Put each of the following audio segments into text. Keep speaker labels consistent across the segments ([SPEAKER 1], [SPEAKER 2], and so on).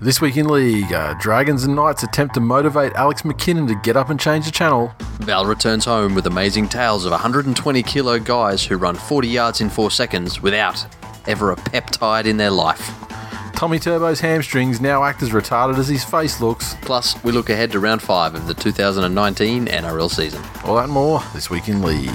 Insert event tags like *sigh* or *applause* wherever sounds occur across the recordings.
[SPEAKER 1] This week in League, uh, Dragons and Knights attempt to motivate Alex McKinnon to get up and change the channel.
[SPEAKER 2] Val returns home with amazing tales of 120 kilo guys who run 40 yards in four seconds without ever a peptide in their life.
[SPEAKER 1] Tommy Turbo's hamstrings now act as retarded as his face looks.
[SPEAKER 2] Plus, we look ahead to round five of the 2019 NRL season.
[SPEAKER 1] All that and more this week in League.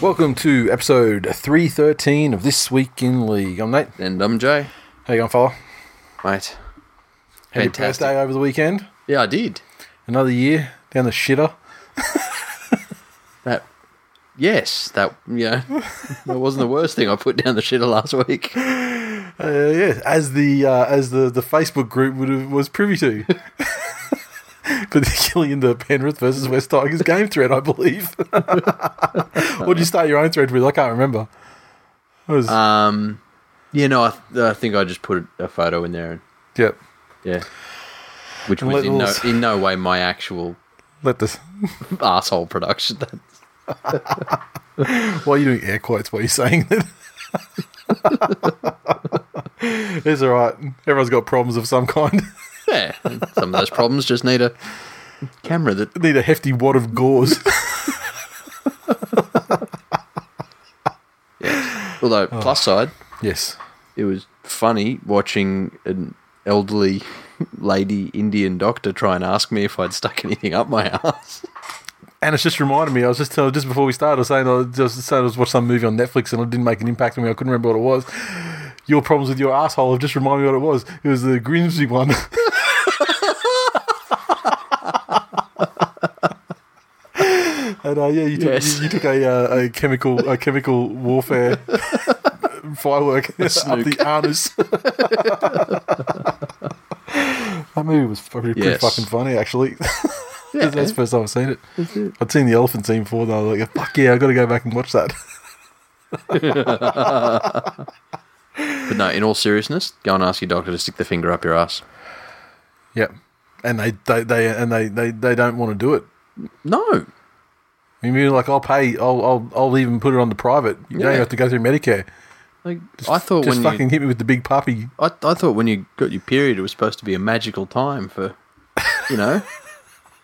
[SPEAKER 1] Welcome to episode 313 of This Week in League. I'm Nate.
[SPEAKER 2] And I'm Jay.
[SPEAKER 1] How you going, fella?
[SPEAKER 2] Mate.
[SPEAKER 1] Had your
[SPEAKER 2] Fantastic.
[SPEAKER 1] birthday over the weekend.
[SPEAKER 2] Yeah, I did.
[SPEAKER 1] Another year down the shitter.
[SPEAKER 2] That. Yes, that yeah, *laughs* that wasn't the worst thing I put down the shitter last week.
[SPEAKER 1] Uh, yeah, as the uh, as the, the Facebook group would have, was privy to, *laughs* particularly in the Penrith versus West Tigers game thread, I believe. *laughs* what did you start your own thread with? I can't remember. It was,
[SPEAKER 2] Um, you know, I, th- I think I just put a photo in there, and
[SPEAKER 1] yep.
[SPEAKER 2] yeah, which
[SPEAKER 1] And
[SPEAKER 2] was
[SPEAKER 1] let
[SPEAKER 2] in no,
[SPEAKER 1] us-
[SPEAKER 2] in no way my actual
[SPEAKER 1] Let this.
[SPEAKER 2] asshole production. *laughs*
[SPEAKER 1] Why are you doing air quotes while you're saying that? *laughs* it's all right. Everyone's got problems of some kind. *laughs*
[SPEAKER 2] yeah, some of those problems just need a camera that
[SPEAKER 1] Need a hefty wad of gauze.
[SPEAKER 2] Although,
[SPEAKER 1] Oh.
[SPEAKER 2] plus side,
[SPEAKER 1] yes.
[SPEAKER 2] it was funny watching an elderly lady Indian doctor try and ask me if I'd stuck anything up my ass.
[SPEAKER 1] And it's just reminded me. I was just telling, just before we started, I was saying I was just saying I was watching some movie on Netflix and it didn't make an impact on me. I couldn't remember what it was. Your problems with your asshole have just reminded me what it was. It was the Grimsby one. *laughs* and uh, yeah, you took,
[SPEAKER 2] Yes.
[SPEAKER 1] you, you took a, uh, a chemical a chemical
[SPEAKER 2] *laughs*
[SPEAKER 1] warfare firework up the
[SPEAKER 2] snook.
[SPEAKER 1] anus. that movie was pretty, pretty
[SPEAKER 2] Yes.
[SPEAKER 1] fucking funny, actually. *laughs* That's the first time I've seen it.
[SPEAKER 2] Mm-hmm.
[SPEAKER 1] I'd seen the elephant scene before, though. I was like, fuck yeah, i got to go back and watch that. *laughs*
[SPEAKER 2] But no, in all seriousness, go and ask your doctor to stick the finger up your ass.
[SPEAKER 1] yep. And they, they, they and they, they, they don't want to do it.
[SPEAKER 2] No.
[SPEAKER 1] I mean, you're like, I'll pay, I'll, I'll, I'll even put it on the private. You don't
[SPEAKER 2] Yeah.
[SPEAKER 1] have to go through Medicare.
[SPEAKER 2] Like, I thought
[SPEAKER 1] Just
[SPEAKER 2] when
[SPEAKER 1] fucking
[SPEAKER 2] you,
[SPEAKER 1] hit me with the big puppy.
[SPEAKER 2] I, I thought when you got your period, it was supposed to be a magical time for, you know,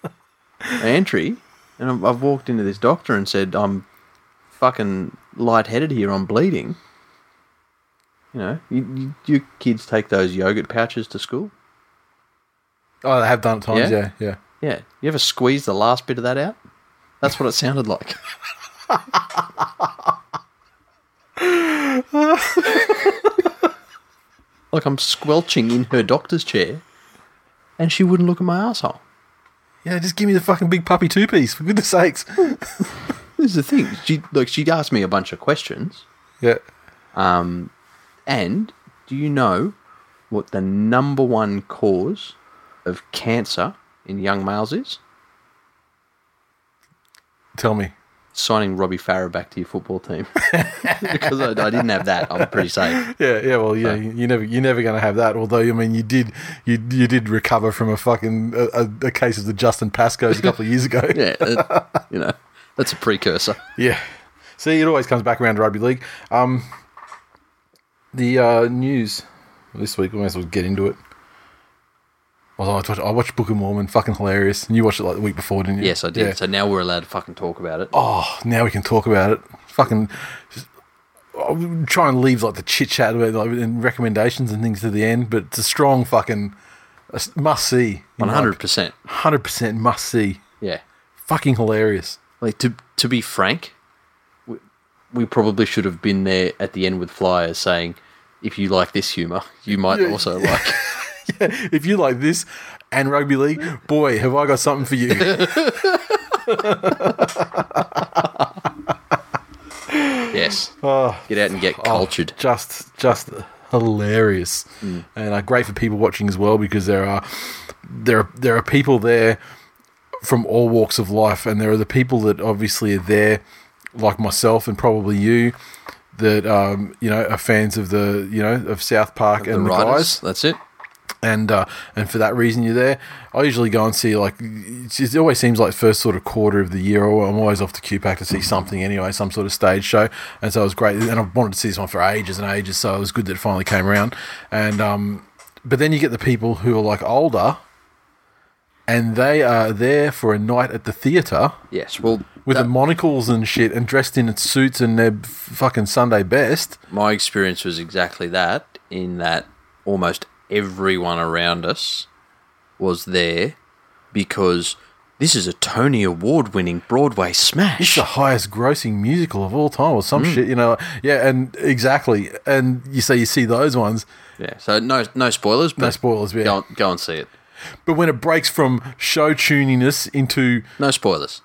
[SPEAKER 2] *laughs* entry. And I've, I've walked into this doctor and said, "I'm fucking lightheaded here. I'm bleeding." You know, you, you, you kids take those yogurt pouches to school.
[SPEAKER 1] Oh, they have done it times, yeah,
[SPEAKER 2] Yeah?
[SPEAKER 1] yeah.
[SPEAKER 2] Yeah, you ever squeeze the last bit of that out? That's what it sounded like. *laughs* like I'm squelching in her doctor's chair, and she wouldn't look at my asshole.
[SPEAKER 1] Yeah, just give me the fucking big puppy two piece, for goodness sakes. *laughs*
[SPEAKER 2] This is the thing. She like she asked me a bunch of questions,
[SPEAKER 1] yeah.
[SPEAKER 2] um, and do you know what the number one cause of cancer in young males is?
[SPEAKER 1] Tell me.
[SPEAKER 2] signing Robbie Farah back to your football team *laughs* because I, I didn't have that. I'm pretty safe.
[SPEAKER 1] Yeah, yeah, well, yeah, you- you're never, you're never going to have that. Although, I mean, you did, you, you did recover from a fucking a, a, a case of the Justin
[SPEAKER 2] *laughs*
[SPEAKER 1] Pascoes a couple of years ago.
[SPEAKER 2] Yeah, that- you know that's a precursor.
[SPEAKER 1] *laughs* Yeah. See, it always comes back around to rugby league. Um, the uh, news this week, we may as well get into it. Although I watched, I watched Book of Mormon, fucking hilarious. And you watched it like the week before, didn't you?
[SPEAKER 2] Yes, I did.
[SPEAKER 1] Yeah.
[SPEAKER 2] So now we're allowed to fucking talk about it.
[SPEAKER 1] Oh, now we can talk about it. Fucking just- I'll try and leave like the chit chat about like, and recommendations and things to the end, but it's a strong fucking must see.
[SPEAKER 2] One hundred percent.
[SPEAKER 1] hundred percent must see.
[SPEAKER 2] Yeah.
[SPEAKER 1] Fucking hilarious. *laughs*
[SPEAKER 2] Like to to be frank, we, we probably should have been there at the end with flyers saying,
[SPEAKER 3] if you like this humor, you might
[SPEAKER 1] Yeah.
[SPEAKER 3] also
[SPEAKER 1] *laughs*
[SPEAKER 3] like.
[SPEAKER 1] if you like this and rugby league, boy, have I got something for you.
[SPEAKER 3] Yes.
[SPEAKER 1] Oh,
[SPEAKER 3] Get out and get cultured. Hmm.
[SPEAKER 1] just, just hilarious, and uh, great for people watching as well because there are, there are, there are people there from all walks of life, and there are the people that obviously are there, like myself and probably you, that um, you know are fans of the you know of South Park
[SPEAKER 3] the
[SPEAKER 1] and the guys.
[SPEAKER 3] writers. That's it.
[SPEAKER 1] and uh, and for that reason you're there. I usually go and see like it's- it always seems like first sort of quarter of the year. Or I'm always off to QPAC to see something anyway, some sort of stage show, and so it was great. And I wanted to see this one for ages and ages, so it was good that it finally came around. And um, but then you get the people who are like older, and they are there for a night at the theatre
[SPEAKER 3] Yes. Well,
[SPEAKER 1] with
[SPEAKER 3] that-
[SPEAKER 1] the monocles and shit, and dressed in suits and their fucking Sunday best.
[SPEAKER 3] my experience was exactly that. In that almost everyone around us was there because this is a Tony Award-winning Broadway
[SPEAKER 1] It's
[SPEAKER 3] smash.
[SPEAKER 1] the highest grossing musical of all time or some shit, you know. Yeah, and exactly. And you say you see those ones,
[SPEAKER 3] Yeah. So no, no spoilers. But
[SPEAKER 1] no spoilers, yeah.
[SPEAKER 3] Go, go and see it.
[SPEAKER 1] But when it breaks from show tuniness into
[SPEAKER 3] No spoilers.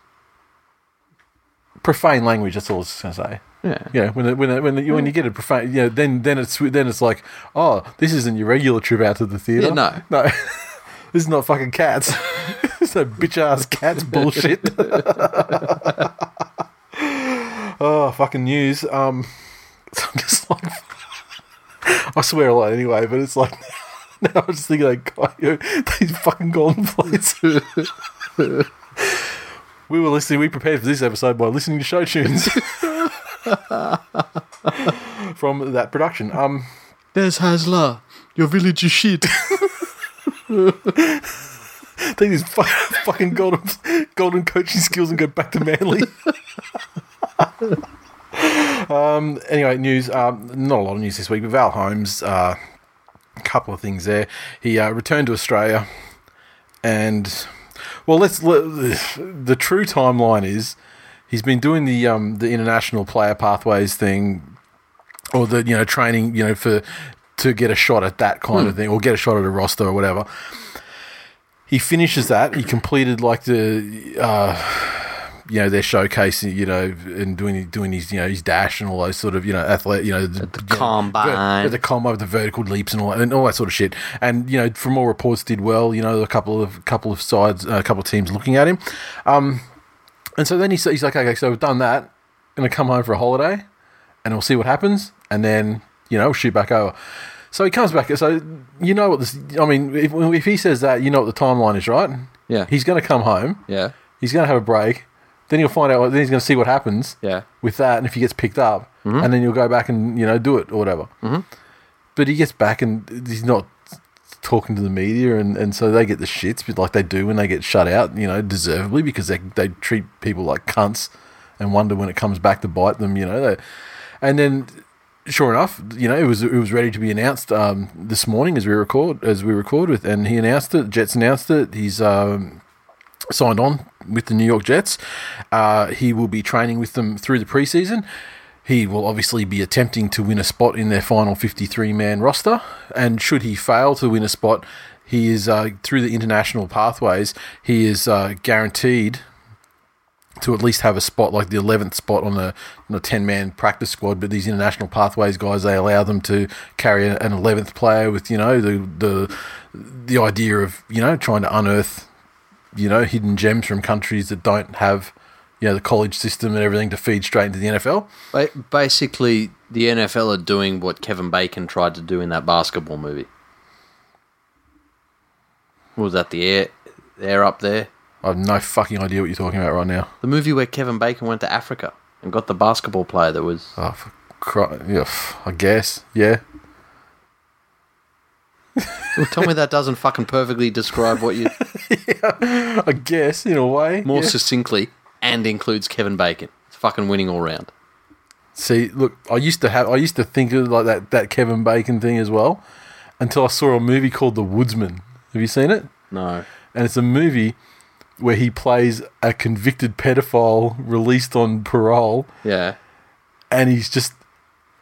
[SPEAKER 1] profane language, that's all I was gonna say.
[SPEAKER 3] Yeah.
[SPEAKER 1] Yeah, when it, when it, when, you when you get a profane, you know, then then it's then it's like, oh, this isn't your regular trip out to the theater.
[SPEAKER 3] Yeah, no.
[SPEAKER 1] no, *laughs* this is not fucking cats. *laughs* it's a bitch
[SPEAKER 3] *laughs*
[SPEAKER 1] ass cats bullshit. *laughs* oh, fucking news. Um, *laughs* so I'm just like, *laughs* I swear a lot anyway, but it's like. *laughs* Now I'm just thinking, like, God, you know, *laughs* these fucking golden *laughs* plates. we were listening. We prepared for this episode by listening to show tunes from that production. Um,
[SPEAKER 3] There's Hasla. Your village is shit.
[SPEAKER 1] take these fu- *laughs* fucking golden golden coaching skills and go back to Manly. um, anyway, news. Um, not a lot of news this week, but Val Holmes. Uh, a couple of things there. He uh, returned to Australia, and well, let's. Let, the true timeline is he's been doing the um, the international player pathways thing or the you know training you know for to get a shot at that kind of thing or get a shot at a roster or whatever he finishes that he completed like the uh you know their showcase you know and doing doing his you know his dash and all those sort of you know athlete you know the, you know,
[SPEAKER 3] combine.
[SPEAKER 1] at the combine the vertical leaps and all and all that sort of shit and you know from all reports did well you know a couple of couple of sides a couple of teams looking at him um and so then he's, he's like okay so we've done that gonna come home for a holiday and we'll see what happens. And then, you know, we'll shoot back over. So he comes back. So you know what this, I mean, if, if he says that, you know what the timeline is, right?
[SPEAKER 3] Yeah.
[SPEAKER 1] He's going to come home.
[SPEAKER 3] *laughs* Yeah.
[SPEAKER 1] He's going to have a break. Then he'll find out, what- then he's going to see what happens
[SPEAKER 3] Yeah.
[SPEAKER 1] with that and if he gets picked up. And then he'll go back and, you know, do it or whatever. Mm-hmm. But he gets back and he's not talking to the media. And, and so they get the shits, but like they do when they get shut out, you know, deservedly because they, they treat people like cunts and wonder when it comes back to bite them, you know. They, and then sure enough, you know, it was it was ready to be announced um, this morning as we record as we record with, and he announced it. Jets announced it. He's um, signed on with the New York Jets. Uh, he will be training with them through the preseason. He will obviously be attempting to win a spot in their final 53 man roster, and should he fail to win a spot, he is uh, through the international pathways. He is uh, guaranteed to at least have a spot like the 11th spot on a, on a 10 man practice squad but these international pathways guys they allow them to carry an 11th player with you know the the the idea of you know trying to unearth you know hidden gems from countries that don't have you know the college system and everything to feed straight into the NFL
[SPEAKER 3] Ba- basically, the NFL are doing what Kevin Bacon tried to do in that basketball movie. What was that the air, air up there?
[SPEAKER 1] I have no fucking idea what you're talking about right now
[SPEAKER 3] The movie where Kevin Bacon went to Africa and got the basketball player that was. *laughs*
[SPEAKER 1] oh for cri- yeah, f- I guess yeah *laughs*
[SPEAKER 3] Well, tell me that doesn't fucking perfectly describe what *laughs* you
[SPEAKER 1] I guess in a way
[SPEAKER 3] more
[SPEAKER 1] yeah.
[SPEAKER 3] succinctly and includes Kevin Bacon. It's fucking winning all round.
[SPEAKER 1] See, look, I used to have, I used to think of like that, that Kevin Bacon thing as well, until I saw a movie called The Woodsman. Have you seen it?
[SPEAKER 3] No.
[SPEAKER 1] And it's a movie where he plays a convicted pedophile released on parole,
[SPEAKER 3] Yeah.
[SPEAKER 1] and he's just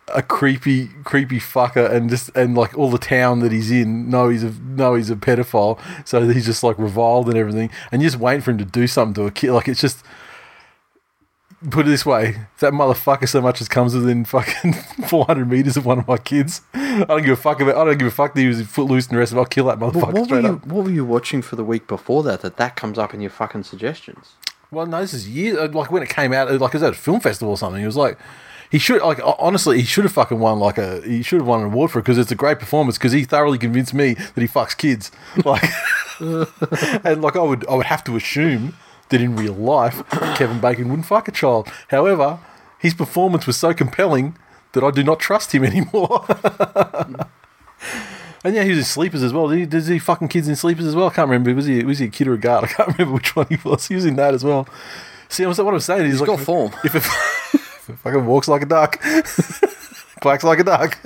[SPEAKER 1] a creepy, creepy fucker, and just and like all the town that he's in know he's a know he's a pedophile, so he's just like reviled and everything, and you're just waiting for him to do something to a kid. Like it's just put it this way: if that motherfucker so much as comes within fucking *laughs* 400 meters of one of my kids, I don't give a fuck about. I don't give a fuck that he was footloose and the rest of. It. I'll kill that motherfucker
[SPEAKER 3] What, what, were
[SPEAKER 1] straight
[SPEAKER 3] you,
[SPEAKER 1] up.
[SPEAKER 3] what were you watching for the week before that that that comes up in your fucking suggestions?
[SPEAKER 1] Well, no, this is years. uh, Like when it came out, uh, like it was at a film festival or something. It was like he should, like ho- honestly, he should have fucking won like a he should have won an award for it because it's a great performance. Because he thoroughly convinced me that he fucks kids. *laughs* Like, *laughs* and like I would, I would have to assume that in real life, *coughs* Kevin Bacon wouldn't fuck a child. However, his performance was so compelling that I do not trust him *laughs* anymore. And yeah, he was in Sleepers as well. Did he, did he fucking kids in Sleepers as well? I can't remember. Was he was he a kid or a guard? *laughs* I can't remember which one he was. He was in that as well. See, what I'm saying is, he's like,
[SPEAKER 3] got form.
[SPEAKER 1] If it, if it fucking walks like a duck, *laughs* quacks like a duck.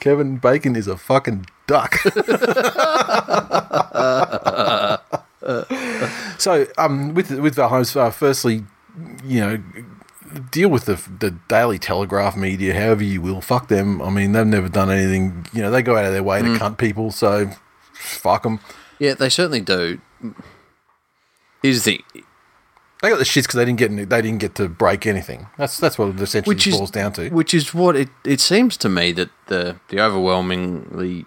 [SPEAKER 1] Kevin Bacon is a fucking duck. *laughs* so, um, with with Valheim's, uh, firstly, you know, deal with the the Daily Telegraph media however you will. Fuck them. I mean, they've never done anything. You know, they go out of their way
[SPEAKER 2] Mm.
[SPEAKER 1] to cunt people. So, fuck them.
[SPEAKER 2] Yeah, they certainly do. Here's the thing.
[SPEAKER 1] They got the shits because they didn't get any- they didn't get to break anything. That's that's what it essentially
[SPEAKER 2] Which is-
[SPEAKER 1] boils down to.
[SPEAKER 2] Which is what it, it seems to me that the, the overwhelmingly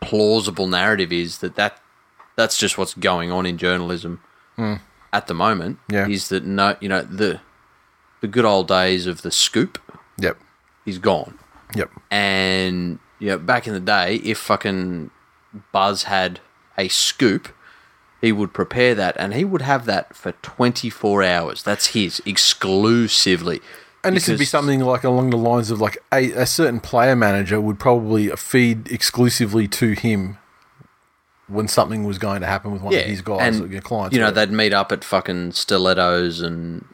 [SPEAKER 2] plausible narrative is that, that that's just what's going on in journalism at the moment.
[SPEAKER 1] Hmm. Yeah.
[SPEAKER 2] Is that no you know, the the good old days of the scoop
[SPEAKER 1] yep,
[SPEAKER 2] is gone.
[SPEAKER 1] yep,
[SPEAKER 2] And you know, back in the day, if fucking Buzz had a scoop, he would prepare that and he would have that for 24 hours. That's his exclusively.
[SPEAKER 1] And this would be
[SPEAKER 2] Because-
[SPEAKER 1] something like along the lines of like a, a certain player manager would probably feed exclusively to him when something was going to happen with one of his guys or your clients.
[SPEAKER 2] You know,
[SPEAKER 1] or whatever.
[SPEAKER 2] they'd meet up at fucking stilettos and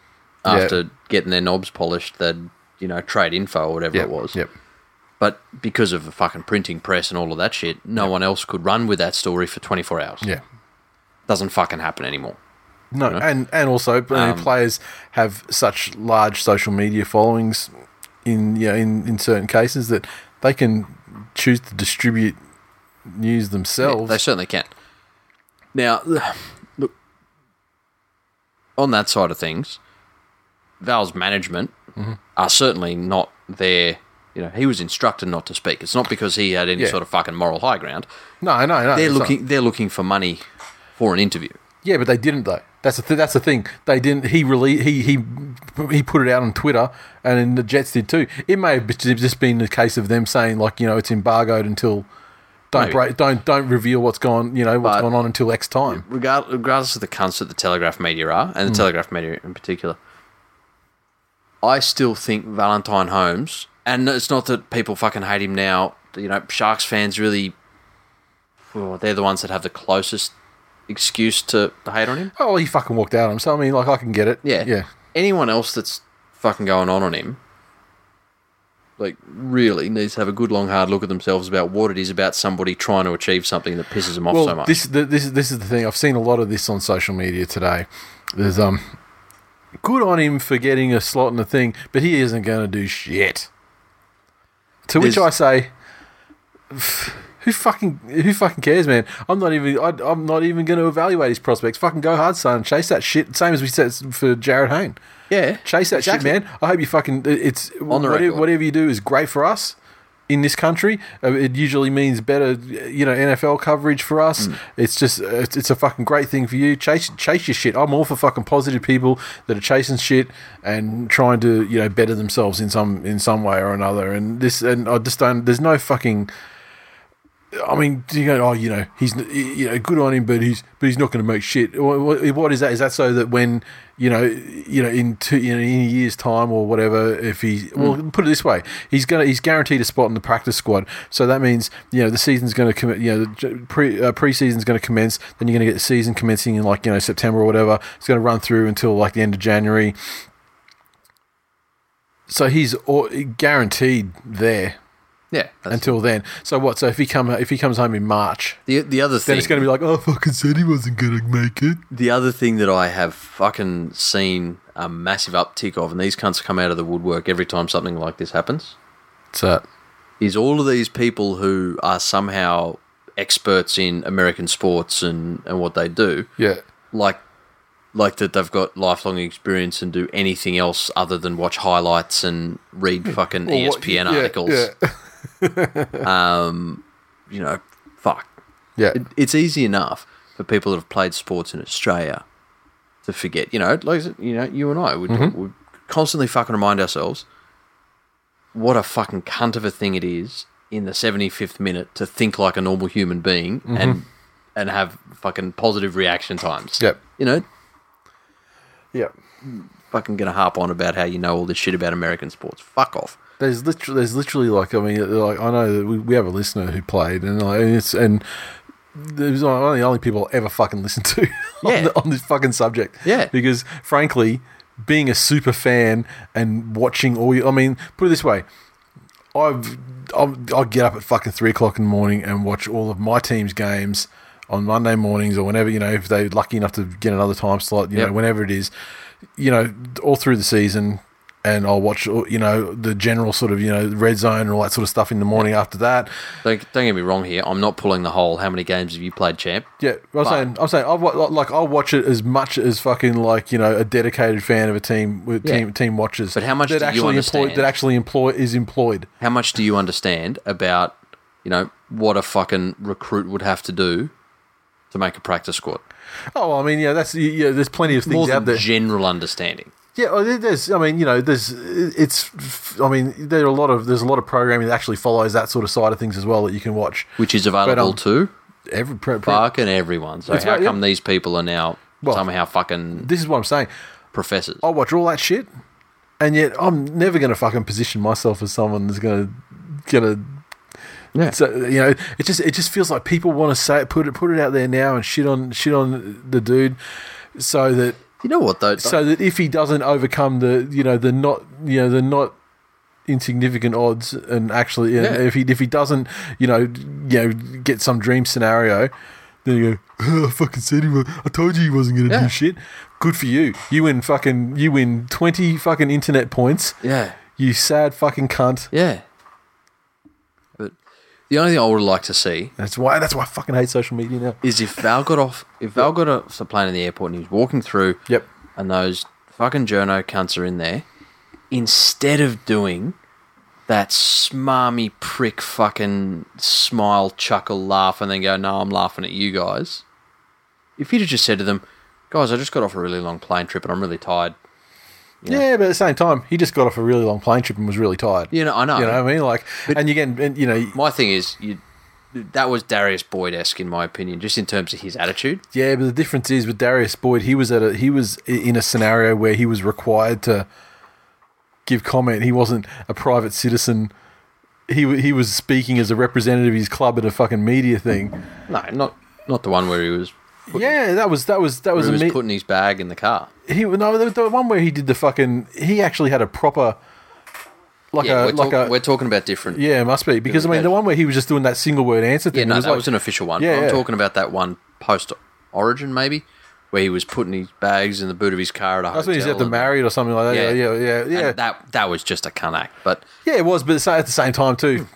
[SPEAKER 2] after getting their knobs polished, they'd, you know, trade info or whatever
[SPEAKER 1] yep,
[SPEAKER 2] it was.
[SPEAKER 1] Yep.
[SPEAKER 2] But because of the fucking printing press and all of that shit, no one else could run with that story for 24 hours.
[SPEAKER 1] Yeah.
[SPEAKER 2] Doesn't fucking happen anymore.
[SPEAKER 1] No, and and also you
[SPEAKER 2] Um,
[SPEAKER 1] know, players have such large social media followings in you know, in in certain cases that they can choose to distribute news themselves.
[SPEAKER 2] They certainly can. Now, *sighs* look, on that side of things, Val's management
[SPEAKER 1] Mm-hmm.
[SPEAKER 2] are certainly not there. You know, he was instructed not to speak. It's not because he had any
[SPEAKER 1] Yeah.
[SPEAKER 2] sort of fucking moral high ground.
[SPEAKER 1] no, no, no.
[SPEAKER 2] They're
[SPEAKER 1] it's not.
[SPEAKER 2] looking. They're looking for money for an interview.
[SPEAKER 1] Yeah, but they didn't though. That's the th- that's the thing. They didn't. He really he he he put it out on Twitter, and then the Jets did too. It may have just been the case of them saying like you know it's embargoed until don't
[SPEAKER 2] Maybe.
[SPEAKER 1] break, don't don't reveal what's gone you know what's
[SPEAKER 2] But-
[SPEAKER 1] gone on until X time.
[SPEAKER 2] Regard, regardless of the cunts that the Telegraph media are, and the Telegraph media in particular, I still think Valentine Holmes, and it's not that people fucking hate him now. You know, Sharks fans really, well, they're the ones that have the closest excuse to, to hate on him.
[SPEAKER 1] Oh, well, he fucking walked out on him. So I mean, like I can get it.
[SPEAKER 2] Yeah.
[SPEAKER 1] yeah.
[SPEAKER 2] Anyone else that's fucking going on on him, like, really needs to have a good long hard look at themselves about what it is about somebody trying to achieve something that pisses them off
[SPEAKER 1] well,
[SPEAKER 2] so much.
[SPEAKER 1] This, th this, this is the thing. I've seen a lot of this on social media today. There's um, good on him for getting a slot in the thing, but he isn't going to do shit. To which I
[SPEAKER 2] There's-
[SPEAKER 1] say, who fucking who fucking cares, man? I'm not even I, I'm not even going to evaluate his prospects. Fucking go hard, son. Chase that shit. Same as we said for Jared Hayne.
[SPEAKER 2] yeah.
[SPEAKER 1] Chase that
[SPEAKER 2] exactly.
[SPEAKER 1] shit, man. I hope you fucking. it- It's
[SPEAKER 2] the
[SPEAKER 1] whatever,
[SPEAKER 2] record.
[SPEAKER 1] whatever you do is great for us in this country. Uh, It usually means better, you know, NFL coverage for us.
[SPEAKER 2] Mm.
[SPEAKER 1] It's just uh, it's, it's a fucking great thing for you. Chase chase your shit. I'm all for fucking positive people that are chasing shit and trying to you know better themselves in some in some way or another. And this and I just don't. There's no fucking. I mean, do you go, oh, you know, he's you know, good on him, but he's but he's not going to make shit. Wha- wha- What is that? Is that so that when you know, you know, in two, you know, in a year's time or whatever, if he well, put it this way, he's gonna he's guaranteed a spot in the practice squad. So that means you know the season's going to commit. You know, the j- pre uh, preseason's going to commence. Then you're going to get the season commencing in like you know September or whatever. It's going to run through until like the end of January. So he's au- guaranteed there
[SPEAKER 2] Yeah. that's-
[SPEAKER 1] until then. So what? So if he come if he comes home in March,
[SPEAKER 2] the, the other thing.
[SPEAKER 1] then it's going to be like, oh, I fucking said he wasn't going to make it.
[SPEAKER 2] the other thing that I have fucking seen a massive uptick of, and these cunts come out of the woodwork every time something like this happens,
[SPEAKER 1] What's that?
[SPEAKER 2] is all of these people who are somehow experts in American sports and, and what they do,
[SPEAKER 1] Yeah.
[SPEAKER 2] like like that they've got lifelong experience and do anything else other than watch highlights and read fucking
[SPEAKER 1] Hmm.
[SPEAKER 2] E
[SPEAKER 1] Well, what-
[SPEAKER 2] ESPN
[SPEAKER 1] yeah,
[SPEAKER 2] articles.
[SPEAKER 1] Yeah.
[SPEAKER 2] You know, fuck.
[SPEAKER 1] Yeah.
[SPEAKER 2] It, it's easy enough for people that have played sports in Australia to forget. You know, like you know, you and I would we constantly fucking remind ourselves what a fucking cunt of a thing it is in the seventy fifth minute to think like a normal human being and and have fucking positive reaction times.
[SPEAKER 1] Yep.
[SPEAKER 2] You know,
[SPEAKER 1] Yeah.
[SPEAKER 2] fucking gonna harp on about how you know all this shit about American sports. Fuck off.
[SPEAKER 1] There's literally, there's literally like, I mean, like I know that we, we have a listener who played, and, like, and it's and it was one of the only people I ever fucking listened to *laughs* on,
[SPEAKER 2] Yeah.
[SPEAKER 1] the- on this fucking subject.
[SPEAKER 2] Yeah.
[SPEAKER 1] because frankly, being a super fan and watching all, your, I mean, put it this way, I've I'm, I get up at fucking three o'clock in the morning and watch all of my team's games on Monday mornings or whenever you know if they're lucky enough to get another time slot, you
[SPEAKER 2] Yep.
[SPEAKER 1] know, whenever it is, you know, all through the season. And I'll watch, all- you know, the general sort of, you know, red zone and all that sort of stuff in the morning after that.
[SPEAKER 2] Don't, don't get me wrong here. I'm not pulling the whole. How many games have you played, champ?
[SPEAKER 1] Yeah, I'm
[SPEAKER 2] But-
[SPEAKER 1] saying, I'm saying, I wa- like I'll watch it as much as fucking like you know a dedicated fan of a team with
[SPEAKER 2] Yeah.
[SPEAKER 1] team team watches.
[SPEAKER 2] But how much
[SPEAKER 1] that
[SPEAKER 2] do you
[SPEAKER 1] actually employed
[SPEAKER 2] understand?
[SPEAKER 1] that actually employ is employed?
[SPEAKER 2] how much do you understand about you know what a fucking recruit would have to do to make a practice squad
[SPEAKER 1] Oh, well, I mean, yeah, that's yeah. There's plenty of
[SPEAKER 2] more
[SPEAKER 1] things out
[SPEAKER 2] than
[SPEAKER 1] there.
[SPEAKER 2] general understanding
[SPEAKER 1] Yeah, well, there- there's. I mean, you know, there's. It's. I mean, there are a lot of. There's a lot of programming that actually follows that sort of side of things as well that you can watch.
[SPEAKER 2] which is available
[SPEAKER 1] um,
[SPEAKER 2] to
[SPEAKER 1] Every pre- pre-
[SPEAKER 2] fucking everyone so
[SPEAKER 1] That's
[SPEAKER 2] how
[SPEAKER 1] right, yeah.
[SPEAKER 2] come these people are now
[SPEAKER 1] Well- Oh.
[SPEAKER 2] somehow fucking
[SPEAKER 1] this is what I'm saying.
[SPEAKER 2] professors
[SPEAKER 1] I watch all that shit, and yet I'm never going to fucking position myself as someone that's going to gonna
[SPEAKER 2] yeah
[SPEAKER 1] So you know, it just it just feels like people want to say it, put it put it out there now and shit on shit on the dude, so that
[SPEAKER 2] you know what though
[SPEAKER 1] so that if he doesn't overcome the you know the not you know the not insignificant odds and actually and
[SPEAKER 2] Yeah.
[SPEAKER 1] if he if he doesn't you know you know get some dream scenario, then you go. Oh, I fucking said he was. I told you he wasn't going to
[SPEAKER 2] Yeah.
[SPEAKER 1] do shit. Good for you. You win fucking. You win twenty fucking internet points.
[SPEAKER 2] yeah
[SPEAKER 1] You sad fucking cunt.
[SPEAKER 2] yeah but the only thing i would like to see
[SPEAKER 1] That's why. That's why I fucking hate social media now.
[SPEAKER 2] is if Val got off if Val got off the plane in the airport and he was walking through
[SPEAKER 1] Yep.
[SPEAKER 2] and those fucking journo cunts are in there, instead of doing that smarmy prick fucking smile, chuckle, laugh, and then go, no, I'm laughing at you guys. If he'd have just said to them, guys, I just got off a really long plane trip and I'm really tired.
[SPEAKER 1] Yeah. but at the same time, he just got off a really long plane trip and was really tired.
[SPEAKER 2] You know, I know.
[SPEAKER 1] You know what I mean? Like, and you get, and, you know,
[SPEAKER 2] My thing is, you, that was Darius Boyd esque, in my opinion, just in terms of his attitude.
[SPEAKER 1] yeah. But the difference is with Darius Boyd, he was at a, he was i- in a scenario where he was required to give comment. He wasn't a private citizen. He wa- he was speaking as a representative of his club at a fucking media thing.
[SPEAKER 2] No, not not the one where he was,
[SPEAKER 1] Yeah, that was that was that was
[SPEAKER 2] where
[SPEAKER 1] a
[SPEAKER 2] he
[SPEAKER 1] me-
[SPEAKER 2] was putting his bag in the car.
[SPEAKER 1] he no the, the one where he did the fucking he actually had a proper like
[SPEAKER 2] yeah,
[SPEAKER 1] a
[SPEAKER 2] we're,
[SPEAKER 1] like
[SPEAKER 2] talk-
[SPEAKER 1] a
[SPEAKER 2] we're talking about different.
[SPEAKER 1] yeah it must be because I mean the one where he was just doing that single word answer thing
[SPEAKER 2] Yeah, no,
[SPEAKER 1] it
[SPEAKER 2] that
[SPEAKER 1] like-
[SPEAKER 2] was an official one.
[SPEAKER 1] Yeah,
[SPEAKER 2] I'm
[SPEAKER 1] yeah.
[SPEAKER 2] talking about that one post Origin, maybe, where he was putting his bags in the boot of his car at a
[SPEAKER 1] That's when he's at the
[SPEAKER 2] and-
[SPEAKER 1] married or something like that. Yeah, yeah, yeah, yeah.
[SPEAKER 2] And that that was just a cunt act. But
[SPEAKER 1] yeah, it was, but it's at the same time too.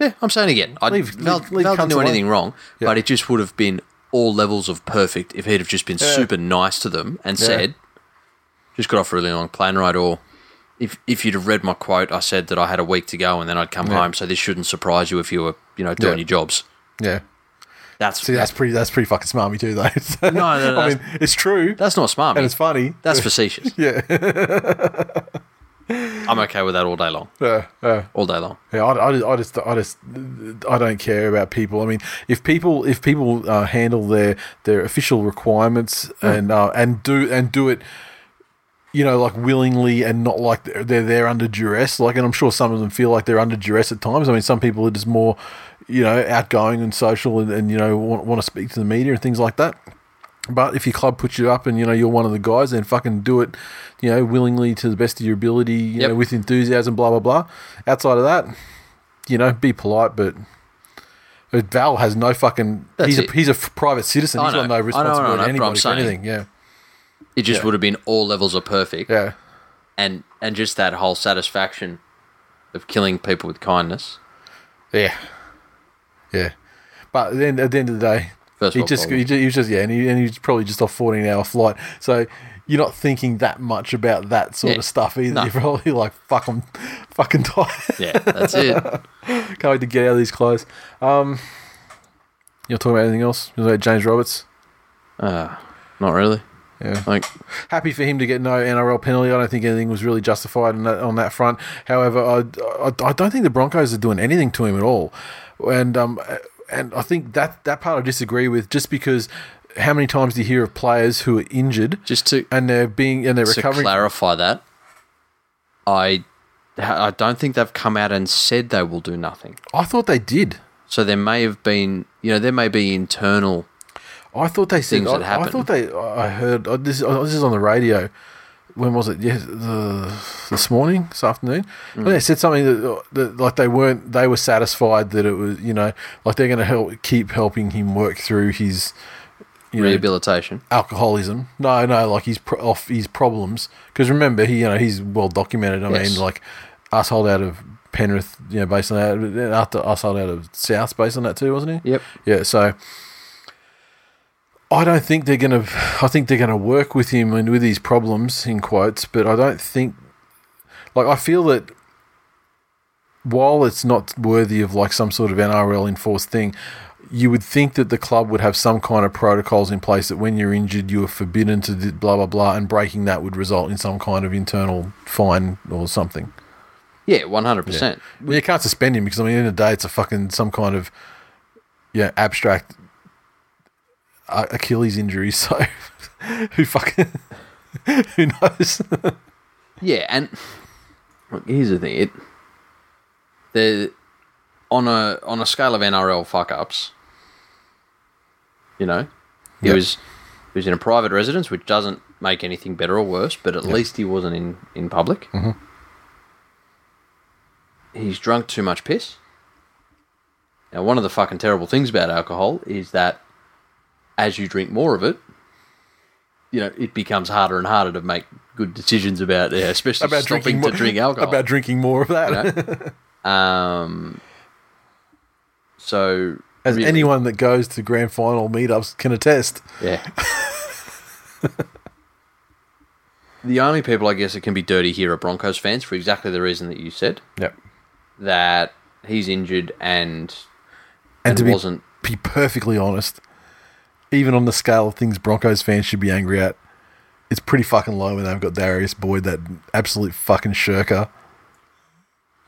[SPEAKER 2] yeah, I'm saying again, I
[SPEAKER 1] Leave-
[SPEAKER 2] Val,
[SPEAKER 1] leave- leave
[SPEAKER 2] Val
[SPEAKER 1] cunts
[SPEAKER 2] didn't do
[SPEAKER 1] alone.
[SPEAKER 2] anything wrong,
[SPEAKER 1] Yeah.
[SPEAKER 2] but it just would have been all levels of perfect if he'd have just been super nice to them and said, "Just got off a really long plane ride," or. If, if you'd have read my quote, I said that I had a week to go and then I'd come home, so this shouldn't surprise you if you were, you know, doing
[SPEAKER 1] Yeah.
[SPEAKER 2] your jobs.
[SPEAKER 1] Yeah.
[SPEAKER 2] That's
[SPEAKER 1] See, that's pretty. That's pretty fucking smarmy too, though. *laughs*
[SPEAKER 2] No, no, no,
[SPEAKER 1] I mean, it's true
[SPEAKER 2] that's not smart.
[SPEAKER 1] and
[SPEAKER 2] mate.
[SPEAKER 1] it's funny.
[SPEAKER 2] That's facetious.
[SPEAKER 1] *laughs* Yeah.
[SPEAKER 2] I'm okay with that all day long.
[SPEAKER 1] Uh, uh,
[SPEAKER 2] All day long.
[SPEAKER 1] yeah, I, I just, I just, I just, I don't care about people. I mean, if people, if people uh, handle their their official requirements and uh, and do and do it, you know, like willingly and not like they're, they're there under duress. Like, and I'm sure some of them feel like they're under duress at times. I mean, some people are just more, you know, outgoing and social and, and you know want, want to speak to the media and things like that. But if your club puts you up and you know you're one of the guys, then fucking do it, you know, willingly to the best of your ability, you
[SPEAKER 2] Yep.
[SPEAKER 1] know, with enthusiasm, blah blah blah. Outside of that, you know, be polite, but. but Val has no fucking.
[SPEAKER 2] That's
[SPEAKER 1] he's a
[SPEAKER 2] it.
[SPEAKER 1] he's a private citizen.
[SPEAKER 2] I
[SPEAKER 1] He's got
[SPEAKER 2] know.
[SPEAKER 1] no
[SPEAKER 2] I know, I know,
[SPEAKER 1] responsibility to
[SPEAKER 2] but I'm
[SPEAKER 1] anybody for
[SPEAKER 2] saying-
[SPEAKER 1] anything. Yeah,
[SPEAKER 2] It just would have been all levels are perfect,
[SPEAKER 1] Yeah.
[SPEAKER 2] and and just that whole satisfaction of killing people with kindness.
[SPEAKER 1] Yeah. Yeah. But then at the end of the day,
[SPEAKER 2] First
[SPEAKER 1] he
[SPEAKER 2] world
[SPEAKER 1] just,
[SPEAKER 2] problem.
[SPEAKER 1] he just he was just yeah, and he and he was probably just off fourteen hour flight. So you're not thinking that much about that sort
[SPEAKER 2] Yeah.
[SPEAKER 1] of stuff either.
[SPEAKER 2] No.
[SPEAKER 1] You're probably *laughs* like fuck I'm fucking *laughs* tired.
[SPEAKER 2] Yeah,
[SPEAKER 1] *laughs*
[SPEAKER 2] that's it.
[SPEAKER 1] Can't wait to get out of these clothes. Um You're talking about anything else? You know about James Roberts?
[SPEAKER 2] Uh, not really.
[SPEAKER 1] Yeah.
[SPEAKER 2] Like
[SPEAKER 1] happy for him to get no NRL penalty. I don't think anything was really justified on that, on that front. However, I, I, I don't think the Broncos are doing anything to him at all, and um, and I think that that part I disagree with. Just because how many times do you hear of players who are injured
[SPEAKER 2] just to
[SPEAKER 1] and they're being and they're
[SPEAKER 2] to
[SPEAKER 1] recovering?
[SPEAKER 2] clarify that, I I don't think they've come out and said they will do nothing.
[SPEAKER 1] I thought they did.
[SPEAKER 2] So there may have been, you know, there may be internal.
[SPEAKER 1] I thought they said.
[SPEAKER 2] Things that
[SPEAKER 1] I, I
[SPEAKER 2] happen.
[SPEAKER 1] thought they. I heard I, this. I, this is on the radio. When was it? Yes, the, this morning, this afternoon.
[SPEAKER 2] Mm.
[SPEAKER 1] And they said something that, uh, that, like, they weren't. They were satisfied that it was, you know, like they're going to help keep helping him work through his, you know,
[SPEAKER 2] rehabilitation.
[SPEAKER 1] alcoholism. No, no, like he's pro- off his problems. Because remember, he, you know, he's well documented. I
[SPEAKER 2] Yes.
[SPEAKER 1] mean, like asshole out of Penrith, you know, based on that. but then After asshole out of South, based on that too, wasn't he?
[SPEAKER 2] Yep.
[SPEAKER 1] Yeah. So I don't think they're gonna. I think they're gonna work with him and with his problems in quotes. But I don't think. Like I feel that while it's not worthy of like some sort of NRL enforced thing, you would think that the club would have some kind of protocols in place that when you're injured, you are forbidden to do blah blah blah, and breaking that would result in some kind of internal fine or something.
[SPEAKER 2] Yeah, one hundred percent.
[SPEAKER 1] Well, you can't suspend him because I mean, at the end of the day, it's a fucking some kind of yeah abstract uh, Achilles injury. *laughs* So who fucking *laughs* who knows?
[SPEAKER 2] Yeah, and *sighs* look, here's the thing: it the on a on a scale of NRL fuck ups, you know, he
[SPEAKER 1] Yep.
[SPEAKER 2] was he was in a private residence, which doesn't make anything better or worse, but at least he wasn't in in public.
[SPEAKER 1] Mm-hmm.
[SPEAKER 2] He's drunk too much piss. Now, one of the fucking terrible things about alcohol is that as you drink more of it, you know, it becomes harder and harder to make good decisions about, uh, especially
[SPEAKER 1] about
[SPEAKER 2] stopping
[SPEAKER 1] drinking more,
[SPEAKER 2] to drink
[SPEAKER 1] *laughs*
[SPEAKER 2] alcohol.
[SPEAKER 1] About drinking more of that.
[SPEAKER 2] um, so
[SPEAKER 1] *laughs* As
[SPEAKER 2] really-
[SPEAKER 1] anyone that goes to grand final meetups can attest.
[SPEAKER 2] yeah. *laughs* the only people I guess that can be dirty here are Broncos fans for exactly the reason that you said
[SPEAKER 1] Yep.
[SPEAKER 2] that he's injured and
[SPEAKER 1] And,
[SPEAKER 2] and
[SPEAKER 1] to be,
[SPEAKER 2] wasn't
[SPEAKER 1] be perfectly honest, even on the scale of things Broncos fans should be angry at, it's pretty fucking low when they've got Darius Boyd, that absolute fucking shirker,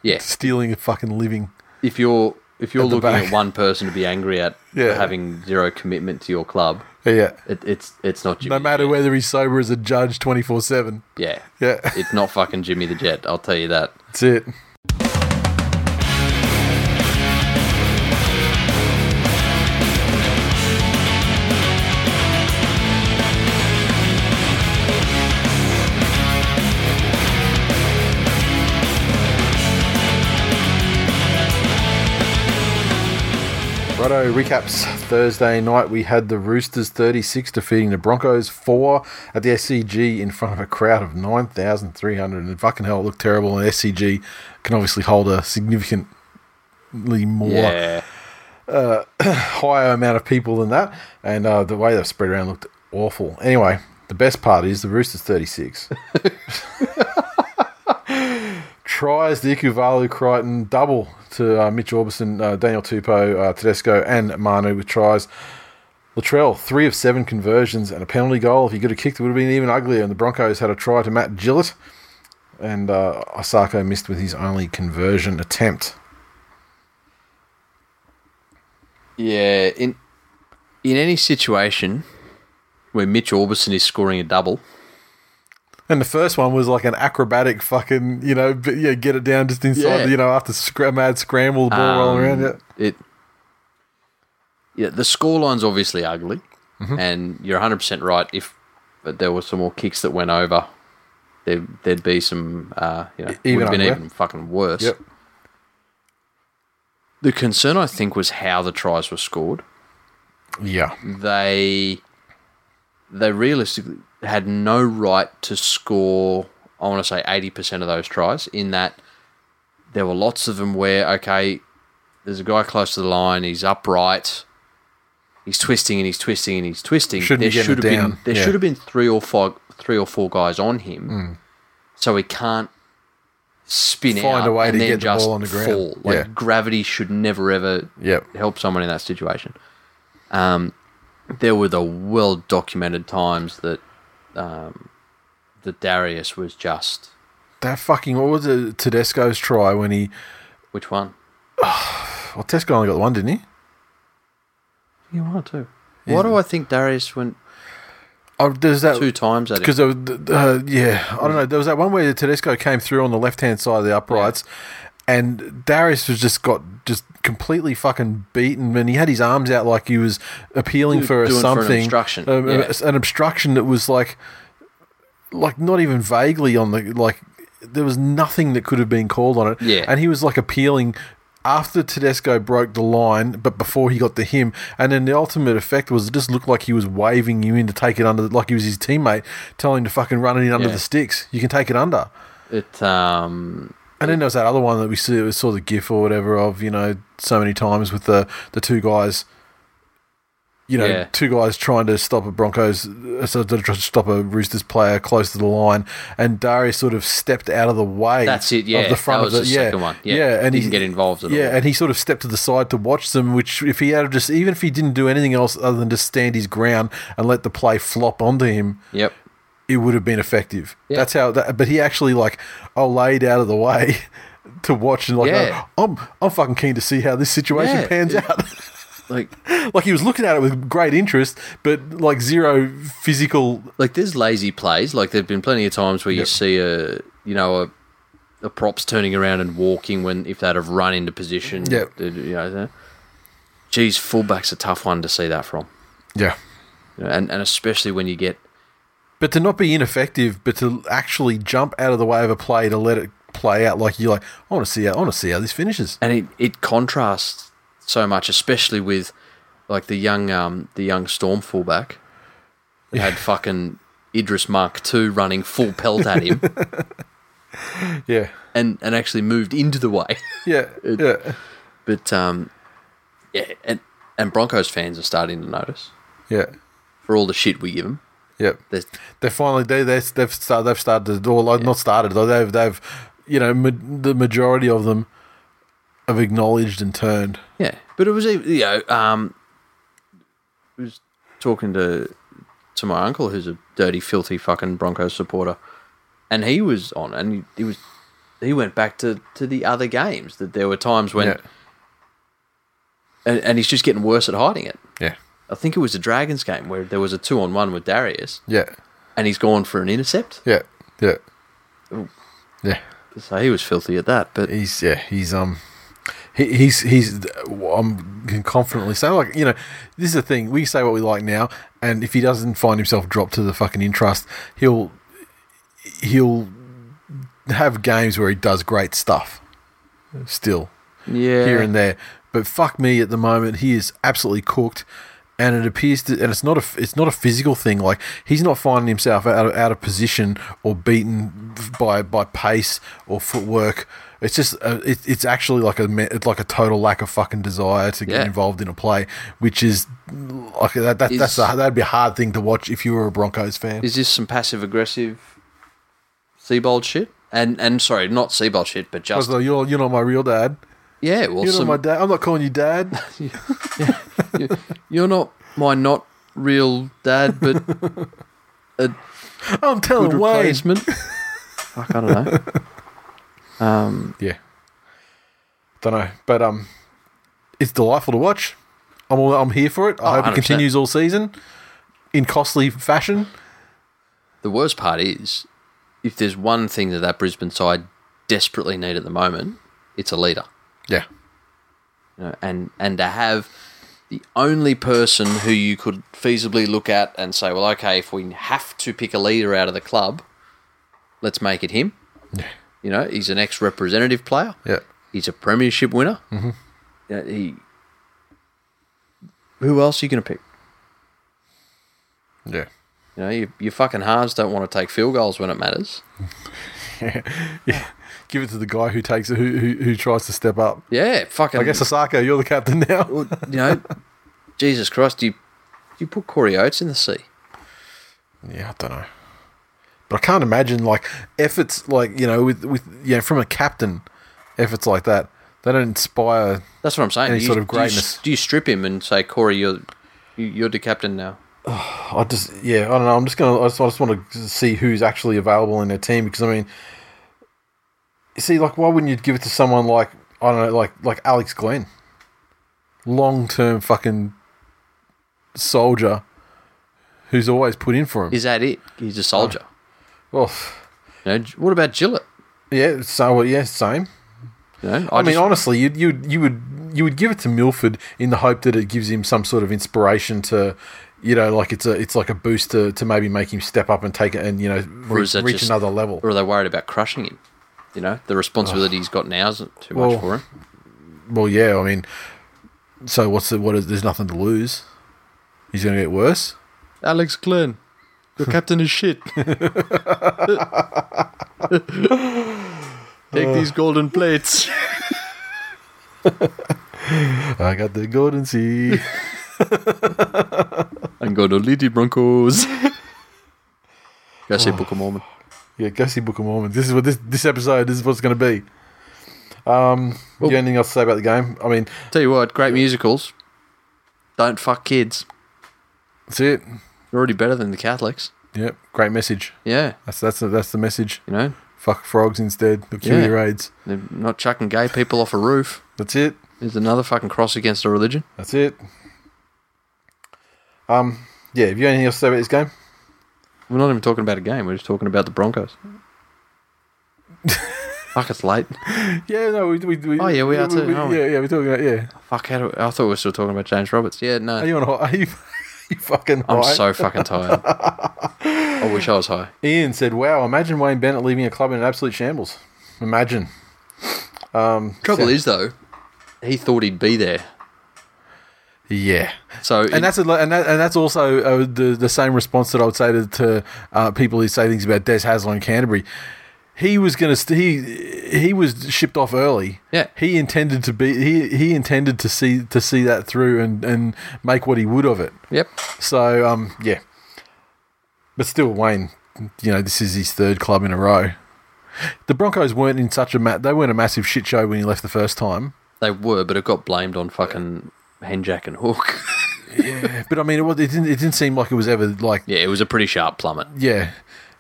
[SPEAKER 2] yeah.
[SPEAKER 1] stealing a fucking living.
[SPEAKER 2] If you're if you're
[SPEAKER 1] At the
[SPEAKER 2] looking
[SPEAKER 1] back.
[SPEAKER 2] at one person to be angry at
[SPEAKER 1] Yeah.
[SPEAKER 2] for having zero commitment to your club,
[SPEAKER 1] Yeah.
[SPEAKER 2] it, it's it's not Jimmy.
[SPEAKER 1] No matter whether he's sober as a judge 24 7.
[SPEAKER 2] yeah.
[SPEAKER 1] Yeah.
[SPEAKER 2] It's not fucking Jimmy the Jet, I'll tell you that.
[SPEAKER 1] That's it. Righto, recaps. Thursday night we had the Roosters 36 defeating the Broncos 4 at the SCG in front of a crowd of 9,300. And fucking hell, it looked terrible. And SCG can obviously hold a significantly more
[SPEAKER 2] Yeah.
[SPEAKER 1] higher amount of people than that, and uh, the way they were spread around looked awful. Anyway, the best part is the Roosters 36. *laughs* Tries the Ikuvalu Crichton double to uh, Mitch Orbison, uh, Daniel Tupou, uh, Tedesco, and Manu with tries. Latrell, three of seven conversions and a penalty goal. If he could have kicked, it would have been even uglier. And the Broncos had a try to Matt Gillett, and uh, Osako missed with his only conversion attempt.
[SPEAKER 2] Yeah, in in any situation where Mitch Orbison is scoring a double,
[SPEAKER 1] And the first one was like an acrobatic fucking, you know, b- yeah, get it down just inside,
[SPEAKER 2] Yeah.
[SPEAKER 1] you know, after scra- mad scramble, the ball rolling around. Yeah.
[SPEAKER 2] it yeah, the scoreline's obviously ugly,
[SPEAKER 1] Mm-hmm.
[SPEAKER 2] and you're 100 percent right. If but there were some more kicks that went over, there there'd be some, uh, you know,
[SPEAKER 1] even
[SPEAKER 2] would have been
[SPEAKER 1] uglier.
[SPEAKER 2] even fucking worse.
[SPEAKER 1] Yep.
[SPEAKER 2] The concern I think was how the tries were scored.
[SPEAKER 1] Yeah.
[SPEAKER 2] They they realistically had no right to score, I want to say 80% of those tries, in that there were lots of them where, okay, there's a guy close to the line, he's upright, he's twisting and he's twisting and he's twisting.
[SPEAKER 1] Shouldn't
[SPEAKER 2] there
[SPEAKER 1] be getting
[SPEAKER 2] should
[SPEAKER 1] it
[SPEAKER 2] have been
[SPEAKER 1] down.
[SPEAKER 2] there
[SPEAKER 1] Yeah. Hmm.
[SPEAKER 2] should have been three or four three or four guys on him. So he can't spin
[SPEAKER 1] Find
[SPEAKER 2] out
[SPEAKER 1] a way
[SPEAKER 2] and
[SPEAKER 1] to
[SPEAKER 2] then
[SPEAKER 1] get the
[SPEAKER 2] just
[SPEAKER 1] ball on the ground.
[SPEAKER 2] fall. Like
[SPEAKER 1] Yeah.
[SPEAKER 2] gravity should never ever
[SPEAKER 1] Yep.
[SPEAKER 2] help someone in that situation. Um, there were the well documented times that um, that Darius was just
[SPEAKER 1] That fucking what was it? Tedesco's try when he
[SPEAKER 2] which one?
[SPEAKER 1] well Tedesco only got the one, didn't he?
[SPEAKER 2] You want to? Why do I think Darius went
[SPEAKER 1] Oh, there's that
[SPEAKER 2] two times at it?
[SPEAKER 1] because uh, yeah, I don't know. There was that one where Tedesco came through on the left hand side of the uprights, and Darius was just got just completely fucking beaten, and he had his arms out like he was appealing
[SPEAKER 2] Do-
[SPEAKER 1] for a
[SPEAKER 2] doing for an
[SPEAKER 1] something,
[SPEAKER 2] obstruction,
[SPEAKER 1] um,
[SPEAKER 2] yeah.
[SPEAKER 1] an obstruction that was like, like not even vaguely on the like. There was nothing that could have been called on it,
[SPEAKER 2] Yeah.
[SPEAKER 1] and he was like appealing. After Tedesco broke the line, but before he got to him, and then the ultimate effect was it just looked like he was waving you in to take it under, like he was his teammate, telling him to fucking run it in under
[SPEAKER 2] Yeah.
[SPEAKER 1] the sticks. You can take it under.
[SPEAKER 2] It um,
[SPEAKER 1] And then there was that other one that we see, we saw the GIF or whatever of you know so many times with the the two guys, you know,
[SPEAKER 2] Yeah.
[SPEAKER 1] two guys trying to stop a Broncos, uh, so to try to stop a Roosters player close to the line, and Darius sort of stepped out of the way.
[SPEAKER 2] That's it, yeah.
[SPEAKER 1] of the front
[SPEAKER 2] That was
[SPEAKER 1] of the,
[SPEAKER 2] the
[SPEAKER 1] yeah,
[SPEAKER 2] second one. Yeah.
[SPEAKER 1] and
[SPEAKER 2] Didn't get involved at
[SPEAKER 1] yeah,
[SPEAKER 2] all.
[SPEAKER 1] and he sort of stepped to the side to watch them. Which if he had have just even if he didn't do anything else other than just stand his ground and let the play flop onto him,
[SPEAKER 2] yep.
[SPEAKER 1] it would have been effective.
[SPEAKER 2] Yeah.
[SPEAKER 1] That's how. That, but he actually like, I laid out of the way *laughs* to watch and like,
[SPEAKER 2] Yeah.
[SPEAKER 1] I'm I'm fucking keen to see how this situation
[SPEAKER 2] Yeah.
[SPEAKER 1] pans out. *laughs*
[SPEAKER 2] Like
[SPEAKER 1] like he was looking at it with great interest, but like zero physical.
[SPEAKER 2] like there's lazy plays. Like there've been plenty of times where you see a you know a a props turning around and walking when if they'd have run into position.
[SPEAKER 1] Yep.
[SPEAKER 2] You know, geez, fullback's a tough one to see that from,
[SPEAKER 1] Yeah.
[SPEAKER 2] You know, and and especially when you get
[SPEAKER 1] But to not be ineffective, but to actually jump out of the way of a play to let it play out, like you're like, I want to see how I want to see how this
[SPEAKER 2] *laughs*
[SPEAKER 1] finishes.
[SPEAKER 2] and it, it contrasts so much, especially with like the young um the young storm fullback who had fucking Idris Mark two running full pelt at him
[SPEAKER 1] Yeah.
[SPEAKER 2] and and actually moved into the way. *laughs*
[SPEAKER 1] Yeah. yeah.
[SPEAKER 2] But um, yeah, and and Broncos fans are starting to notice
[SPEAKER 1] Yeah.
[SPEAKER 2] for all the shit we give them.
[SPEAKER 1] Yep.
[SPEAKER 2] There's,
[SPEAKER 1] They're finally they they they've started they've started or like, not started though they've they've you know ma- the majority of them have acknowledged and turned.
[SPEAKER 2] yeah,
[SPEAKER 3] But it was, even- you
[SPEAKER 2] e-,
[SPEAKER 3] know, um, I was talking to
[SPEAKER 2] to my uncle who's a dirty, filthy fucking Broncos supporter, and he was on, and he, he was he went back to to the other games that there were times when,
[SPEAKER 1] Yeah.
[SPEAKER 2] and, and he's just getting worse at hiding it.
[SPEAKER 1] Yeah.
[SPEAKER 2] I think it was the Dragons game where there was a two on one with Darius,
[SPEAKER 1] Yeah.
[SPEAKER 2] and he's gone for an intercept.
[SPEAKER 1] Yeah. Yeah. Yeah.
[SPEAKER 2] So he was filthy at that, but
[SPEAKER 1] He's yeah, he's um he, he's he's I'm can confidently say like you know this is the thing we say what we like now and if he doesn't find himself dropped to the fucking interest he'll he'll have games where he does great stuff still
[SPEAKER 2] yeah,
[SPEAKER 1] here and there. But fuck me, at the moment he is absolutely cooked, and it appears to, and it's not a, it's not a physical thing. Like he's not finding himself out of, out of position or beaten by by pace or footwork. It's just, a, it, it's actually like a, me- it's like a total lack of fucking desire to get
[SPEAKER 2] Yeah.
[SPEAKER 1] involved in a play, which is like that. that that's
[SPEAKER 2] Is-
[SPEAKER 1] a, that'd be a hard thing to watch if you were a Broncos fan.
[SPEAKER 2] Is this some passive aggressive Seabold shit? And and sorry, not Seabold shit, but just
[SPEAKER 1] Although you're you're not my real dad.
[SPEAKER 2] yeah. Well,
[SPEAKER 1] You're
[SPEAKER 2] some-
[SPEAKER 1] not my dad. I'm not calling you
[SPEAKER 2] *laughs*
[SPEAKER 1] dad.
[SPEAKER 2] you're not my not real dad,
[SPEAKER 1] *laughs*
[SPEAKER 2] but a
[SPEAKER 1] I'm
[SPEAKER 2] good
[SPEAKER 1] telling Wayne. *laughs*
[SPEAKER 2] replacement. Fuck, I don't know.
[SPEAKER 1] Yeah. Don't know, but um, it's delightful to watch. I'm all, I'm here for it. I
[SPEAKER 2] Oh,
[SPEAKER 1] hope it
[SPEAKER 2] 100%.
[SPEAKER 1] continues all season in costly fashion.
[SPEAKER 2] The worst part is, if there's one thing that that Brisbane side desperately need at the moment, it's a leader.
[SPEAKER 1] Yeah,
[SPEAKER 2] you know, and and to have the only person who you could feasibly look at and say, well, okay, if we have to pick a leader out of the club, let's make it him. You know, he's an ex-representative player.
[SPEAKER 1] yeah,
[SPEAKER 2] He's a premiership winner. Mm-hmm. he. Who else are you going to pick?
[SPEAKER 1] yeah.
[SPEAKER 2] You know, you, your fucking halves don't want to take field goals when it matters.
[SPEAKER 1] Give it to the guy who takes it, who, who, who tries to step up.
[SPEAKER 2] Yeah, fucking.
[SPEAKER 1] I guess Osaka, you're the captain now.
[SPEAKER 2] Well, you know, Jesus Christ, you you put Corey Oates in the sea.
[SPEAKER 1] Yeah, I don't know, but I can't imagine like efforts like you know with with yeah from a captain efforts like that. They don't inspire.
[SPEAKER 2] That's what I'm saying.
[SPEAKER 1] Any
[SPEAKER 2] Do you,
[SPEAKER 1] sort of
[SPEAKER 2] do you s-
[SPEAKER 1] greatness.
[SPEAKER 2] Do you, strip him and say, Corey, you're you- you're the captain now?
[SPEAKER 1] I just yeah, I don't know. I'm just gonna. I just, I just want to see who's actually available in their team because I mean, you see, like, why wouldn't you give it to someone like I don't know, like like Alex Glenn, long term fucking soldier, who's always put in for him.
[SPEAKER 2] Is that it? He's a soldier.
[SPEAKER 1] Oh. well,
[SPEAKER 2] You know, what about Gillett?
[SPEAKER 1] yeah. So well, yeah, same.
[SPEAKER 2] You know,
[SPEAKER 1] I, mean,
[SPEAKER 2] just-
[SPEAKER 1] honestly, you you you would you would give it to Milford in the hope that it gives him some sort of inspiration to, you know, like it's a it's like a boost to, to maybe make him step up and take it and you know
[SPEAKER 2] or
[SPEAKER 1] re-
[SPEAKER 2] is
[SPEAKER 1] reach
[SPEAKER 2] that just-
[SPEAKER 1] another level.
[SPEAKER 2] Or are they worried about crushing him? You know, the responsibility he's got now isn't too
[SPEAKER 1] Well-
[SPEAKER 2] much for him.
[SPEAKER 1] Well, yeah, I mean, so what's the what is? There's nothing to lose. He's going to get worse.
[SPEAKER 2] Alex Glenn, your captain is shit. Take these golden plates.
[SPEAKER 1] I got the golden *laughs* sea.
[SPEAKER 2] I'm going to lead the Broncos. Go see Book of Mormon.
[SPEAKER 1] yeah, go see Book of Mormon. This is what this this episode. This is what's going to be. Um, you got anything else to say about the game? I mean,
[SPEAKER 2] Tell you what, great musicals. Don't fuck kids.
[SPEAKER 1] that's it.
[SPEAKER 2] You're already better than the Catholics.
[SPEAKER 1] Yep, great message.
[SPEAKER 2] Yeah,
[SPEAKER 1] That's that's that's the message.
[SPEAKER 2] you know,
[SPEAKER 1] Fuck frogs instead. Look yeah.
[SPEAKER 2] Yeah.
[SPEAKER 1] your AIDS.
[SPEAKER 2] they're not chucking gay people off a roof.
[SPEAKER 1] That's it.
[SPEAKER 2] There's another fucking cross against the religion.
[SPEAKER 1] That's it. Um, yeah. Have you got anything else to say about this game?
[SPEAKER 2] We're not even talking about a game. We're just talking about the Broncos. Fuck, it's late.
[SPEAKER 1] Yeah. No. We. we, we
[SPEAKER 2] Oh, yeah, we are too, aren't we?
[SPEAKER 1] Yeah. Yeah. We're talking about yeah.
[SPEAKER 2] Fuck, how do, I thought we were still talking about James Roberts. Yeah, no.
[SPEAKER 1] Are you on? a- Are you? *laughs* Are you fucking?
[SPEAKER 2] I'm
[SPEAKER 1] high?
[SPEAKER 2] so fucking *laughs* tired. I wish I was *laughs* high.
[SPEAKER 1] Ian said, "Wow, imagine Wayne Bennett leaving a club in an absolute shambles. Imagine."
[SPEAKER 2] Trouble is though, he thought he'd be there.
[SPEAKER 1] Yeah,
[SPEAKER 2] So it-
[SPEAKER 1] and that's a, lo- and, that, and that's also uh, the the same response that I would say to, to uh, people who say things about Des Hasler and Canterbury. He was gonna st- he he was shipped off early.
[SPEAKER 2] Yeah.
[SPEAKER 1] he intended to be he he intended to see to see that through and and make what he would of it.
[SPEAKER 2] yep.
[SPEAKER 1] So um yeah, but still Wayne, you know this is his third club in a row. The Broncos weren't in such a ma- they weren't a massive shit show when he left the first time.
[SPEAKER 2] They were, but it got blamed on fucking Henjack and Hook.
[SPEAKER 1] But I mean, it, was, it didn't. It didn't seem like it was ever like yeah.
[SPEAKER 2] *laughs* yeah, it was a pretty sharp plummet.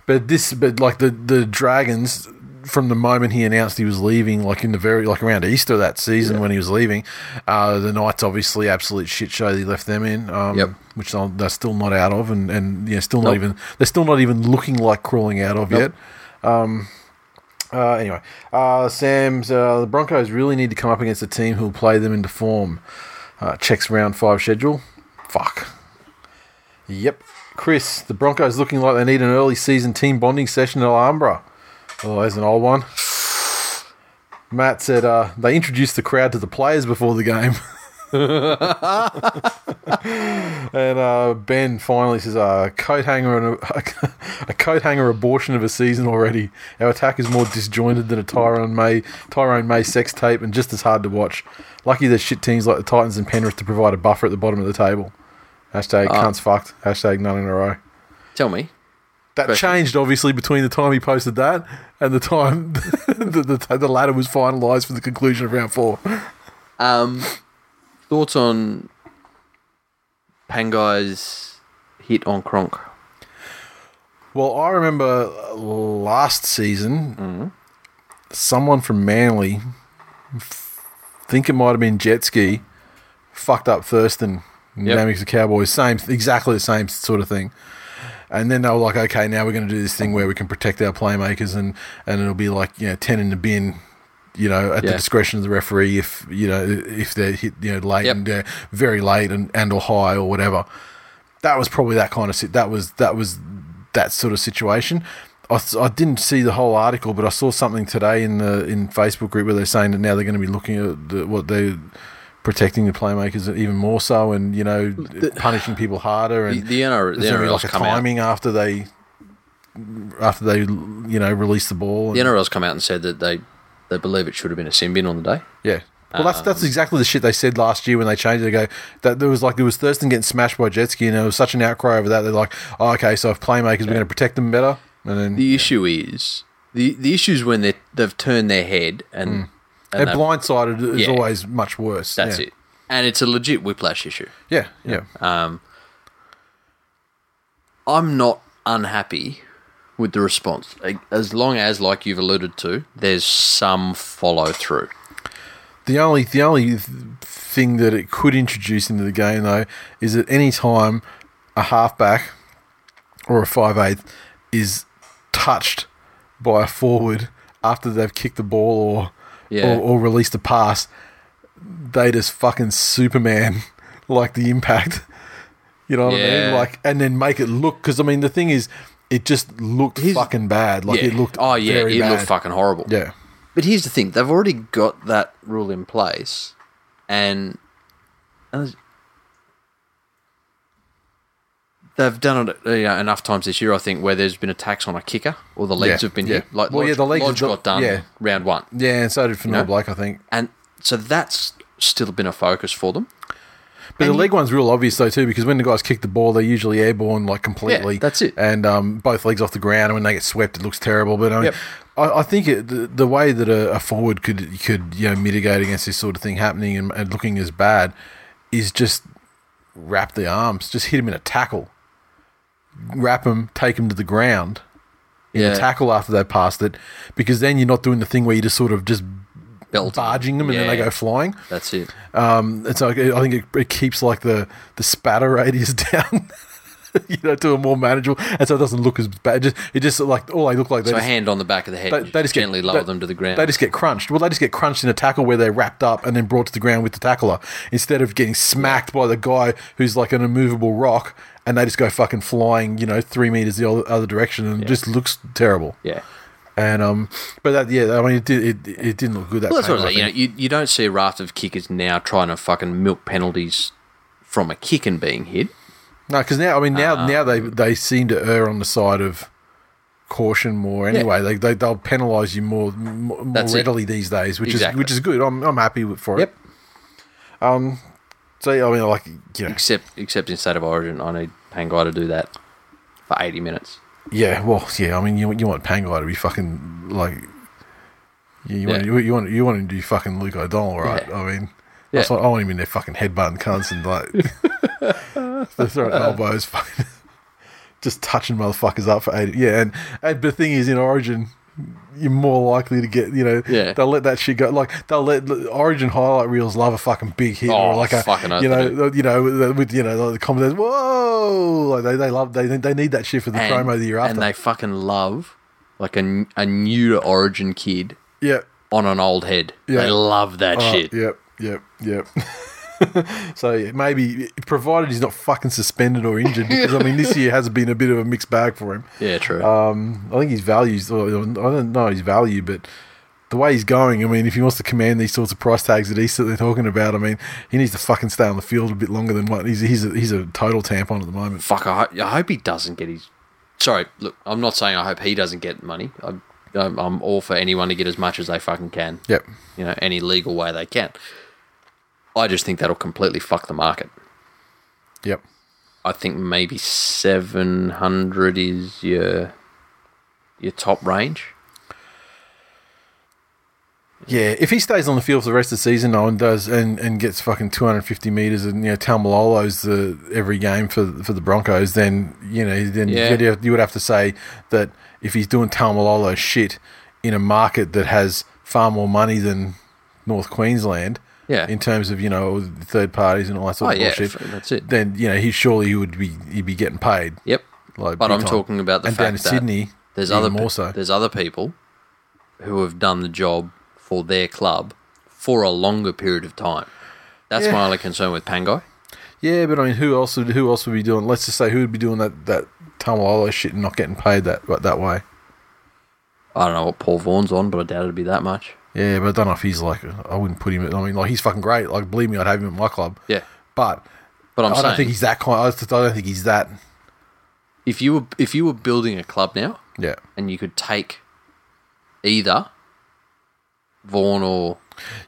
[SPEAKER 1] But this, but like the the dragons from the moment he announced he was leaving, like in the very like around Easter that season when he was leaving, uh, the Knights obviously absolute shit show he left them in. Um,
[SPEAKER 2] Yep.
[SPEAKER 1] Which they'll- they're still not out of, and and yeah, still not
[SPEAKER 2] Nope.
[SPEAKER 1] even they're still not even looking like crawling out of yet. Um, Uh, anyway, uh, Sam's uh, the Broncos really need to come up against a team who'll play them into form. Uh, checks round five schedule. Fuck. Yep. Chris, the Broncos looking like they need an early season team bonding session at Alhambra. Oh, there's an old one. Matt said uh, they introduced the crowd to the players before the game. *laughs* and uh, Ben finally says uh, coat hanger and a, *laughs* a coat hanger abortion of a season already. Our attack is more disjointed than a Tyrone May Tyrone May sex tape and just as hard to watch. Lucky there's shit teams like the Titans and Penrith to provide a buffer at the bottom of the table. Hashtag cunts fucked. Hashtag none in a row.
[SPEAKER 2] Tell me,
[SPEAKER 1] That
[SPEAKER 2] Question.
[SPEAKER 1] changed obviously between the time he posted that and the time *laughs* the, the, the ladder was finalised for the conclusion of round four.
[SPEAKER 2] um, thoughts on Pangai's hit on Kronk?
[SPEAKER 1] Well, I remember last season, someone from Manly, f- think it might have been Jet Ski, fucked up Thurston,
[SPEAKER 2] Yep.
[SPEAKER 1] Dynamics of Cowboys, same, exactly the same sort of thing. And then they were like, okay, now we're going to do this thing where we can protect our playmakers, and and it'll be like you know ten in the bin, you know, at the
[SPEAKER 2] Yeah.
[SPEAKER 1] discretion of the referee if you know if they're hit you know late
[SPEAKER 2] Yep.
[SPEAKER 1] and uh, very late and and or high or whatever that was probably that kind of si- that was that was that sort of situation. I, s- I didn't see the whole article, but I saw something today in the in Facebook group where they're saying that now they're going to be looking at the, what they protecting the playmakers even more so, and you know punishing people harder.
[SPEAKER 2] The,
[SPEAKER 1] And
[SPEAKER 2] the NRL, the
[SPEAKER 1] there's going to be like
[SPEAKER 2] NRL's
[SPEAKER 1] a
[SPEAKER 2] come out.
[SPEAKER 1] timing after they after they you know release the ball.
[SPEAKER 2] The
[SPEAKER 1] And,
[SPEAKER 2] NRL's come out and said that they they believe it should have been a sin bin on the day.
[SPEAKER 1] yeah. Well, that's that's
[SPEAKER 2] Um,
[SPEAKER 1] exactly the shit they said last year when they changed. it. They go that there was like there was Thurston getting smashed by jet ski, and there was such an outcry over that. They're like, oh, okay, so if playmakers, we're going to protect them better. And then
[SPEAKER 2] The issue is the the issue is when they they've turned their head and,
[SPEAKER 1] they're
[SPEAKER 2] and they've-
[SPEAKER 1] blindsided is
[SPEAKER 2] Yeah.
[SPEAKER 1] always much worse.
[SPEAKER 2] That's
[SPEAKER 1] Mm. yeah.
[SPEAKER 2] it, and it's a legit whiplash issue.
[SPEAKER 1] Yeah, yeah.
[SPEAKER 2] Um, I'm not unhappy with the response, like, as long as, like you've alluded to, there's some follow through.
[SPEAKER 1] The only the only th- thing that it could introduce into the game though is at any time a halfback or a five eighth is touched by a forward after they've kicked the ball or
[SPEAKER 2] Yeah.
[SPEAKER 1] or, or released a pass, they just fucking Superman *laughs* like the impact. You know what I
[SPEAKER 2] Yeah.
[SPEAKER 1] mean? Like, and then make it look because I mean the thing is, it just looked fucking bad. Like it looked.
[SPEAKER 2] oh yeah,
[SPEAKER 1] very
[SPEAKER 2] it
[SPEAKER 1] bad.
[SPEAKER 2] looked fucking horrible.
[SPEAKER 1] Yeah,
[SPEAKER 2] But here's the thing: they've already got that rule in place, and, uh, and they've done it uh, you know, enough times this year, I think, where there's been attacks on a kicker or the legs
[SPEAKER 1] Yeah,
[SPEAKER 2] have been
[SPEAKER 1] yeah.
[SPEAKER 2] hit. Like,
[SPEAKER 1] Well, yeah,
[SPEAKER 2] Lodge-
[SPEAKER 1] the legs
[SPEAKER 2] Lodge
[SPEAKER 1] have got-
[SPEAKER 2] got done
[SPEAKER 1] yeah.
[SPEAKER 2] round one,
[SPEAKER 1] yeah, and so did Fenor
[SPEAKER 2] know?
[SPEAKER 1] Blake, I think.
[SPEAKER 2] and so that's still been a focus for them.
[SPEAKER 1] But the leg one's real obvious though too, because when the guys kick the ball, they're usually airborne like completely.
[SPEAKER 2] Yeah, that's it.
[SPEAKER 1] And um, both legs off the ground, and when they get swept, it looks terrible. But I, mean,
[SPEAKER 2] Yep.
[SPEAKER 1] I, I think it, the, the way that a, a forward could could you know mitigate against this sort of thing happening and, and looking as bad is just wrap the arms, just hit him in a tackle, wrap him, take him to the ground in
[SPEAKER 2] Yeah.
[SPEAKER 1] a tackle after they passed it, because then you're not doing the thing where you just sort of just
[SPEAKER 2] Belt
[SPEAKER 1] barging them and then they
[SPEAKER 2] Yeah.
[SPEAKER 1] go flying.
[SPEAKER 2] That's it.
[SPEAKER 1] It's like Um, I think it, it keeps like the the spatter *laughs* radius down, you know, to a more manageable, and so it doesn't look as bad. It just, it just like all they look like they
[SPEAKER 2] So a
[SPEAKER 1] just,
[SPEAKER 2] hand on the back of the head,
[SPEAKER 1] they, they just get-
[SPEAKER 2] gently lower
[SPEAKER 1] they-
[SPEAKER 2] them to the ground.
[SPEAKER 1] They just get crunched. Well, they just get crunched in a tackle where they're wrapped up and then brought to the ground with the tackler instead of getting smacked by the guy who's like an immovable rock, and they just go fucking flying, you know, three meters the other, other direction, and it just looks terrible.
[SPEAKER 2] yeah.
[SPEAKER 1] And um, but that yeah, I mean, it did it, it didn't look good. That
[SPEAKER 2] Well, that's what
[SPEAKER 1] panel,
[SPEAKER 2] I was
[SPEAKER 1] I
[SPEAKER 2] like. You know,
[SPEAKER 1] think.
[SPEAKER 2] you, you don't see a raft of kickers now trying to fucking milk penalties from a kick and being hit.
[SPEAKER 1] No, because now I mean now
[SPEAKER 2] Uh-huh.
[SPEAKER 1] now they they seem to err on the side of caution more anyway. They, they they'll penalise you more more, more
[SPEAKER 2] That's it.
[SPEAKER 1] readily these days, which
[SPEAKER 2] Exactly.
[SPEAKER 1] is which is good. I'm I'm happy with, for it. Um. So yeah, I mean, like you know,
[SPEAKER 2] Except except in State of Origin, I need Pangai to do that for 80 minutes.
[SPEAKER 1] yeah. Well, yeah. I mean, you you want Pangai to be fucking like. You, you, want,
[SPEAKER 2] Yeah.
[SPEAKER 1] you, you want you want him to be fucking Luke O'Donnell, right?
[SPEAKER 2] Yeah.
[SPEAKER 1] I mean,
[SPEAKER 2] Yeah.
[SPEAKER 1] that's what I want him in their fucking headbutting cunts and
[SPEAKER 2] *laughs*
[SPEAKER 1] like they're throwing elbows, fucking *laughs* just touching motherfuckers up for eight. Yeah, and, and the thing is, in Origin, you're more likely to get you know
[SPEAKER 2] Yeah.
[SPEAKER 1] they'll let that shit go. Like they'll let Origin highlight reels love a fucking big hit
[SPEAKER 2] Oh,
[SPEAKER 1] or like a
[SPEAKER 2] fucking oath
[SPEAKER 1] you
[SPEAKER 2] they
[SPEAKER 1] know you know with- with you know the comments whoa like they, they love they they need that shit for the
[SPEAKER 2] And,
[SPEAKER 1] promo the year after
[SPEAKER 2] and they fucking love like a, n- a new to Origin kid
[SPEAKER 1] yeah
[SPEAKER 2] on an old head.
[SPEAKER 1] Yeah.
[SPEAKER 2] They love that
[SPEAKER 1] Oh,
[SPEAKER 2] shit.
[SPEAKER 1] Yep, yep, yep. *laughs* so yeah, maybe, provided he's not fucking suspended or injured, because I mean, this year has been a bit of a mixed bag for him.
[SPEAKER 2] Yeah, true.
[SPEAKER 1] Uh, I think his values, well, I don't know his value, but the way he's going, I mean, if he wants to command these sorts of price tags that he's that they're talking about, I mean, he needs to fucking stay on the field a bit longer than what he's. He's a, he's a total tampon at the moment.
[SPEAKER 2] Fuck, I, ho- I hope he doesn't get his. Sorry, look, I'm not saying I hope he doesn't get money. I, I'm, I'm all for anyone to get as much as they fucking can.
[SPEAKER 1] Yep.
[SPEAKER 2] you know, any legal way they can. I just think that'll completely fuck the market.
[SPEAKER 1] Yep.
[SPEAKER 2] I think maybe 700 is your your top range.
[SPEAKER 1] Yeah, if he stays on the field for the rest of the season though, and does and, and gets fucking 250 meters and you know Tamalolo's the every game for for the Broncos, then you know then
[SPEAKER 2] Yeah.
[SPEAKER 1] you'd have, you would have to say that if he's doing Tamalolo shit in a market that has far more money than North Queensland,
[SPEAKER 2] Yeah.
[SPEAKER 1] in terms of you know third parties and all that sort
[SPEAKER 2] Oh,
[SPEAKER 1] of
[SPEAKER 2] yeah,
[SPEAKER 1] bullshit,
[SPEAKER 2] f- that's it.
[SPEAKER 1] Then you know he surely he would be he'd be getting paid.
[SPEAKER 2] Yep.
[SPEAKER 1] Like,
[SPEAKER 2] but
[SPEAKER 1] big
[SPEAKER 2] I'm
[SPEAKER 1] time.
[SPEAKER 2] talking about the
[SPEAKER 1] and
[SPEAKER 2] fact
[SPEAKER 1] down in
[SPEAKER 2] that
[SPEAKER 1] Sydney,
[SPEAKER 2] there's
[SPEAKER 1] even
[SPEAKER 2] other pe-
[SPEAKER 1] more so.
[SPEAKER 2] there's other people who have done the job for their club for a longer period of time. That's
[SPEAKER 1] Yeah.
[SPEAKER 2] my only concern with Pangai.
[SPEAKER 1] Yeah, but I mean, who else would who else would be doing? Let's just say who would be doing that that Tamalolo shit and not getting paid that that way.
[SPEAKER 2] I don't know what Paul Vaughan's on, but I doubt it'd be that much.
[SPEAKER 1] Yeah, but I don't know if he's like. I wouldn't put him. I mean, like he's fucking great. Like, believe me, I'd have him at my club.
[SPEAKER 2] Yeah.
[SPEAKER 1] But
[SPEAKER 2] But I'm
[SPEAKER 1] I do
[SPEAKER 2] saying
[SPEAKER 1] not think he's that kind. I just- I don't think he's that.
[SPEAKER 2] if you were if you were building a club now
[SPEAKER 1] Yeah.
[SPEAKER 2] and you could take either Vaughn or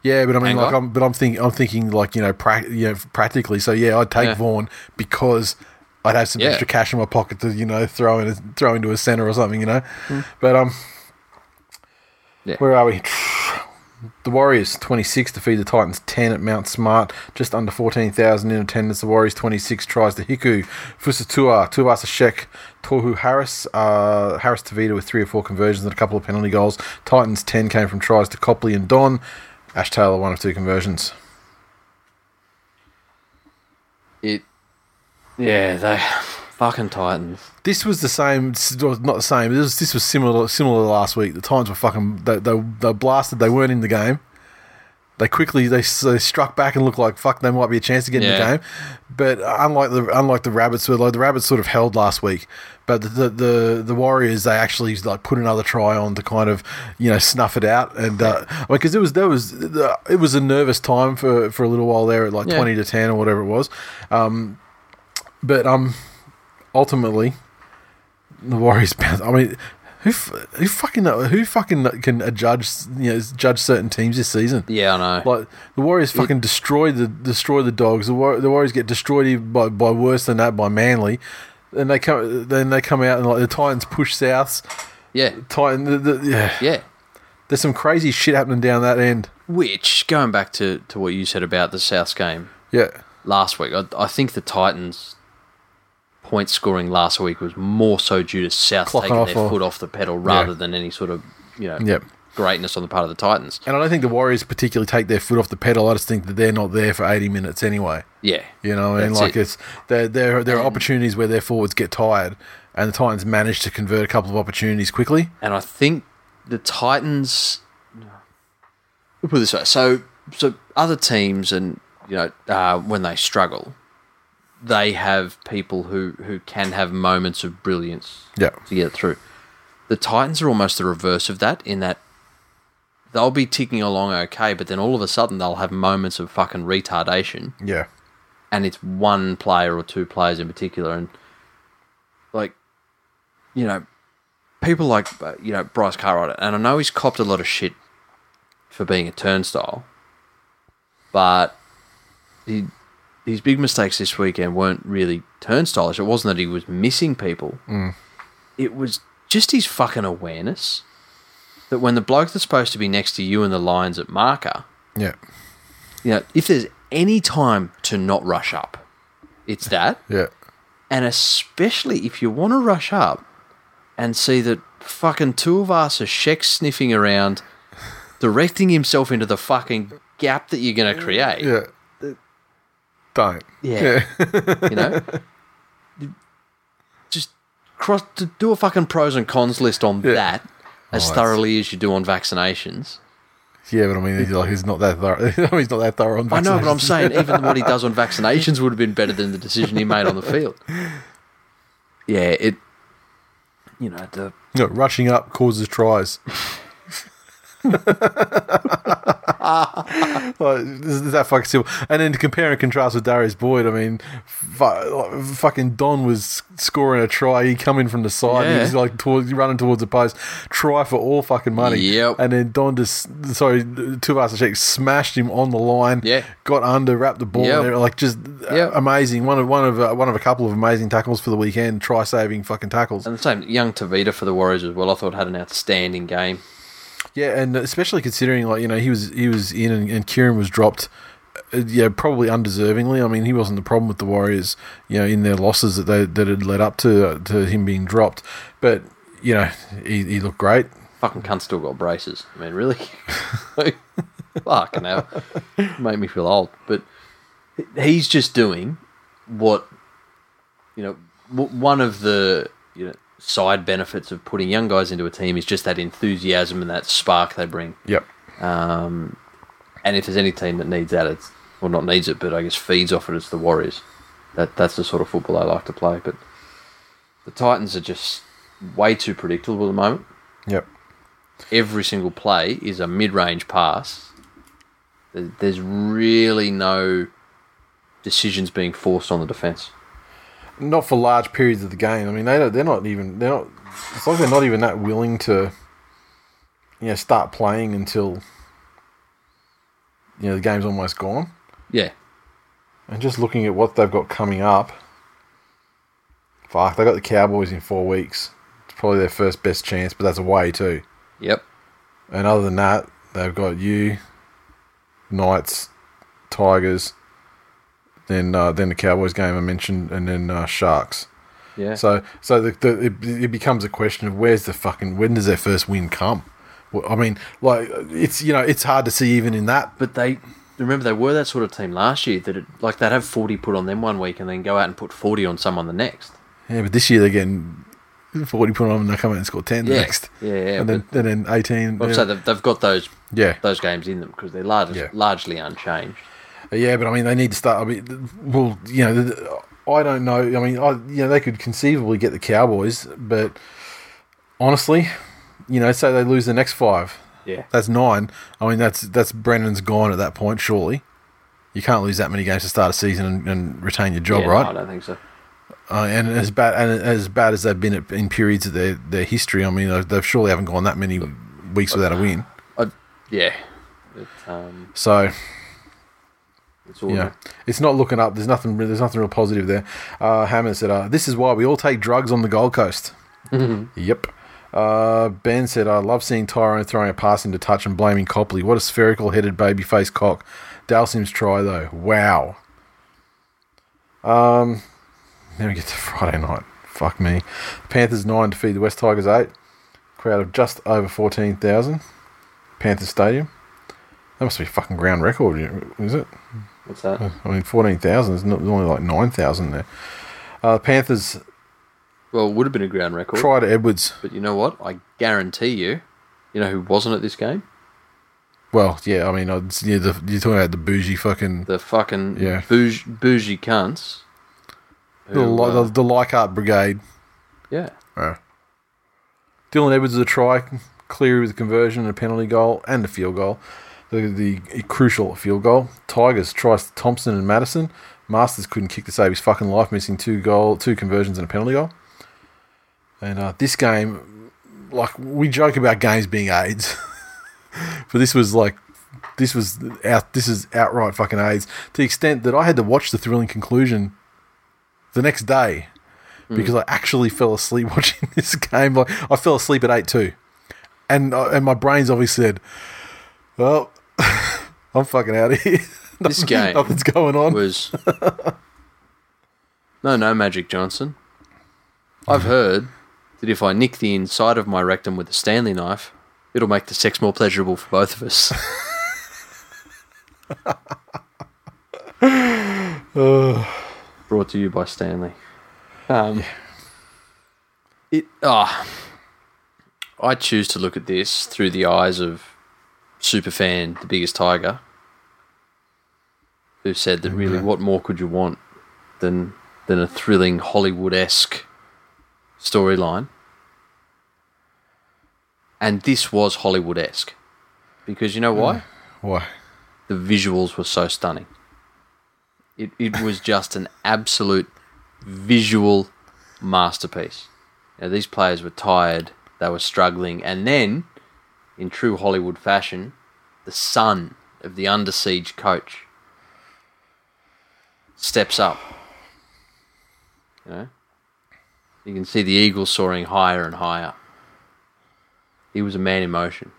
[SPEAKER 1] Yeah, but I mean,
[SPEAKER 2] Hang
[SPEAKER 1] like,
[SPEAKER 2] on.
[SPEAKER 1] I'm, but I'm thinking, I'm thinking, like, you know, pra- you know, practically. So yeah, I'd take
[SPEAKER 2] Yeah.
[SPEAKER 1] Vaughan because I'd have some
[SPEAKER 2] Yeah.
[SPEAKER 1] extra cash in my pocket to, you know, throw in, a, throw into a center or something, you know. But um,
[SPEAKER 2] Yeah.
[SPEAKER 1] where are we? The Warriors 26 defeat the Titans 10 at Mount Smart, just under 14,000 in attendance. The Warriors 26 tries to Hiku, Fusatua, Tuivasa Sheck, Tohu Harris, uh, Harris Tavita with three or four conversions and a couple of penalty goals. Titans 10 came from tries to Copley and Don. Ash Taylor one of two conversions.
[SPEAKER 2] it Yeah, they *sighs* fucking Titans.
[SPEAKER 1] This was the same, s- well, not the same. This was, this was similar similar to last week. The Titans were fucking they, they, they blasted. They weren't in the game. They quickly they, s- they struck back and looked like fuck. There might be a chance to get in
[SPEAKER 2] Yeah.
[SPEAKER 1] the game, but unlike the unlike the rabbits, where like the rabbits sort of held last week, but the, the the the Warriors they actually like put another try on to kind of you know snuff it out and because uh, I mean, 'cause it was there was the, it was a nervous time for for a little while there at like
[SPEAKER 2] Yeah.
[SPEAKER 1] twenty to ten or whatever it was, um, but um ultimately the Warriors bounce. I mean, who f- who fucking who fucking can judge you know judge certain teams this season?
[SPEAKER 2] Yeah, I know.
[SPEAKER 1] Like the Warriors fucking destroy the destroy the dogs. The, War- the Warriors get destroyed by, by worse than that by Manly, and they come then they come out and like the Titans push Souths.
[SPEAKER 2] yeah.
[SPEAKER 1] Titan, the, the, yeah.
[SPEAKER 2] Yeah.
[SPEAKER 1] There's some crazy shit happening down that end.
[SPEAKER 2] Which going back to, to what you said about the South game
[SPEAKER 1] Yeah,
[SPEAKER 2] last week, I, I think the Titans point scoring last week was more so due to South
[SPEAKER 1] Clocking
[SPEAKER 2] taking
[SPEAKER 1] off
[SPEAKER 2] their
[SPEAKER 1] or-
[SPEAKER 2] foot off the pedal rather than any sort of you know
[SPEAKER 1] Yep.
[SPEAKER 2] greatness on the part of the Titans.
[SPEAKER 1] and I don't think the Warriors particularly take their foot off the pedal. I just think that they're not there for 80 minutes anyway.
[SPEAKER 2] Yeah.
[SPEAKER 1] You know, and
[SPEAKER 2] That's
[SPEAKER 1] like
[SPEAKER 2] it. Um,
[SPEAKER 1] it's there. There, there are opportunities where their forwards get tired, and the Titans manage to convert a couple of opportunities quickly.
[SPEAKER 2] and I think the Titans. We'll put it this way: so, so other teams, and you know, uh, when they struggle, they have people who who can have moments of brilliance
[SPEAKER 1] Yeah,
[SPEAKER 2] to get through. The Titans are almost the reverse of that, in that they'll be ticking along okay, but then all of a sudden they'll have moments of fucking retardation
[SPEAKER 1] yeah,
[SPEAKER 2] and it's one player or two players in particular, and like, you know, people like uh, you know Bryce Cartwright, and I know he's copped a lot of shit for being a turnstile, but he, his big mistakes this weekend weren't really turnstiles. It wasn't that he was missing people; it was just his fucking awareness that when the bloke that's supposed to be next to you in the lines at marker
[SPEAKER 1] yeah,
[SPEAKER 2] you know, if there's any time to not rush up, it's that.
[SPEAKER 1] *laughs* yeah,
[SPEAKER 2] And especially if you want to rush up and see that fucking two of us are Sheck
[SPEAKER 1] *laughs*
[SPEAKER 2] sniffing around, directing himself into the fucking gap that you're going to create.
[SPEAKER 1] yeah. Don't.
[SPEAKER 2] Yeah. you know? Just cross to do a fucking pros and cons list on
[SPEAKER 1] Yeah.
[SPEAKER 2] that as
[SPEAKER 1] that's-
[SPEAKER 2] thoroughly as you do on vaccinations.
[SPEAKER 1] *laughs* Yeah, but I mean, he's like he's not that thorough. *laughs* he's not that thorough on.
[SPEAKER 2] I know, but I'm
[SPEAKER 1] vaccinations.
[SPEAKER 2] saying even what he
[SPEAKER 1] *laughs*
[SPEAKER 2] does on vaccinations would have been better than the decision he made on the field. Yeah, it. You know the
[SPEAKER 1] No, rushing up causes tries. *laughs* like, is is that fucking simple? And then to compare and contrast with Darius Boyd, I mean, fu- like, fucking Don was scoring a try. He come in from the side. And he
[SPEAKER 2] Yeah.
[SPEAKER 1] was like towards, running towards the post. Try for all fucking money.
[SPEAKER 2] Yep.
[SPEAKER 1] And then Don just sorry, Tuvasa smashed him on the line.
[SPEAKER 2] Yeah.
[SPEAKER 1] Got under, wrapped the ball.
[SPEAKER 2] Yep.
[SPEAKER 1] in there, like just uh,
[SPEAKER 2] Yep.
[SPEAKER 1] amazing. One of one of uh, one of a couple of amazing tackles for the weekend. Try saving fucking tackles.
[SPEAKER 2] and the same young Tavita for the Warriors as well. I thought had an outstanding game.
[SPEAKER 1] Yeah, and especially considering like you know he was he was in and, and Kieran was dropped. uh, Yeah, probably undeservingly. I mean, he wasn't the problem with the Warriors, you know, in their losses that they that had led up to uh, to him being dropped. But you know, he, he looked great.
[SPEAKER 2] Fucking cunt still got braces. I mean, really, *laughs* fucking hell, made me feel old. But he's just doing what you know. w- One of the you know side benefits of putting young guys into a team is just that enthusiasm and that spark they bring.
[SPEAKER 1] Yep.
[SPEAKER 2] And if there's any team that needs that, it's well not needs it, but I guess feeds off it. It's the Warriors. That that's the sort of football I like to play. But the Titans are just way too predictable at the moment.
[SPEAKER 1] Yep.
[SPEAKER 2] every single play is a mid-range pass. There- There's really no decisions being forced on the defense.
[SPEAKER 1] Not for large periods of the game. I mean, they don't, they're not even they're not. It's like they're not even that willing to, you know, start playing until you know the game's almost gone.
[SPEAKER 2] Yeah,
[SPEAKER 1] And just looking at what they've got coming up, fuck, they got the Cowboys in four weeks. It's probably their first best chance, but that's away too.
[SPEAKER 2] yep,
[SPEAKER 1] And other than that, they've got you, Knights, Tigers, then uh, then the Cowboys game I mentioned, and then uh, Sharks.
[SPEAKER 2] yeah.
[SPEAKER 1] So so the, the, it, it becomes a question of where's the fucking when does their first win come? Well, I mean, like it's you know it's hard to see even in that.
[SPEAKER 2] but they remember they were that sort of team last year that it, like they'd have forty put on them one week and then go out and put forty on someone the next.
[SPEAKER 1] Yeah, but this year they're getting forty put on them and they come out and score ten the
[SPEAKER 2] Yeah.
[SPEAKER 1] next.
[SPEAKER 2] Yeah, yeah,
[SPEAKER 1] and then and then eighteen.
[SPEAKER 2] But
[SPEAKER 1] yeah.
[SPEAKER 2] So they've, they've got those
[SPEAKER 1] Yeah.
[SPEAKER 2] those games in them because they're large,
[SPEAKER 1] Yeah.
[SPEAKER 2] largely unchanged.
[SPEAKER 1] Uh, Yeah, but I mean, they need to start. I mean, well, you know, th- I don't know. I mean, I you know, they could conceivably get the Cowboys, but honestly, you know, say they lose the next five,
[SPEAKER 2] Yeah.
[SPEAKER 1] that's nine. I mean, that's that's Brendan's gone at that point. Surely, you can't lose that many games to start a season and, and retain your job,
[SPEAKER 2] Yeah, no, I
[SPEAKER 1] Oh, right?
[SPEAKER 2] don't think so.
[SPEAKER 1] Uh, and as bad and as bad as they've been at, in periods of their, their history, I mean, they've, they've surely haven't gone that many weeks without a win.
[SPEAKER 2] I, yeah, it, um,
[SPEAKER 1] So
[SPEAKER 2] it's all
[SPEAKER 1] Yeah, it's not looking up. There's nothing. re- There's nothing real positive there. Uh, Hammer said, uh, "This is why we all take drugs on the Gold Coast."
[SPEAKER 2] Mm-hmm.
[SPEAKER 1] Yep. Uh, ben said, "I love seeing Tyrone throwing a pass into touch and blaming Copley. What a spherical-headed baby-faced cock." Dal Sims try though. Wow. Um, then we get to Friday night. Fuck me. Panthers nine defeat the West Tigers eight. Crowd of just over fourteen thousand. Panthers Stadium. That must be a fucking ground record, is it?
[SPEAKER 2] What's that?
[SPEAKER 1] I mean, 14,000 is not- there's only like 9,000 there. Uh, Panthers,
[SPEAKER 2] Well, it would have been a ground record.
[SPEAKER 1] try to Edwards.
[SPEAKER 2] But you know what? I guarantee you, you know who wasn't at this game?
[SPEAKER 1] Well, yeah, I mean, I'd, yeah, the, you're talking about the bougie fucking.
[SPEAKER 2] The fucking
[SPEAKER 1] Yeah.
[SPEAKER 2] bougie, bougie cunts.
[SPEAKER 1] The, Li-
[SPEAKER 2] uh,
[SPEAKER 1] the, the Leichhardt Brigade. *laughs*
[SPEAKER 2] yeah.
[SPEAKER 1] Uh, Dylan Edwards with a try, Cleary with a conversion and a penalty goal and a field goal. The, the crucial field goal. Tigers tries to Thompson and Madison. Masters couldn't kick to save his fucking life, missing two goal, two conversions and a penalty goal. And uh, this game, like we joke about games being AIDS, *laughs* but this was like this was out this is outright fucking AIDS to the extent that I had to watch the thrilling conclusion the next day because I actually fell asleep *laughs* watching this game. Like I fell asleep at eight two, and uh, and my brain's obviously said, "Well, *laughs* I'm fucking out of here. *laughs*
[SPEAKER 2] This game
[SPEAKER 1] Nothing's going on."
[SPEAKER 2] was. no, no, Magic Johnson. I've heard that if I nick the inside of my rectum with a Stanley knife, it'll make the sex more pleasurable for both of us. Brought to you by Stanley. Um, it ah, I choose to look at this through the eyes of superfan, the biggest tiger, who said that really, what more could you want than than a thrilling Hollywood esque storyline? And this was Hollywood esque, because you know why?
[SPEAKER 1] Why?
[SPEAKER 2] the visuals were so stunning. It, it was just an absolute visual masterpiece. Now, these players were tired, they were struggling, and then, in true Hollywood fashion, the son of the under siege coach steps up. You know, you can see the eagle soaring higher and higher. He was a man in motion.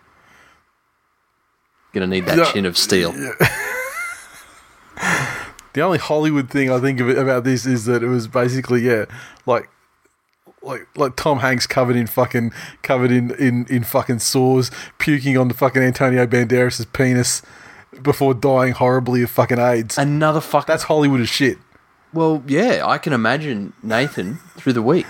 [SPEAKER 2] Gonna need that
[SPEAKER 1] Yeah.
[SPEAKER 2] chin of steel.
[SPEAKER 1] The only Hollywood thing I think of it- about this is that it was basically yeah, like. Like, like Tom Hanks covered in fucking covered in, in, in fucking sores, puking on the fucking Antonio Banderas's penis before dying horribly of fucking AIDS.
[SPEAKER 2] Another fuck.
[SPEAKER 1] That's Hollywood as shit.
[SPEAKER 2] well, yeah. I can imagine Nathan through the week.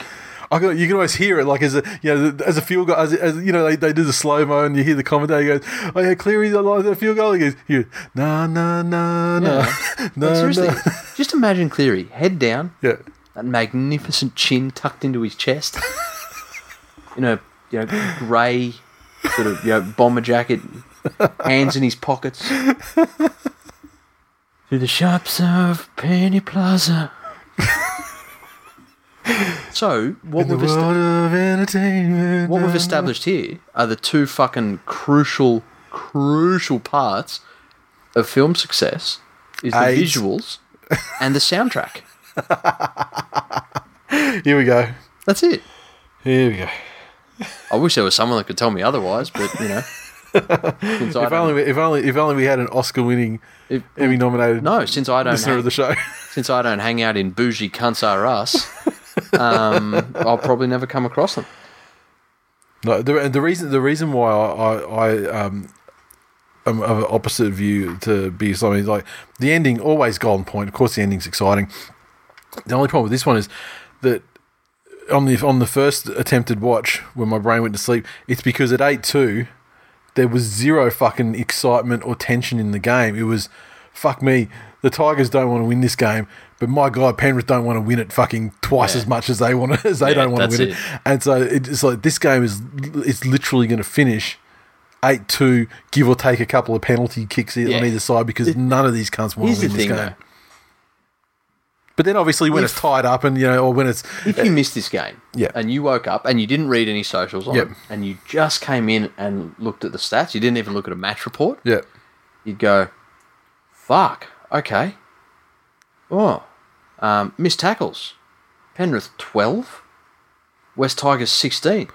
[SPEAKER 1] I can, you can always hear it, like as a you know, as a field goal, as, as you know, they, they do the slow mo, and you hear the commentator goes, "Oh yeah, Cleary, I like that field goal." He goes, "You na na na *laughs* na
[SPEAKER 2] Yeah. Like,
[SPEAKER 1] na
[SPEAKER 2] seriously,
[SPEAKER 1] na."
[SPEAKER 2] *laughs* just imagine Cleary, head down,
[SPEAKER 1] Yeah,
[SPEAKER 2] that *laughs* magnificent chin tucked into his chest, in a you know grey sort of you know bomber jacket, hands in his pockets. Through the shops of Penny Plaza. *laughs* so what
[SPEAKER 1] The
[SPEAKER 2] we've esta-
[SPEAKER 1] world of entertainment.
[SPEAKER 2] what we've established here are the two fucking crucial, crucial parts of film success: is the
[SPEAKER 1] AIDS.
[SPEAKER 2] visuals and the soundtrack.
[SPEAKER 1] Here we go.
[SPEAKER 2] That's it.
[SPEAKER 1] Here we go.
[SPEAKER 2] I wish there was someone that could tell me otherwise, but
[SPEAKER 1] *laughs*
[SPEAKER 2] you know. Since I
[SPEAKER 1] If only,
[SPEAKER 2] don't,
[SPEAKER 1] we, if only, if only we had an Oscar-winning,
[SPEAKER 2] If-
[SPEAKER 1] Emmy-nominated
[SPEAKER 2] no, since I don't
[SPEAKER 1] listener
[SPEAKER 2] hang,
[SPEAKER 1] of the
[SPEAKER 2] *laughs*
[SPEAKER 1] show.
[SPEAKER 2] since I don't hang out in bougie cunts are us, um, I'll probably never come across them.
[SPEAKER 1] No, the, the reason the reason why I, I, I um am um, of an opposite view to be something like the ending always golden point. Of course, the ending's exciting. The only problem with this one is that on the on the first attempted watch, when my brain went to sleep, it's because at eight two, there was zero fucking excitement or tension in the game. It was fuck me. The Tigers don't want to win this game, but my God, Penrith don't want to win it fucking twice
[SPEAKER 4] Yeah.
[SPEAKER 1] as much as they want to, *laughs* as they
[SPEAKER 4] Yeah,
[SPEAKER 1] don't want to
[SPEAKER 4] that's
[SPEAKER 1] win it.
[SPEAKER 4] it.
[SPEAKER 1] And so it's like this game is it's literally going to finish eight two, give or take a couple of penalty kicks on
[SPEAKER 4] Yeah.
[SPEAKER 1] either side because none of these cunts want
[SPEAKER 2] Here's
[SPEAKER 1] to
[SPEAKER 2] the
[SPEAKER 1] win this
[SPEAKER 2] thing,
[SPEAKER 1] game.
[SPEAKER 2] though.
[SPEAKER 1] But then obviously when
[SPEAKER 2] If-
[SPEAKER 1] it's tied up and you know or when it's
[SPEAKER 2] If you missed this game,
[SPEAKER 1] Yeah.
[SPEAKER 2] and you woke up and you didn't read any socials on
[SPEAKER 1] Yep.
[SPEAKER 2] it, and you just came in and looked at the stats, you didn't even look at a match report. *laughs*
[SPEAKER 1] yeah
[SPEAKER 2] you'd go, fuck, okay. Oh, um, missed tackles. Penrith 12, West Tigers 16.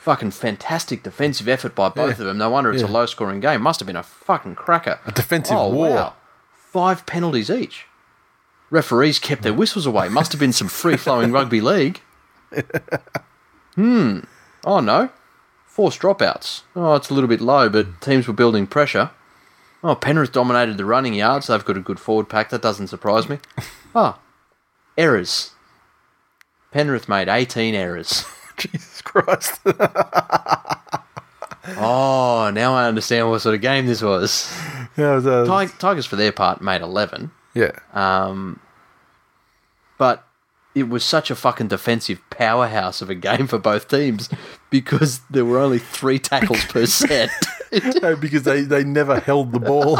[SPEAKER 2] Fucking fantastic defensive effort by both
[SPEAKER 1] Yeah.
[SPEAKER 2] of them. No wonder it's a
[SPEAKER 1] Yeah.
[SPEAKER 2] low scoring game. Must have been a fucking cracker. A
[SPEAKER 1] defensive war.
[SPEAKER 2] Oh, Five penalties each. Referees kept their whistles away. Must have been some free flowing
[SPEAKER 1] *laughs*
[SPEAKER 2] rugby league. Hmm. Oh no. Forced dropouts. Oh, it's a little bit low, but teams were building pressure. Oh, Penrith dominated the running yards. They've got a good forward pack. That doesn't
[SPEAKER 1] *laughs*
[SPEAKER 2] surprise me. Ah, errors. Penrith made
[SPEAKER 1] *laughs*
[SPEAKER 2] 18 errors.
[SPEAKER 1] Jesus Christ
[SPEAKER 2] Oh, now I understand what sort of game this was.
[SPEAKER 1] *laughs* yeah, so-
[SPEAKER 2] Ti- Tigers, for their part, made 11.
[SPEAKER 1] yeah
[SPEAKER 2] but it was such a fucking defensive powerhouse of a game for both teams because there were only three tackles per set.
[SPEAKER 1] *laughs* No, because they they never held the
[SPEAKER 2] *laughs*
[SPEAKER 1] ball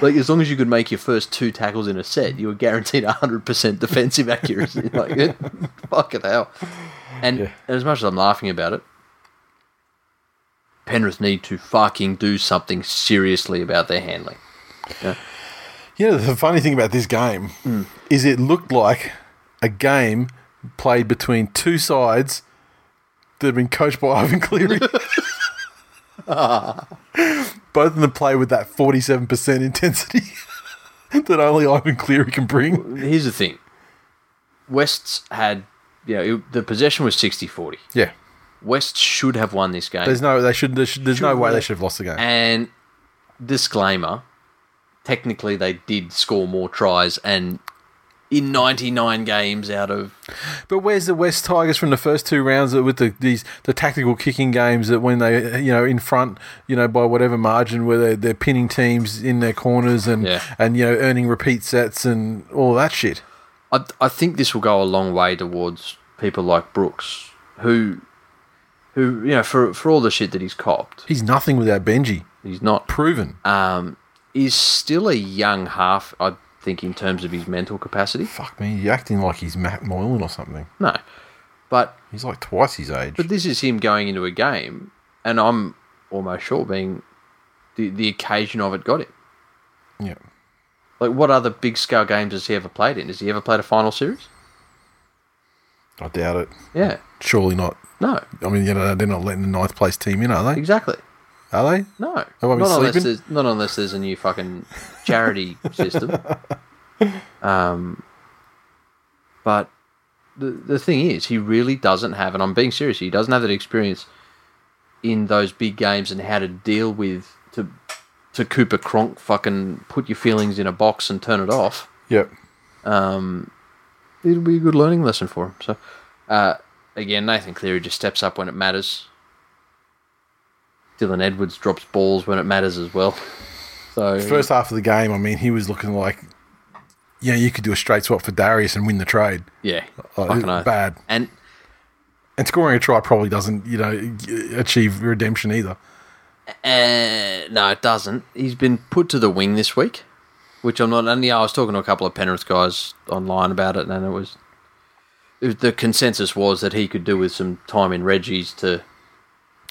[SPEAKER 2] like as long as you could make your first two tackles in a set, you were guaranteed hundred percent defensive accuracy. *laughs* like it, fucking hell. And as much as I'm laughing about it, Penrith need to fucking do something seriously about their handling.
[SPEAKER 1] You know, the funny thing about this game is it looked like a game played between two sides that had been coached by *laughs* Ivan Cleary. Both of them play with that 47% intensity *laughs* that only Ivan Cleary can bring.
[SPEAKER 2] Here's the thing: West's had, you know, it, the possession was 60-40.
[SPEAKER 1] Yeah.
[SPEAKER 2] West should have won this game.
[SPEAKER 1] There's no they should, they should there's no
[SPEAKER 2] Shouldn't
[SPEAKER 1] way
[SPEAKER 2] they?
[SPEAKER 1] they should have lost the game.
[SPEAKER 2] And disclaimer, technically they did score more tries and in 99 games out of
[SPEAKER 1] But where's the West Tigers from the first two rounds that with the these the tactical kicking games that when they you know in front you know by whatever margin where they're, they're pinning teams in their corners and
[SPEAKER 2] Yeah.
[SPEAKER 1] and you know earning repeat sets and all that shit.
[SPEAKER 2] I, I think this will go a long way towards people like Brooks who who you know for for all the shit that he's copped
[SPEAKER 1] He's nothing without Benji.
[SPEAKER 2] he's not
[SPEAKER 1] Proven.
[SPEAKER 2] um is still a young half I think in terms of his mental capacity
[SPEAKER 1] Fuck me, you're acting like he's Matt Moylan or something.
[SPEAKER 2] no but
[SPEAKER 1] He's like twice his age.
[SPEAKER 2] But this is him going into a game, and I'm almost sure being the, the occasion of it got him.
[SPEAKER 1] yeah.
[SPEAKER 2] Like, what other big scale games has he ever played in? Has he ever played a final series?
[SPEAKER 1] I doubt it.
[SPEAKER 2] Yeah.
[SPEAKER 1] Surely not.
[SPEAKER 2] No,
[SPEAKER 1] I mean, you know, they're not letting the ninth place team in, are they?
[SPEAKER 2] exactly.
[SPEAKER 1] Are they?
[SPEAKER 2] No. Not
[SPEAKER 1] won't be
[SPEAKER 2] unless,
[SPEAKER 1] sleeping.
[SPEAKER 2] there's, not unless there's a new fucking
[SPEAKER 1] *laughs*
[SPEAKER 2] charity system. Um, but the, the thing is, he really doesn't have, and I'm being serious, he doesn't have that experience in those big games and how to deal with, to, to Cooper Cronk fucking put your feelings in a box and turn it off.
[SPEAKER 1] Yep.
[SPEAKER 2] It'll be a good learning lesson for him. So, uh, again, Nathan Cleary just steps up when it matters. Dylan Edwards drops balls when it matters as well. So
[SPEAKER 1] First half of the game, I mean, he was looking like, yeah, you could do a straight swap for Darius and win the trade.
[SPEAKER 2] yeah,
[SPEAKER 1] Oh,
[SPEAKER 2] fucking oath.
[SPEAKER 1] bad.
[SPEAKER 2] And
[SPEAKER 1] And scoring a try probably doesn't, you know, achieve redemption either.
[SPEAKER 2] Uh, no, it doesn't. He's been put to the wing this week, which I'm not. And yeah, I was talking to a couple of Penrith guys online about it, and it was it- the consensus was that he could do with some time in Reggie's to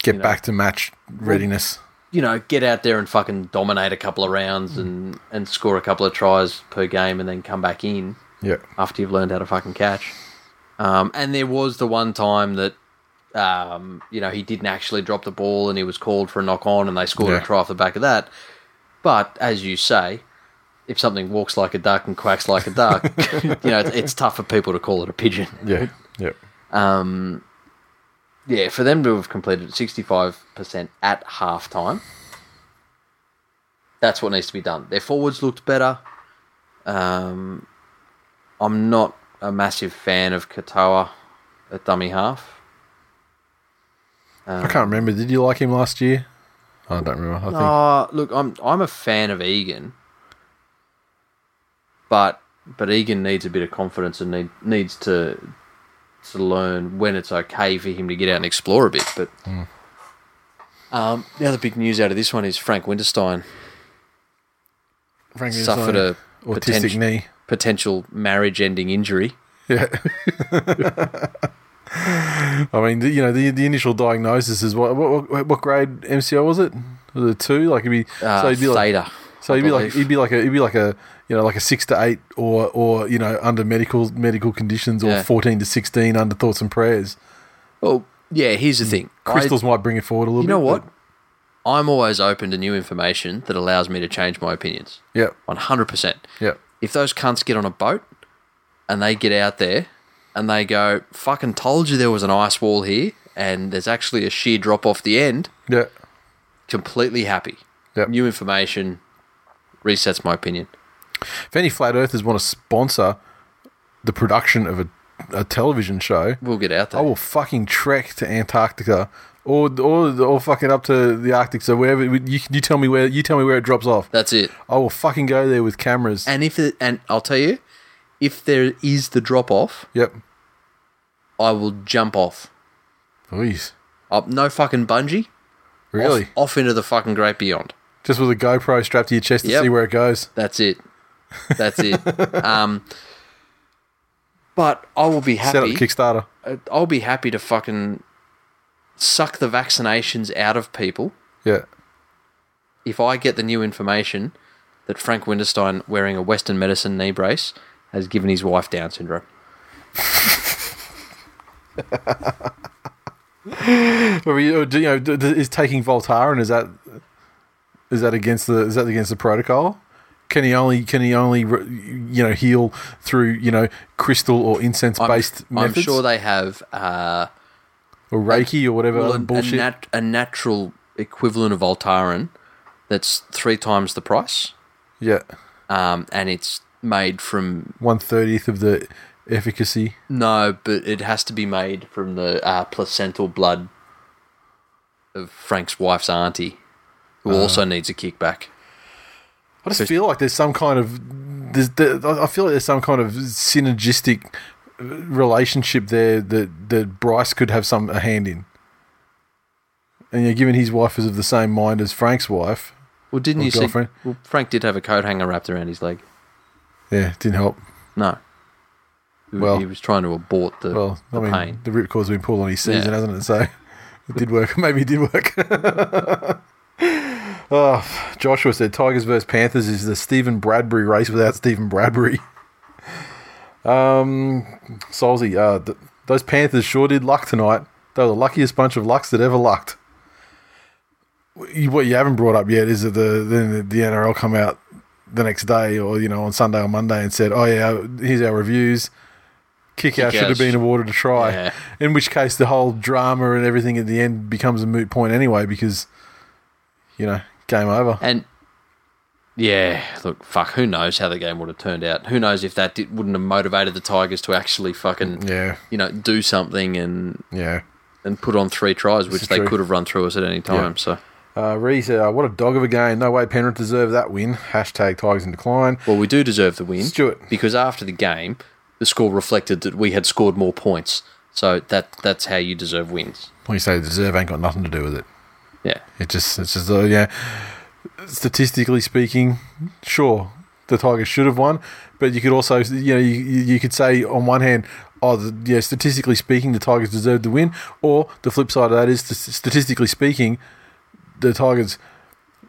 [SPEAKER 1] Get back to match readiness.
[SPEAKER 2] you know get out there and fucking dominate a couple of rounds and and score a couple of tries per game, and then come back in
[SPEAKER 1] Yeah.
[SPEAKER 2] after you've learned how to fucking catch. Um, and there was the one time that um, you know he didn't actually drop the ball and he was called for a knock on and they scored
[SPEAKER 1] Yeah.
[SPEAKER 2] a try off the back of that. But as you say, if something walks like a duck and quacks like a duck, *laughs* you know it's, it's tough for people to call it a pigeon.
[SPEAKER 1] Yeah. Yeah.
[SPEAKER 2] Yeah, for them to have completed sixty five percent at half time. That's what needs to be done. Their forwards looked better. Um, I'm not a massive fan of Katoa at dummy half. Uh,
[SPEAKER 1] I can't remember. Did you like him last year? I don't remember. I think.
[SPEAKER 2] Uh, look, I'm I'm a fan of Egan, but but Egan needs a bit of confidence and need, needs to to learn when it's okay for him to get out and explore a bit. But
[SPEAKER 1] Mm.
[SPEAKER 2] um, the other big news out of this one is Frank Winterstein
[SPEAKER 1] Frank
[SPEAKER 2] suffered
[SPEAKER 1] Minnesota,
[SPEAKER 2] a
[SPEAKER 1] autistic
[SPEAKER 2] potent-
[SPEAKER 1] knee.
[SPEAKER 2] potential marriage-ending injury.
[SPEAKER 1] *laughs* I mean, the, you know, the the initial diagnosis is what what, what, what grade MCO was it? Was it two? Like it'd be
[SPEAKER 2] Uh,
[SPEAKER 1] so it'd be like
[SPEAKER 2] theta,
[SPEAKER 1] so
[SPEAKER 2] I
[SPEAKER 1] it'd be like
[SPEAKER 2] believe.
[SPEAKER 1] it'd be like a it'd be like a you know like a six to eight or or you know under medical medical conditions or
[SPEAKER 2] Yeah.
[SPEAKER 1] fourteen to sixteen under thoughts and prayers.
[SPEAKER 2] well, yeah. Here's the thing. I-
[SPEAKER 1] Mm. Crystals might bring it forward a little.
[SPEAKER 2] you know
[SPEAKER 1] bit,
[SPEAKER 2] what? I'm always open to new information that allows me to change my opinions.
[SPEAKER 1] But, yep.
[SPEAKER 2] 100%.
[SPEAKER 1] Yep.
[SPEAKER 2] If those cunts get on a boat and they get out there and they go, fucking told you there was an ice wall here and there's actually a sheer drop off the end,
[SPEAKER 1] Yep.
[SPEAKER 2] completely happy.
[SPEAKER 1] Yep.
[SPEAKER 2] New information resets my opinion.
[SPEAKER 1] If any flat earthers want to sponsor the production of a, a television show,
[SPEAKER 2] We'll get out there.
[SPEAKER 1] I will fucking trek to Antarctica or or or fucking up to the Arctic. So wherever you you tell me where you tell me where it drops off.
[SPEAKER 2] That's it.
[SPEAKER 1] I will fucking go there with cameras.
[SPEAKER 2] And if it, and I'll tell you, if there is the drop off,
[SPEAKER 1] yep.
[SPEAKER 2] I will jump off.
[SPEAKER 1] Please.
[SPEAKER 2] Up no fucking bungee.
[SPEAKER 1] Really?
[SPEAKER 2] Off, off into the fucking great beyond.
[SPEAKER 1] Just with a GoPro strapped to your chest to
[SPEAKER 2] Yep.
[SPEAKER 1] see where it goes.
[SPEAKER 2] That's it.
[SPEAKER 1] *laughs*
[SPEAKER 2] That's it. um, but I will be
[SPEAKER 1] Set up
[SPEAKER 2] happy.
[SPEAKER 1] Kickstarter.
[SPEAKER 2] I'll be happy to fucking suck the vaccinations out of people
[SPEAKER 1] Yeah.
[SPEAKER 2] if I get the new information that Frank Winterstein, wearing a Western medicine knee brace, has given his wife Down syndrome.
[SPEAKER 1] Or, you or uh, do- you know, d- d- is taking Voltaren is that is that against the is that against the protocol? Can he only can he only re- you know heal through you know crystal or incense
[SPEAKER 2] I'm,
[SPEAKER 1] based
[SPEAKER 2] I'm
[SPEAKER 1] methods
[SPEAKER 2] sure they have uh,
[SPEAKER 1] or Reiki or whatever
[SPEAKER 2] well,
[SPEAKER 1] other
[SPEAKER 2] a, a
[SPEAKER 1] bullshit?
[SPEAKER 2] nat- a natural equivalent of Voltaren that's three times the price,
[SPEAKER 1] yeah,
[SPEAKER 2] um, and it's made from
[SPEAKER 1] one thirtieth of the efficacy.
[SPEAKER 2] No, but it has to be made from the uh, placental blood of Frank's wife's auntie, who
[SPEAKER 1] Ah.
[SPEAKER 2] also needs a kickback.
[SPEAKER 1] I just feel like there's some kind of there's, there, I I feel like there's some kind of synergistic uh, relationship there that that Bryce could have some a hand in. And yeah, given his wife is of the same mind as Frank's wife,
[SPEAKER 2] Well, didn't
[SPEAKER 1] Or
[SPEAKER 2] you
[SPEAKER 1] girlfriend.
[SPEAKER 2] see? Well, Frank did have a coat hanger wrapped around his leg.
[SPEAKER 1] yeah, it didn't help.
[SPEAKER 2] No. He,
[SPEAKER 1] Well-
[SPEAKER 2] he was trying to abort the,
[SPEAKER 1] Well, I
[SPEAKER 2] the
[SPEAKER 1] mean,
[SPEAKER 2] pain.
[SPEAKER 1] the ripcord's been pulled on his season,
[SPEAKER 2] Yeah.
[SPEAKER 1] hasn't it? So *laughs* it did work. *laughs* Maybe it did work. *laughs* oh, Joshua said Tigers versus Panthers is the Stephen Bradbury race without Stephen Bradbury. *laughs* Um, Solzy, uh, th- those Panthers sure did luck tonight. They were the luckiest bunch of lucks that ever lucked. You- What you haven't brought up yet is that the then the NRL come out the next day or you know on Sunday or Monday and said, "Oh yeah, here's our reviews." Kick out should have
[SPEAKER 2] Kick-outs.
[SPEAKER 1] been awarded a try.
[SPEAKER 2] Yeah.
[SPEAKER 1] In which case, the whole drama and everything at the end becomes a moot point anyway because you know game over.
[SPEAKER 2] And yeah, look, fuck. Who knows how the game would have turned out? Who knows if that did, wouldn't have motivated the Tigers to actually fucking
[SPEAKER 1] Yeah,
[SPEAKER 2] you know do something and
[SPEAKER 1] yeah.
[SPEAKER 2] and put on three tries, which
[SPEAKER 1] is
[SPEAKER 2] they
[SPEAKER 1] true.
[SPEAKER 2] could have run through us at any time. So.
[SPEAKER 1] Uh, Ree said, uh, "What a dog of a game! No way Penrith deserve that win." Hashtag Tigers in decline.
[SPEAKER 2] Well, we do deserve the win,
[SPEAKER 1] Stuart.
[SPEAKER 2] because after the game, the score reflected that we had scored more points. So that that's how you deserve wins.
[SPEAKER 1] When you say deserve, ain't got nothing to do with it.
[SPEAKER 2] Yeah.
[SPEAKER 1] It just, it's just, uh, yeah. Statistically speaking, sure, the Tigers should have won, but you could also, you know, you, you you could say on one hand, oh, the, yeah, statistically speaking, the Tigers deserved the win, or the flip side of that is, st- statistically speaking, the Tigers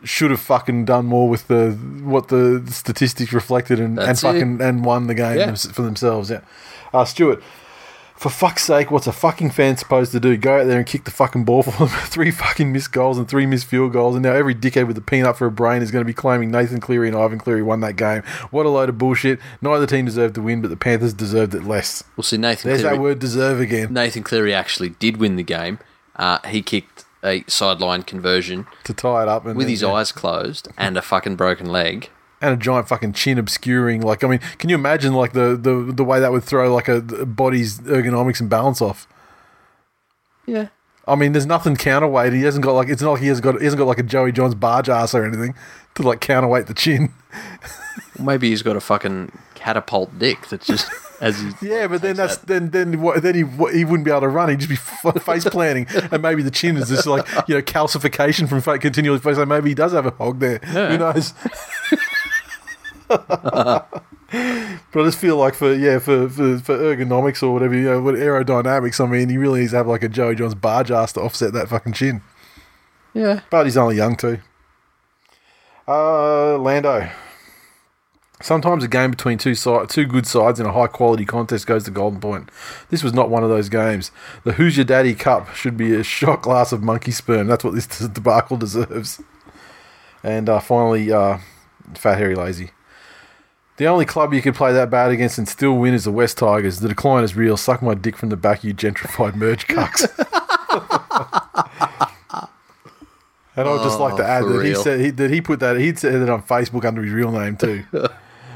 [SPEAKER 1] should have fucking done more with the what the statistics reflected and, and
[SPEAKER 2] That's it.
[SPEAKER 1] fucking and won the game
[SPEAKER 2] Yeah.
[SPEAKER 1] thems- for themselves. Yeah, uh, Stuart. For fuck's sake, what's a fucking fan supposed to do? Go out there and kick the fucking ball *laughs* for them. three fucking missed goals and three missed field goals, and now every dickhead with a peanut for a brain is going to be claiming Nathan Cleary and Ivan Cleary won that game. What a load of bullshit! Neither team deserved to win, but the Panthers deserved it less.
[SPEAKER 2] We'll see Nathan
[SPEAKER 1] There's
[SPEAKER 2] Cleary.
[SPEAKER 1] that word "deserve" again
[SPEAKER 2] Nathan Cleary actually did win the game. Uh, he kicked a sideline conversion
[SPEAKER 1] to tie it up. And
[SPEAKER 2] with
[SPEAKER 1] then-
[SPEAKER 2] his eyes closed and a fucking broken leg.
[SPEAKER 1] and a giant fucking chin obscuring. Like, I mean, can you imagine like the the, the way that would throw like a, a body's ergonomics and balance off?
[SPEAKER 2] Yeah.
[SPEAKER 1] I mean, there's nothing counterweight. He hasn't got like it's not like he hasn't got he hasn't got like a Joey Johns barge ass or anything to like counterweight the chin.
[SPEAKER 2] Maybe he's got a fucking catapult dick
[SPEAKER 1] *laughs*
[SPEAKER 2] that's just as he
[SPEAKER 1] Yeah, but then that's
[SPEAKER 2] takes that.
[SPEAKER 1] then then what, then he what, he wouldn't be able to run. He'd just be f- *laughs* face planting, and maybe the chin is just like you know calcification from fa- continually face. So maybe he does have a hog there. Who knows? *laughs* but I just feel like for yeah for, for, for ergonomics or whatever you know what aerodynamics. I mean, he really needs to have like a Joey Johns barge ass to offset that fucking chin.
[SPEAKER 2] yeah.
[SPEAKER 1] But he's only young too. Uh, Lando. Sometimes a game between two si- two good sides in a high quality contest goes to golden point. This was not one of those games. The Who's Your Daddy Cup should be a shot glass of monkey sperm. That's what this *laughs* debacle deserves. And uh, finally, uh, Fat Harry Lazy. The only club you could play that bad against and still win is the West Tigers. The decline is real. Suck my dick from the back, you gentrified merge
[SPEAKER 2] *laughs*
[SPEAKER 1] cucks. and I would just like to add
[SPEAKER 2] Oh, for
[SPEAKER 1] that he
[SPEAKER 2] real.
[SPEAKER 1] said he, that he put that he'd said it on Facebook under his real name too.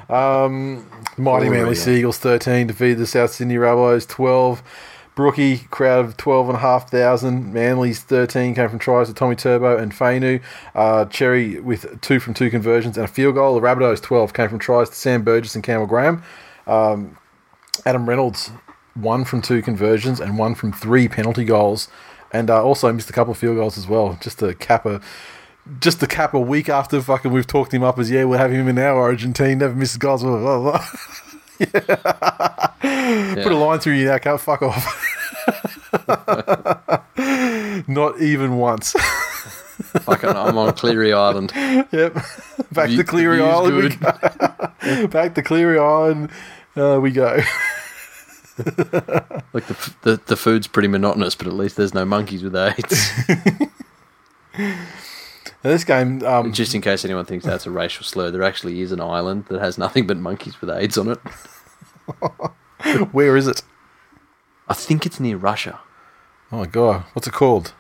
[SPEAKER 1] um, Mighty Manly Seagulls thirteen defeated the South Sydney Rabbitohs twelve. Brookie crowd of twelve and a half thousand. Manly's thirteen came from tries to Tommy Turbo and Fainu. Uh, Cherry with two from two conversions and a field goal. The Rabbitohs twelve came from tries to Sam Burgess and Campbell Graham. Um, Adam Reynolds, one from two conversions and one from three penalty goals, and uh, also missed a couple of field goals as well. Just to cap a, just to cap a week after fucking we've talked him up as yeah we'll have him in our Origin team, never misses goals. Blah, blah, blah. yeah. Put a line through you now, can't fuck off. *laughs* Not even once. *laughs*
[SPEAKER 2] Fucking I'm on Cleary Island.
[SPEAKER 1] yep. *laughs* Back
[SPEAKER 2] View-
[SPEAKER 1] to Cleary
[SPEAKER 2] view's
[SPEAKER 1] Island. We
[SPEAKER 2] good.
[SPEAKER 1] go. Back to Cleary Island. Uh, we go. *laughs*
[SPEAKER 2] Like the, f- the the food's pretty monotonous, but at least there's no monkeys with AIDS.
[SPEAKER 1] Now, this game, um,
[SPEAKER 2] Just in case anyone thinks that's a racial slur, there actually is an island that has nothing but monkeys with AIDS on it.
[SPEAKER 1] where is it?
[SPEAKER 2] I think it's near Russia.
[SPEAKER 1] Oh my god, what's it called?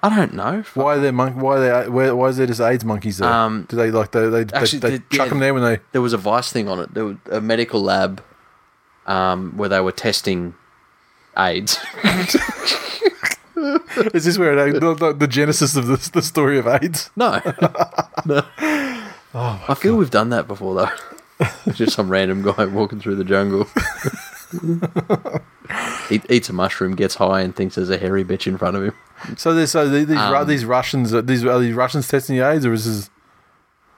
[SPEAKER 2] I don't know.
[SPEAKER 1] Why are there monk? Why are they? Why, why is there just AIDS monkeys there?
[SPEAKER 2] Um,
[SPEAKER 1] Do they like they they,
[SPEAKER 2] actually,
[SPEAKER 1] they, they
[SPEAKER 2] the-
[SPEAKER 1] chuck
[SPEAKER 2] yeah.
[SPEAKER 1] them there when they?
[SPEAKER 2] There was a Vice thing on it. There was a medical lab um, where they were testing AIDS. *laughs*
[SPEAKER 1] Is this where it, the, the, the genesis of the, the story of AIDS?
[SPEAKER 2] No. No. I feel we've done that before, though. It's Just some random guy walking through the jungle. Eat, eats a mushroom, gets high, and thinks there's a hairy bitch in front of him.
[SPEAKER 1] So there's so the- these
[SPEAKER 2] Um,
[SPEAKER 1] Ru- these Russians are these are these Russians testing the AIDS or is this?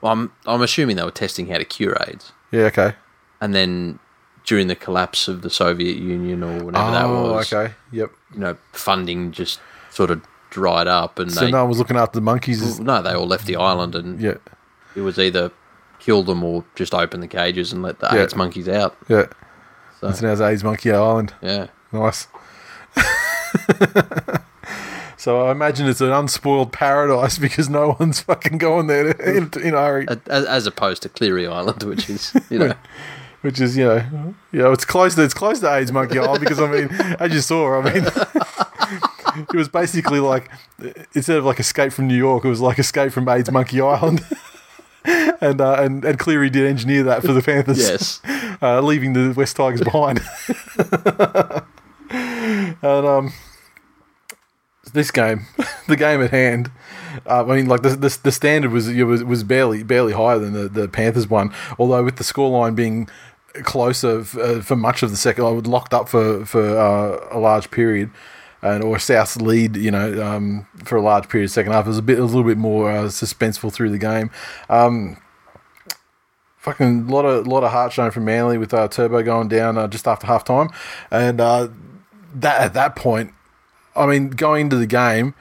[SPEAKER 2] I'm, I'm assuming they were testing how to cure AIDS.
[SPEAKER 1] Yeah, okay.
[SPEAKER 2] And then during the collapse of the Soviet Union or whenever that
[SPEAKER 1] Oh,
[SPEAKER 2] was,
[SPEAKER 1] okay. Yep.
[SPEAKER 2] you know, funding just sort of dried up. And
[SPEAKER 1] So
[SPEAKER 2] they,
[SPEAKER 1] no one was looking after the monkeys. Is,
[SPEAKER 2] no, they all left the island and
[SPEAKER 1] yeah,
[SPEAKER 2] it was either kill them or just open the cages and let the
[SPEAKER 1] Yeah.
[SPEAKER 2] AIDS monkeys out.
[SPEAKER 1] yeah.
[SPEAKER 2] So-
[SPEAKER 1] It's now AIDS Monkey Island.
[SPEAKER 2] Yeah.
[SPEAKER 1] Nice. *laughs* so I imagine it's an unspoiled paradise because no one's fucking going there in, in a hurry.
[SPEAKER 2] as, as opposed to Cleary Island, *laughs* which is
[SPEAKER 1] *laughs*
[SPEAKER 2] you know
[SPEAKER 1] which is you know, you know, it's close. To, it's close to AIDS monkey island because I mean, *laughs* as you saw, I mean, *laughs* it was basically like instead of like Escape from New York, it was like Escape from AIDS Monkey Island. *laughs* And, uh, and and Cleary did engineer that for the Panthers,
[SPEAKER 2] yes,
[SPEAKER 1] *laughs* uh, leaving the West Tigers behind. *laughs* and um, this game, *laughs* the game at hand, uh, I mean, like the, the the standard was it was was barely barely higher than the, the Panthers one. Although with the scoreline being closer f- uh, for much of the second. I would locked up for for uh, a large period, and or South's lead, you know, um, for a large period second half. It was a bit, it was a little bit more uh, suspenseful through the game. Um, fucking lot of lot of heart shown from Manly with uh, Turbo going down uh, just after half time, and uh, that at that point, I mean, going into the game,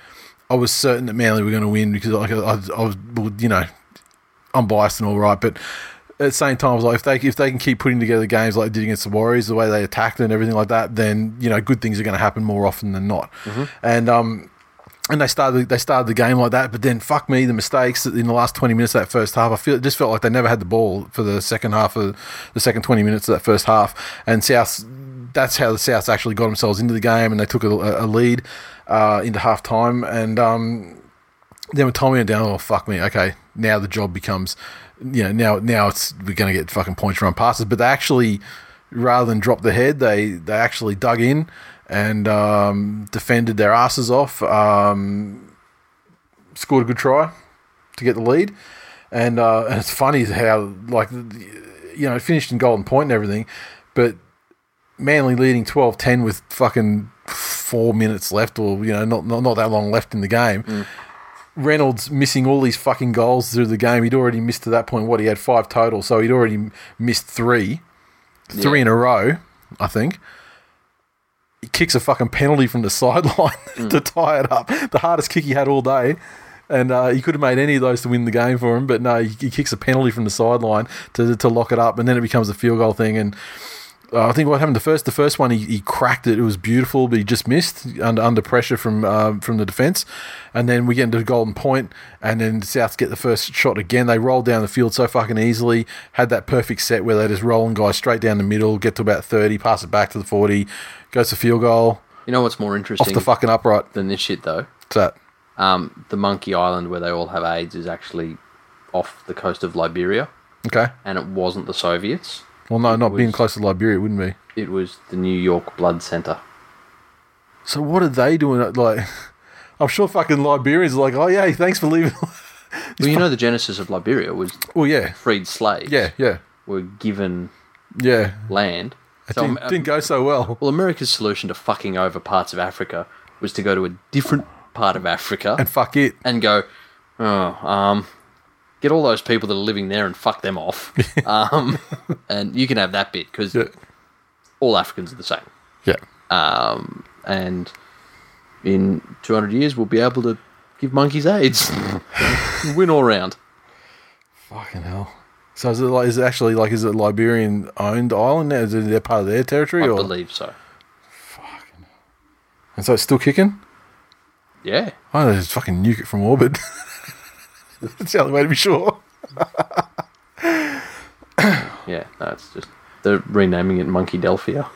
[SPEAKER 1] I was certain that Manly were going to win because like I, I, I was, well, you know, I'm biased and all right, but at the same time, I was like, if they if they can keep putting together games like they did against the Warriors, the way they attacked and everything like that, then you know, good things are going to happen more often than not, and um. And they started. They started the game like that, but then fuck me, the mistakes in the last twenty minutes of that first half. I feel it just felt like they never had the ball for the second half of the second twenty minutes of that first half. And South, that's how the South actually got themselves into the game, and they took a, a lead uh, into half time. And um, then with Tommy went down, oh fuck me, okay. Now the job becomes, you know, now now it's we're gonna get fucking points from passes. But they actually, rather than drop the head, they they actually dug in and um, defended their asses off. Um, scored a good try to get the lead, and uh, and it's funny how like the- you know it finished in golden point and everything, but Manly leading 12-10 with fucking four minutes left, or you know not not, not that long left in the game. Reynolds missing all these fucking goals through the game. He'd already missed to that point what he had five total, so he'd already m- missed three, three in a row, I think. He kicks a fucking penalty from the *laughs* sideline to tie it up. The hardest kick he had all day. And uh, he could have made any of those to win the game for him, but no, he, he kicks a penalty from the sideline to, to lock it up, and then it becomes a field goal thing. And uh, I think what happened the first the first one he, he cracked it it was beautiful but he just missed under under pressure from um, from the defense and then we get into golden point and then Souths get the first shot again they rolled down the field so fucking easily had that perfect set where they just roll and guys straight down the middle get to about 30 pass it back to the 40 goes to field goal
[SPEAKER 3] You know what's more
[SPEAKER 1] off
[SPEAKER 3] interesting
[SPEAKER 1] the fucking upright
[SPEAKER 3] than this shit though?
[SPEAKER 1] What's that
[SPEAKER 3] Um, the Monkey Island where they all have AIDS is actually off the coast of Liberia,
[SPEAKER 1] okay
[SPEAKER 3] and it wasn't the Soviets.
[SPEAKER 1] well no not being
[SPEAKER 3] was-
[SPEAKER 1] close to Liberia it wouldn't be
[SPEAKER 3] It was the New York Blood Center.
[SPEAKER 1] so what are they doing *laughs* like I'm sure fucking Liberians are like oh yeah thanks for leaving *laughs*
[SPEAKER 3] Well, you know the genesis of Liberia was
[SPEAKER 1] well yeah
[SPEAKER 3] freed slaves.
[SPEAKER 1] yeah yeah
[SPEAKER 3] were given
[SPEAKER 1] yeah
[SPEAKER 3] land.
[SPEAKER 1] It
[SPEAKER 3] So,
[SPEAKER 1] didn't,
[SPEAKER 3] um,
[SPEAKER 1] didn't go so well.
[SPEAKER 3] well, America's solution to fucking over parts of Africa was to go to a different part of Africa
[SPEAKER 1] And fuck it.
[SPEAKER 3] and go, oh, um, get all those people that are living there and fuck them
[SPEAKER 1] *laughs*
[SPEAKER 3] off. um, and you can have that bit because
[SPEAKER 1] Yeah.
[SPEAKER 3] all Africans are the same.
[SPEAKER 1] Yeah.
[SPEAKER 3] Um, and in 200 years, we'll be able to give monkeys
[SPEAKER 1] *laughs*
[SPEAKER 3] AIDS. Win all round.
[SPEAKER 1] Fucking hell. So is it like is it actually like is it Liberian owned island now? Is it they're part of their territory
[SPEAKER 3] I
[SPEAKER 1] or
[SPEAKER 3] believe so.
[SPEAKER 1] and so it's still kicking?
[SPEAKER 3] Yeah.
[SPEAKER 1] Oh they just fucking nuke it from orbit. *laughs* That's the only way to be sure.
[SPEAKER 3] Yeah. No, it's just they're renaming it Monkey Delphia.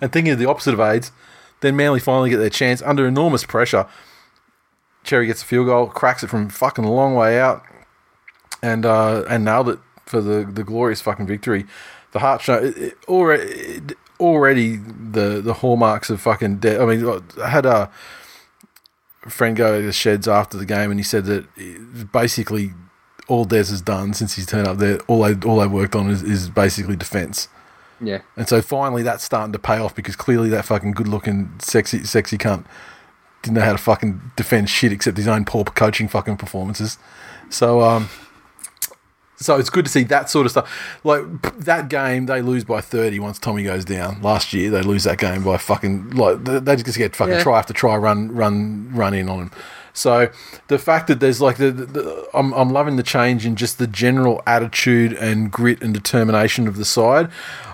[SPEAKER 1] And thinking of the opposite of AIDS, then Manly finally get their chance under enormous pressure. Cherry gets a field goal, cracks it from fucking long way out, and uh, and nailed it for the, the glorious fucking victory. The heart show it, it, already it- already the the hallmarks of fucking death. I mean, I had a friend go to the sheds after the game, and he said that it- basically all Des has done since he's turned up there, all they all they worked on is, is basically defense.
[SPEAKER 3] Yeah.
[SPEAKER 1] And so finally that's starting to pay off because clearly that fucking good looking sexy sexy cunt didn't know how to fucking defend shit except his own poor coaching fucking performances. So um so it's good to see that sort of stuff. Like p- that game, they lose by thirty once Tommy goes down. Last year, they lose that game by fucking like th- they just get fucking
[SPEAKER 3] Yeah.
[SPEAKER 1] try after try, run, run, run in on him. So the fact that there's like the, the, the I'm, I'm loving the change in just the general attitude and grit and determination of the side.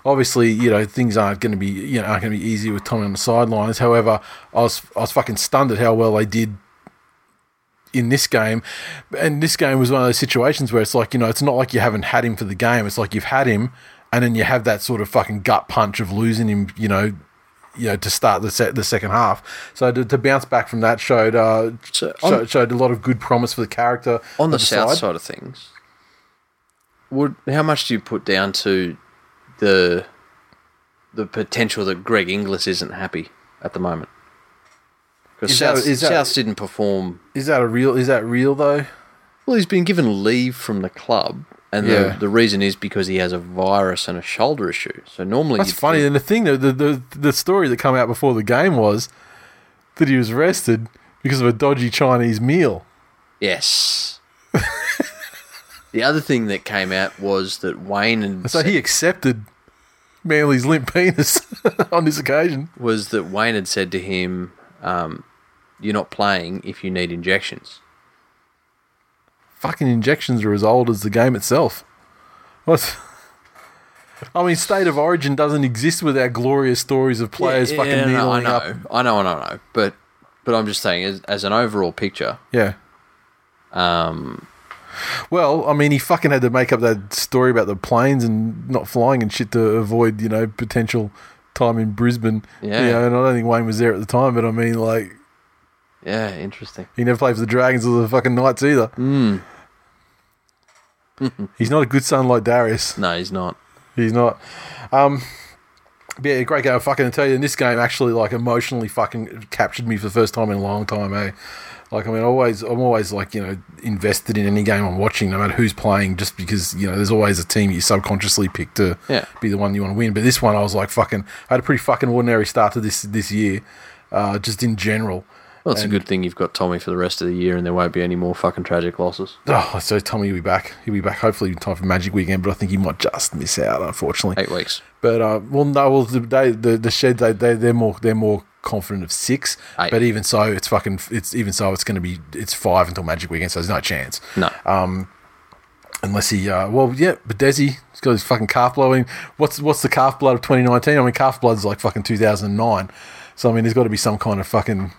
[SPEAKER 1] Obviously, you know things aren't going to be you know aren't going to be easy with Tommy on the sidelines. However, I was I was fucking stunned at how well they did in this game. And this game was one of those situations where it's like, you know, it's not like you haven't had him for the game. It's like you've had him and then you have that sort of fucking gut punch of losing him, you know, you know, to start the se- the second half. So to, to bounce back from that showed uh,
[SPEAKER 2] So on-
[SPEAKER 1] showed, showed a lot of good promise for the character
[SPEAKER 2] on
[SPEAKER 1] of
[SPEAKER 2] the, south side. of things, would how much do you put down to the the potential that Greg Inglis isn't happy at the moment? Because
[SPEAKER 1] Is that-
[SPEAKER 2] South,
[SPEAKER 1] is that-
[SPEAKER 2] South didn't perform.
[SPEAKER 1] Is that a real? Is that real though?
[SPEAKER 2] Well, he's been given leave from the club, and
[SPEAKER 1] Yeah.
[SPEAKER 2] the, the reason is because he has a virus and a shoulder issue. So normally,
[SPEAKER 1] That's
[SPEAKER 2] you'd
[SPEAKER 1] funny.
[SPEAKER 2] think-
[SPEAKER 1] And the thing, though, the, the the story that came out before the game was that he was arrested because of a dodgy Chinese meal.
[SPEAKER 2] Yes. *laughs* the other thing that came out was that Wayne and
[SPEAKER 1] So he accepted Manly's limp *laughs* penis on this occasion.
[SPEAKER 2] was that Wayne had said to him, um, "You're not playing if you need injections."
[SPEAKER 1] Fucking injections are as old as the game itself. What's I mean, state of origin doesn't exist without glorious stories of players fucking
[SPEAKER 2] no, no, I
[SPEAKER 1] kneeling
[SPEAKER 2] know,
[SPEAKER 1] up.
[SPEAKER 2] I know, I know, I know. But but I'm just saying, as, as an overall picture,
[SPEAKER 1] Yeah. Um. Well, I mean, he fucking had to make up that story about the planes and not flying and shit to avoid, you know, potential time in Brisbane.
[SPEAKER 2] Yeah.
[SPEAKER 1] You know, and I don't think Wayne was there at the time, but I mean, like,
[SPEAKER 2] yeah, interesting.
[SPEAKER 1] he never played for the Dragons or the fucking Knights either. *laughs* He's not a good son like Darius.
[SPEAKER 2] No, he's not.
[SPEAKER 1] He's not. Um. but Yeah, great game. I fucking tell you, in this game actually, like emotionally, fucking captured me for the first time in a long time. Eh? Like, I mean, I always, I'm always like, you know, invested in any game I'm watching, no matter who's playing, just because you know, there's always a team you subconsciously pick to
[SPEAKER 2] Yeah.
[SPEAKER 1] be the one you want to win. But this one, I was like, fucking, I had a pretty fucking ordinary start to this this year, uh, just in general.
[SPEAKER 2] Well, it's
[SPEAKER 1] And-
[SPEAKER 2] a good thing you've got Tommy for the rest of the year, and there won't be any more fucking tragic losses.
[SPEAKER 1] Oh, so Tommy will be back. He'll be back hopefully in time for Magic Weekend, but I think he might just miss out, unfortunately.
[SPEAKER 2] Eight weeks.
[SPEAKER 1] But uh, well, no, well, the, they, the the shed they they they're more they're more confident of six.
[SPEAKER 2] Aye.
[SPEAKER 1] But even so, it's fucking it's even so it's going to be it's five until Magic Weekend, so there's no chance.
[SPEAKER 2] No.
[SPEAKER 1] Um, Unless he, uh, well, yeah, but Desi, he's got his fucking calf blowing. What's what's the calf blood of 2019? I mean, calf blood's like fucking 2009. So I mean, there's got to be some kind of fucking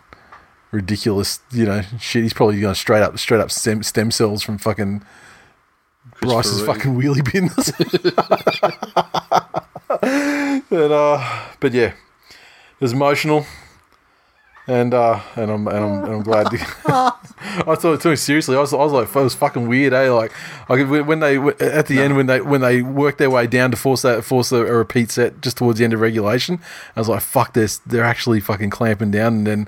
[SPEAKER 1] ridiculous, you know, shit. He's probably going straight up, straight up stem, stem cells from fucking Bryce's
[SPEAKER 2] Reeve.
[SPEAKER 1] fucking wheelie bin. or something. *laughs* but uh, but yeah, it was emotional. And uh, and I'm and I'm, and I'm glad. To, I thought it took seriously. I was, I was like, it was fucking weird, eh? Like, like when when they at the end when they when they worked their way down to force that force a, a repeat set just towards the end of regulation, I was like, fuck this, they're actually fucking clamping down. And then,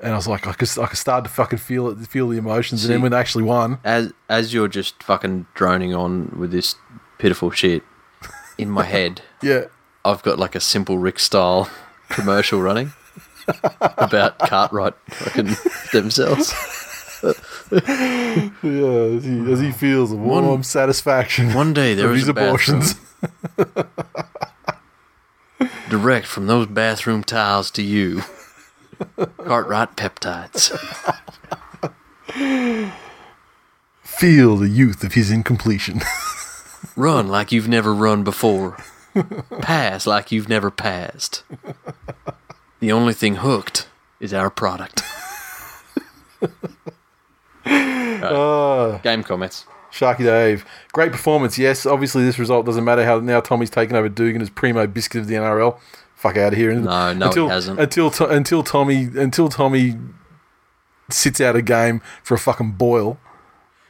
[SPEAKER 1] and I was like, I could I could start to fucking feel it, feel the emotions. and then when they actually
[SPEAKER 2] *laughs*
[SPEAKER 1] won,
[SPEAKER 2] as as you're just fucking droning on with this pitiful shit in
[SPEAKER 1] *laughs*
[SPEAKER 2] my head,
[SPEAKER 1] yeah,
[SPEAKER 2] I've got like a simple Rick style commercial running about Cartwright fucking themselves.
[SPEAKER 1] yeah, as he, as he feels the warm
[SPEAKER 2] One-
[SPEAKER 1] satisfaction
[SPEAKER 2] One day there
[SPEAKER 1] of
[SPEAKER 2] was
[SPEAKER 1] his
[SPEAKER 2] a bathroom
[SPEAKER 1] abortions.
[SPEAKER 2] direct from those bathroom tiles to you. Cartwright peptides.
[SPEAKER 1] Feel the youth of his incompletion. *laughs*
[SPEAKER 2] Run like you've never run before. Pass like you've never passed. The only thing hooked is our product. Right. Game comments.
[SPEAKER 1] Sharky Dave, great performance. Yes, obviously this result doesn't matter. How now Tommy's taken over Dugan as primo biscuit of the NRL. Fuck out of here.
[SPEAKER 2] No, no, he
[SPEAKER 1] until,
[SPEAKER 2] hasn't.
[SPEAKER 1] Until To- until Tommy until Tommy sits out a game for a fucking boil.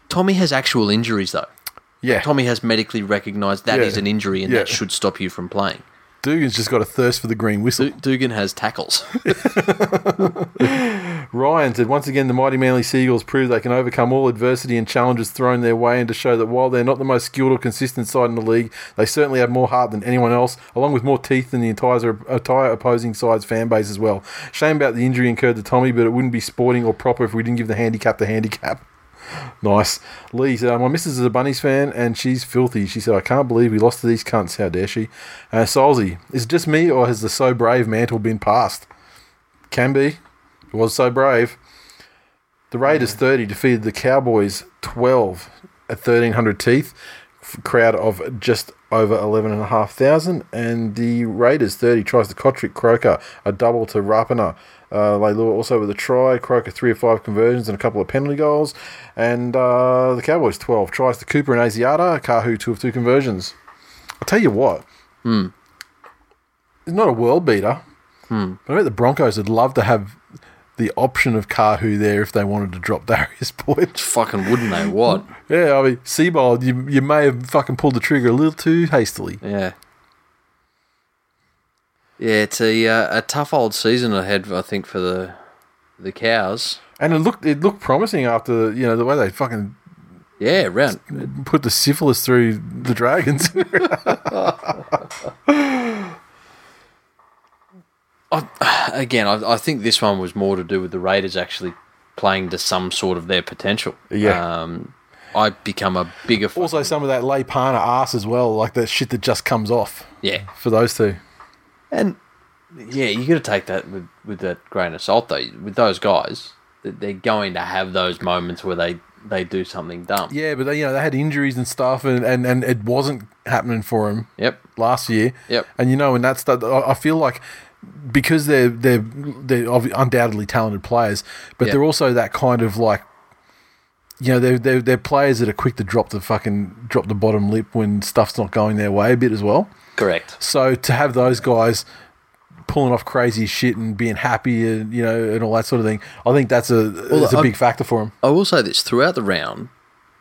[SPEAKER 2] Tommy has actual injuries though.
[SPEAKER 1] Yeah,
[SPEAKER 2] Tommy has medically recognised that is
[SPEAKER 1] Yeah.
[SPEAKER 2] an injury and that
[SPEAKER 1] Yeah.
[SPEAKER 2] should stop you from playing.
[SPEAKER 1] Dugan's just got a thirst for the green whistle.
[SPEAKER 2] Du- Dugan has tackles. *laughs*
[SPEAKER 1] Ryan said, once again, the mighty Manly Seagulls prove they can overcome all adversity and challenges thrown their way, and to show that while they're not the most skilled or consistent side in the league, they certainly have more heart than anyone else, along with more teeth than the entire, entire opposing side's fan base as well. Shame about the injury incurred to Tommy, but it wouldn't be sporting or proper if we didn't give the handicap the handicap. *laughs* Nice. Lee said, My missus is a Bunnies fan and she's filthy. She said, I can't believe we lost to these cunts. How dare she? Uh, Solzy, is it just me or has the so brave mantle been passed? Can be. It was so brave. The Raiders 30 defeated the Cowboys 12 at 1300 teeth, f- crowd of just over 11,500. And the Raiders 30 tries to Kotrick Croker, a double to Rapana. Uh, Leilua also with a try, Croker three or five conversions and a couple of penalty goals. And uh, the Cowboys 12 tries to Cooper and Asiata, Kahu two of two conversions. I'll tell you what, it's not a world beater. But I bet the Broncos would love to have the option of Kahu there if they wanted to drop *laughs* Darius Boyd.
[SPEAKER 2] Fucking wouldn't they? What?
[SPEAKER 1] Yeah, I mean, Seabold, you, you may have fucking pulled the trigger a little too hastily.
[SPEAKER 2] Yeah. Yeah, it's a uh, a tough old season ahead. I think for the the cows.
[SPEAKER 1] And it looked it looked promising after you know the way they fucking
[SPEAKER 2] Yeah, round.
[SPEAKER 1] put the syphilis through the dragons. *laughs*
[SPEAKER 2] *sighs* Again, I, I think this one was more to do with the Raiders actually playing to some sort of their potential.
[SPEAKER 1] Yeah.
[SPEAKER 2] Um, I become a bigger fan.
[SPEAKER 1] also, some of that lay pana ass as well, like that shit that just comes off
[SPEAKER 2] Yeah.
[SPEAKER 1] for those two.
[SPEAKER 2] And yeah, you got to take that with, with that grain of salt, though. With those guys, that they're going to have those moments where they, they do something dumb.
[SPEAKER 1] Yeah, but they, you know they had injuries and stuff, and, and, and it wasn't happening for him.
[SPEAKER 2] Yep.
[SPEAKER 1] last year.
[SPEAKER 2] Yep.
[SPEAKER 1] And you know, and that's that. I I feel like because they're they're they're obvi- undoubtedly talented players, but
[SPEAKER 2] Yep.
[SPEAKER 1] they're also that kind of like, you know, they're, they're they're players that are quick to drop the fucking drop the bottom lip when stuff's not going their way a bit as well.
[SPEAKER 2] Correct.
[SPEAKER 1] So to have those guys pulling off crazy shit and being happy and you know and all that sort of thing, I think that's a that's a
[SPEAKER 2] I-
[SPEAKER 1] big factor for them.
[SPEAKER 2] I will say this throughout the round,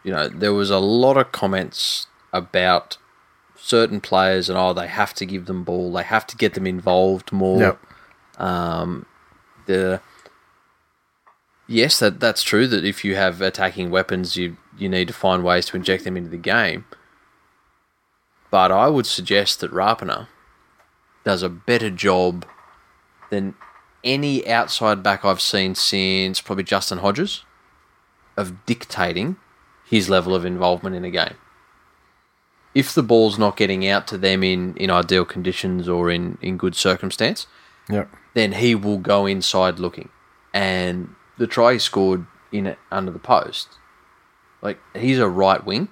[SPEAKER 2] you know, there was a lot of comments about certain players and, oh, they have to give them ball, they have to get them involved more.
[SPEAKER 1] Yep.
[SPEAKER 2] the yes that that's true that if you have attacking weapons you you need to find ways to inject them into the game but i would suggest that rapana does a better job than any outside back i've seen since probably justin hodges of dictating his level of involvement in a game if the ball's not getting out to them in, in ideal conditions or in, in good circumstance,
[SPEAKER 1] Yep.
[SPEAKER 2] then he will go inside looking. And the try he scored in it under the post, like he's a right wing.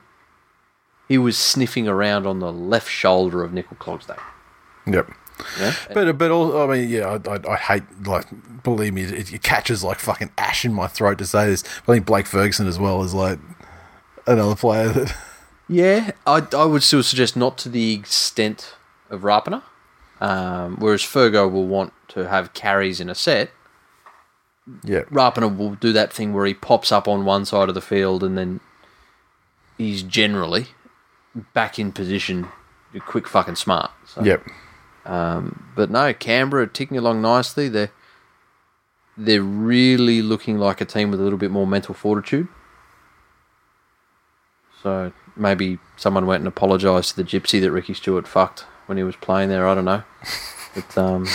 [SPEAKER 2] He was sniffing around on the left shoulder of Nickel Clogsday.
[SPEAKER 1] Yep.
[SPEAKER 2] Yeah?
[SPEAKER 1] But but also, I mean, yeah, I, I, I hate like believe me, it, it catches like fucking ash in my throat to say this. I think Blake Ferguson as well is like another player that
[SPEAKER 2] Yeah, I, I would still suggest not to the extent of Rapana, um, whereas Fergo will want to have carries in a set.
[SPEAKER 1] yeah
[SPEAKER 2] Rapana will do that thing where he pops up on one side of the field and then he's generally back in position, quick fucking smart. So.
[SPEAKER 1] yep
[SPEAKER 2] But no, Canberra are ticking along nicely. They're they're really looking like a team with a little bit more mental fortitude. So maybe someone went and apologised to the gypsy that Ricky Stewart fucked when he was playing there. I don't
[SPEAKER 1] *laughs*
[SPEAKER 2] know. But um,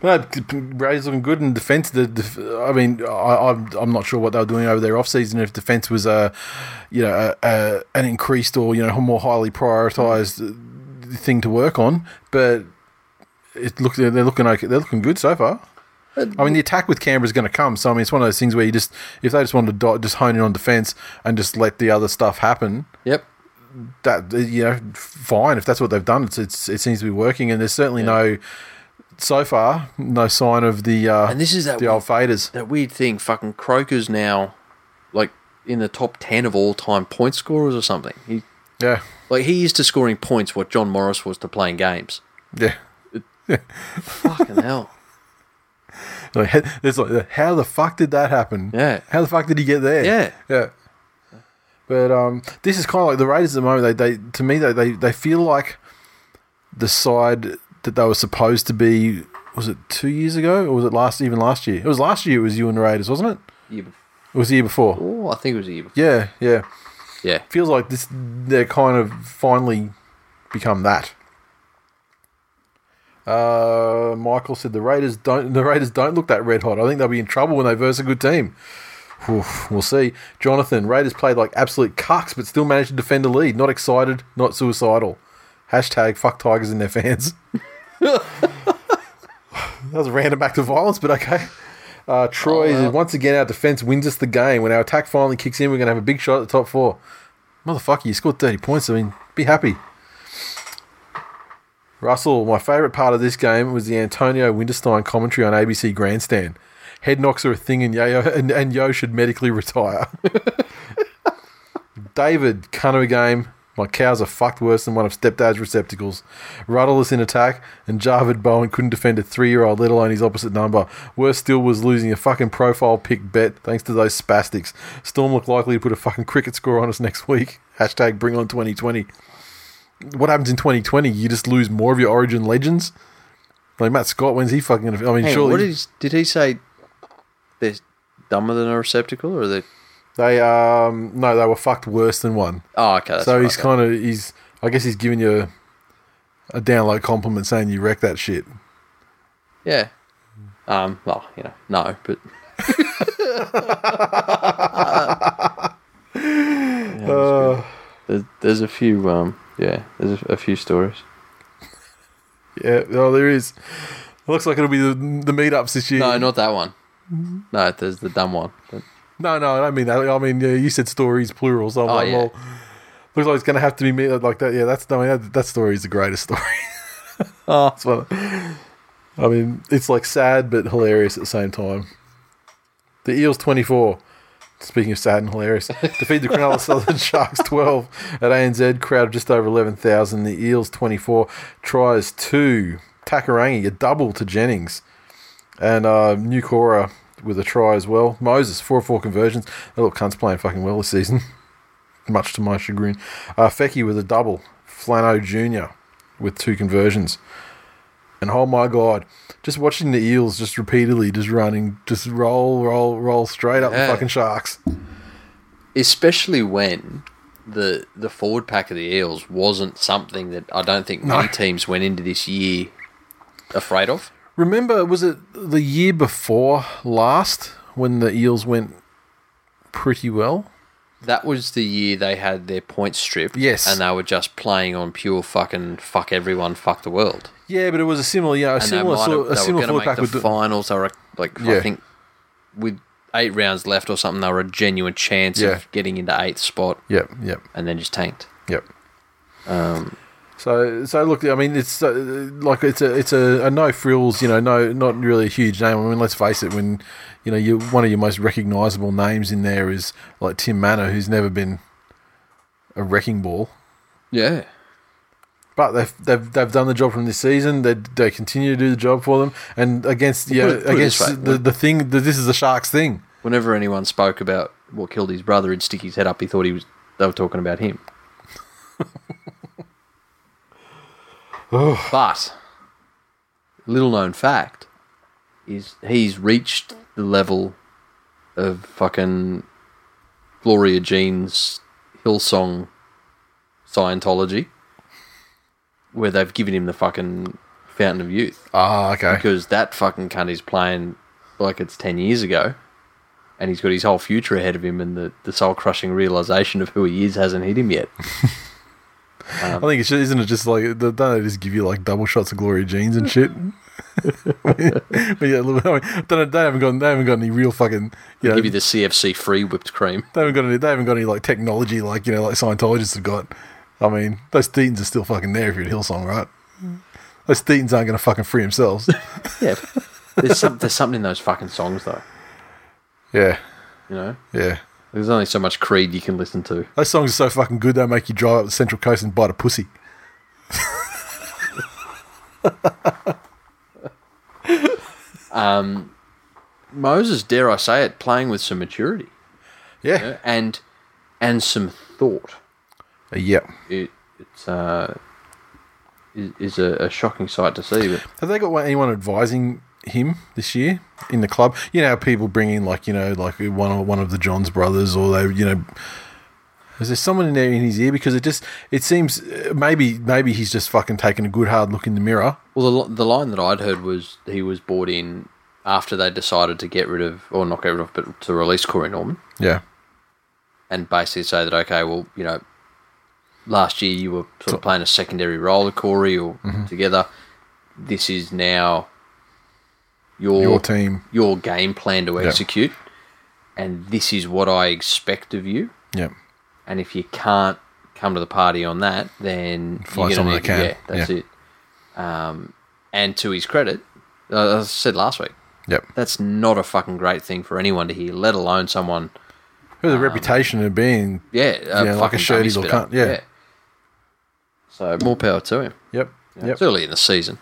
[SPEAKER 1] But no, Brady's looking good in defence. The, def- I mean, I, I'm I'm not sure what they were doing over their off season. If defence was a, you know, a, a, an increased or you know more highly prioritised thing to work on, but it look they're looking okay. They're looking good so far. I mean, the attack with Canberra's going to come. So I mean, it's one of those things where you just if they just wanted to do- just hone in on defence and just let the other stuff happen
[SPEAKER 2] yep,
[SPEAKER 1] that you know fine if that's what they've done it's, it's it seems to be working and there's certainly no so far no sign of the uh
[SPEAKER 2] And this is that
[SPEAKER 1] the
[SPEAKER 2] we-
[SPEAKER 1] old faders
[SPEAKER 2] that weird thing. Fucking Croker's now like in the top ten of all time point scorers or something. He
[SPEAKER 1] yeah
[SPEAKER 2] like he is to scoring points what John Morris was to playing games.
[SPEAKER 1] yeah
[SPEAKER 2] Fucking
[SPEAKER 1] *laughs*
[SPEAKER 2] hell.
[SPEAKER 1] like, *laughs* he- it's like how the fuck did that happen
[SPEAKER 2] Yeah.
[SPEAKER 1] how the fuck did he get there
[SPEAKER 2] Yeah.
[SPEAKER 1] yeah but um this is kind of like the raiders at the moment they, they to me they, they they feel like the side that they were supposed to be was it two years ago or was it last even last year it was last year it was you and the raiders wasn't it
[SPEAKER 2] Year
[SPEAKER 1] it was the year before
[SPEAKER 2] before, I think it was the year before.
[SPEAKER 1] yeah yeah
[SPEAKER 2] Yeah.
[SPEAKER 1] feels like this they're kind of finally become that. Uh, Michael said the Raiders don't the Raiders don't look that red hot. I think they'll be in trouble when they verse a good team. Oof, we'll see. Jonathan Raiders played like absolute cucks, but still managed to defend the lead. Not excited, not suicidal. Hashtag fuck Tigers and their fans. *laughs* that was a random act of violence, but okay. Uh, Troy, once again, our defense wins us the game. When our attack finally kicks in, we're going to have a big shot at the top four. Motherfucker, you scored 30 points. I mean, be happy. Russell, my favourite part of this game was the Antonio Winterstein commentary on ABC Grandstand. Head knocks are a thing, and Yo, and, and Yo should medically retire. David, cunt of a game. My cows are fucked worse than one of stepdad's receptacles. Rudderless in attack, and Jarvid Bowen couldn't defend a three year old, let alone his opposite number. Worse still was losing a fucking profile pick bet thanks to those spastics. Storm look likely to put a fucking cricket score on us next week. *laughs* Hashtag bring on 2020. What happens in 2020? You just lose more of your origin legends? Like Matt Scott, when's he fucking gonna? I mean,
[SPEAKER 2] Hang on,
[SPEAKER 1] surely
[SPEAKER 2] what is, did he say? They're dumber than a receptacle, or they?
[SPEAKER 1] they um no, they were fucked worse than one.
[SPEAKER 2] Oh, okay. That's
[SPEAKER 1] so
[SPEAKER 2] right,
[SPEAKER 1] he's
[SPEAKER 2] yeah.
[SPEAKER 1] kind of he's I guess he's giving you a, a down low compliment saying you wrecked that shit.
[SPEAKER 2] Yeah. Um, well, you know, no,
[SPEAKER 1] *laughs*
[SPEAKER 2] but. Yeah, it was
[SPEAKER 1] Uh.
[SPEAKER 2] good. There- there's a few, um, yeah, there's a, a few stories.
[SPEAKER 1] Yeah, oh, there is. Looks like it'll be the, the meetups this year.
[SPEAKER 2] No, not that one.
[SPEAKER 1] Mm-hmm.
[SPEAKER 2] No, there's the dumb one. But-
[SPEAKER 1] no, no, I don't mean that. I mean, yeah, you said stories plural, so I'm
[SPEAKER 2] Oh,
[SPEAKER 1] like,
[SPEAKER 2] yeah.
[SPEAKER 1] well, looks like it's gonna have to be meet like that. Yeah, that's no, that, that story is the greatest story.
[SPEAKER 2] *laughs* Oh.
[SPEAKER 1] That's what- I mean, it's like sad but hilarious at the same time. The Eels 24. Speaking of sad and
[SPEAKER 2] *laughs*
[SPEAKER 1] hilarious, defeat the Cronulla Southern Sharks 12 at ANZ, crowd of just over 11,000. The Eels 24 tries to Takarangi, a double to Jennings, and uh, New Cora with a try as well. Moses, 4 4 conversions. That little cunt's playing fucking well this season, *laughs* much to my chagrin. Uh, Fecky with a double. Flano Jr. with two conversions. And oh my god, just watching the eels just repeatedly just running, just roll, roll, roll straight up
[SPEAKER 2] Yeah.
[SPEAKER 1] the fucking sharks.
[SPEAKER 2] especially when the the forward pack of the Eels wasn't something that I don't think many teams went into this year afraid of.
[SPEAKER 1] Remember, was it the year before last when the eels went pretty well?
[SPEAKER 2] That was the year they had their points stripped.
[SPEAKER 1] Yes.
[SPEAKER 2] and they were just playing on pure fucking fuck everyone, fuck the world.
[SPEAKER 1] Yeah, but it was a similar, yeah, a
[SPEAKER 2] And
[SPEAKER 1] similar
[SPEAKER 2] they might
[SPEAKER 1] sort,
[SPEAKER 2] have,
[SPEAKER 1] a
[SPEAKER 2] they were
[SPEAKER 1] similar
[SPEAKER 2] going
[SPEAKER 1] forward
[SPEAKER 2] to
[SPEAKER 1] pack
[SPEAKER 2] make the
[SPEAKER 1] would do-
[SPEAKER 2] finals. They were like
[SPEAKER 1] Yeah.
[SPEAKER 2] I think with eight rounds left or something, they were a genuine chance
[SPEAKER 1] Yeah.
[SPEAKER 2] of getting into eighth spot,
[SPEAKER 1] Yep, yep,
[SPEAKER 2] and then just tanked.
[SPEAKER 1] yep. Um,
[SPEAKER 2] Um,
[SPEAKER 1] so, so look, I mean, it's uh, like it's a it's a, a no frills, you know, no, not really a huge name. I mean, let's face it, when you know, you one of your most recognisable names in there is like Tim Manor, who's never been a wrecking ball.
[SPEAKER 2] Yeah,
[SPEAKER 1] But they've, they've, they've done the job from this season. They, they continue to do the job for them. And against yeah,
[SPEAKER 2] put it- put it
[SPEAKER 1] against
[SPEAKER 2] this way.
[SPEAKER 1] the, the thing the, this is the Sharks thing.
[SPEAKER 2] whenever anyone spoke about what killed his brother, he'd stick his head up. He thought he was they were talking about him. but little known fact is he's reached the level of fucking Gloria Jean's Hillsong Scientology, where they've given him the fucking Fountain of Youth
[SPEAKER 1] Ah, okay.
[SPEAKER 2] because that fucking cunt is playing like it's 10 years ago and he's got his whole future ahead of him and the, the soul-crushing realization of who he is hasn't hit him yet Um,
[SPEAKER 1] I think it's just, isn't it just like the- don't they just give you like double shots of glory jeans and shit? *laughs* but yeah, a little bit- I mean, don't, they haven't got they haven't got any real fucking you know,
[SPEAKER 2] give you the cfc free whipped cream
[SPEAKER 1] they haven't got any they haven't got any like technology like you know like Scientologists have got. I mean, those Thetans are still fucking there if you're at Hillsong, right?
[SPEAKER 2] Mm.
[SPEAKER 1] Those Thetans aren't going to fucking free
[SPEAKER 2] *laughs*
[SPEAKER 1] themselves.
[SPEAKER 2] yeah there's, some, there's something in those fucking songs though
[SPEAKER 1] yeah,
[SPEAKER 2] you know
[SPEAKER 1] yeah.
[SPEAKER 2] there's only so much creed you can listen to
[SPEAKER 1] Those songs are so fucking good they make you drive up the Central Coast and bite a pussy.
[SPEAKER 2] moses dare i say it playing with some maturity
[SPEAKER 1] Yeah.
[SPEAKER 2] and and some thought
[SPEAKER 1] Yeah.
[SPEAKER 2] it, it's uh is, is a, a shocking sight to see but
[SPEAKER 1] Have they got one- anyone advising him this year in the club? You know, how people bring in like you know, like one of one of the Johns brothers, or they, you know, is there someone in there in his ear? Because it just it seems uh, maybe maybe he's just fucking taking a good hard look in the mirror.
[SPEAKER 2] Well, the, li- the line that I'd heard was he was brought in after they decided to get rid of, or not get rid of, but to release Corey Norman,
[SPEAKER 1] Yeah,
[SPEAKER 2] and basically say that okay, well, you know, last year you were sort of playing a secondary role to Corey or
[SPEAKER 1] Mm-hmm.
[SPEAKER 2] together. This is now your
[SPEAKER 1] your team.
[SPEAKER 2] your game plan to execute, and this is what I expect of you.
[SPEAKER 1] Yeah,
[SPEAKER 2] And if you can't come to the party on that, then
[SPEAKER 1] Find
[SPEAKER 2] you're gonna
[SPEAKER 1] someone
[SPEAKER 2] need
[SPEAKER 1] that can.
[SPEAKER 2] to- Yeah, that's
[SPEAKER 1] Yeah.
[SPEAKER 2] it. Um, and to his credit, uh, as I said last week,
[SPEAKER 1] yep.
[SPEAKER 2] that's not a fucking great thing for anyone to hear, let alone someone,
[SPEAKER 1] Who has a reputation of being.
[SPEAKER 2] yeah,
[SPEAKER 1] Yeah,
[SPEAKER 2] a fucking
[SPEAKER 1] like a shirty
[SPEAKER 2] dummy
[SPEAKER 1] little
[SPEAKER 2] spitter.
[SPEAKER 1] cunt, yeah.
[SPEAKER 2] So more power to him.
[SPEAKER 1] Yep. Yep.
[SPEAKER 2] It's early in the season.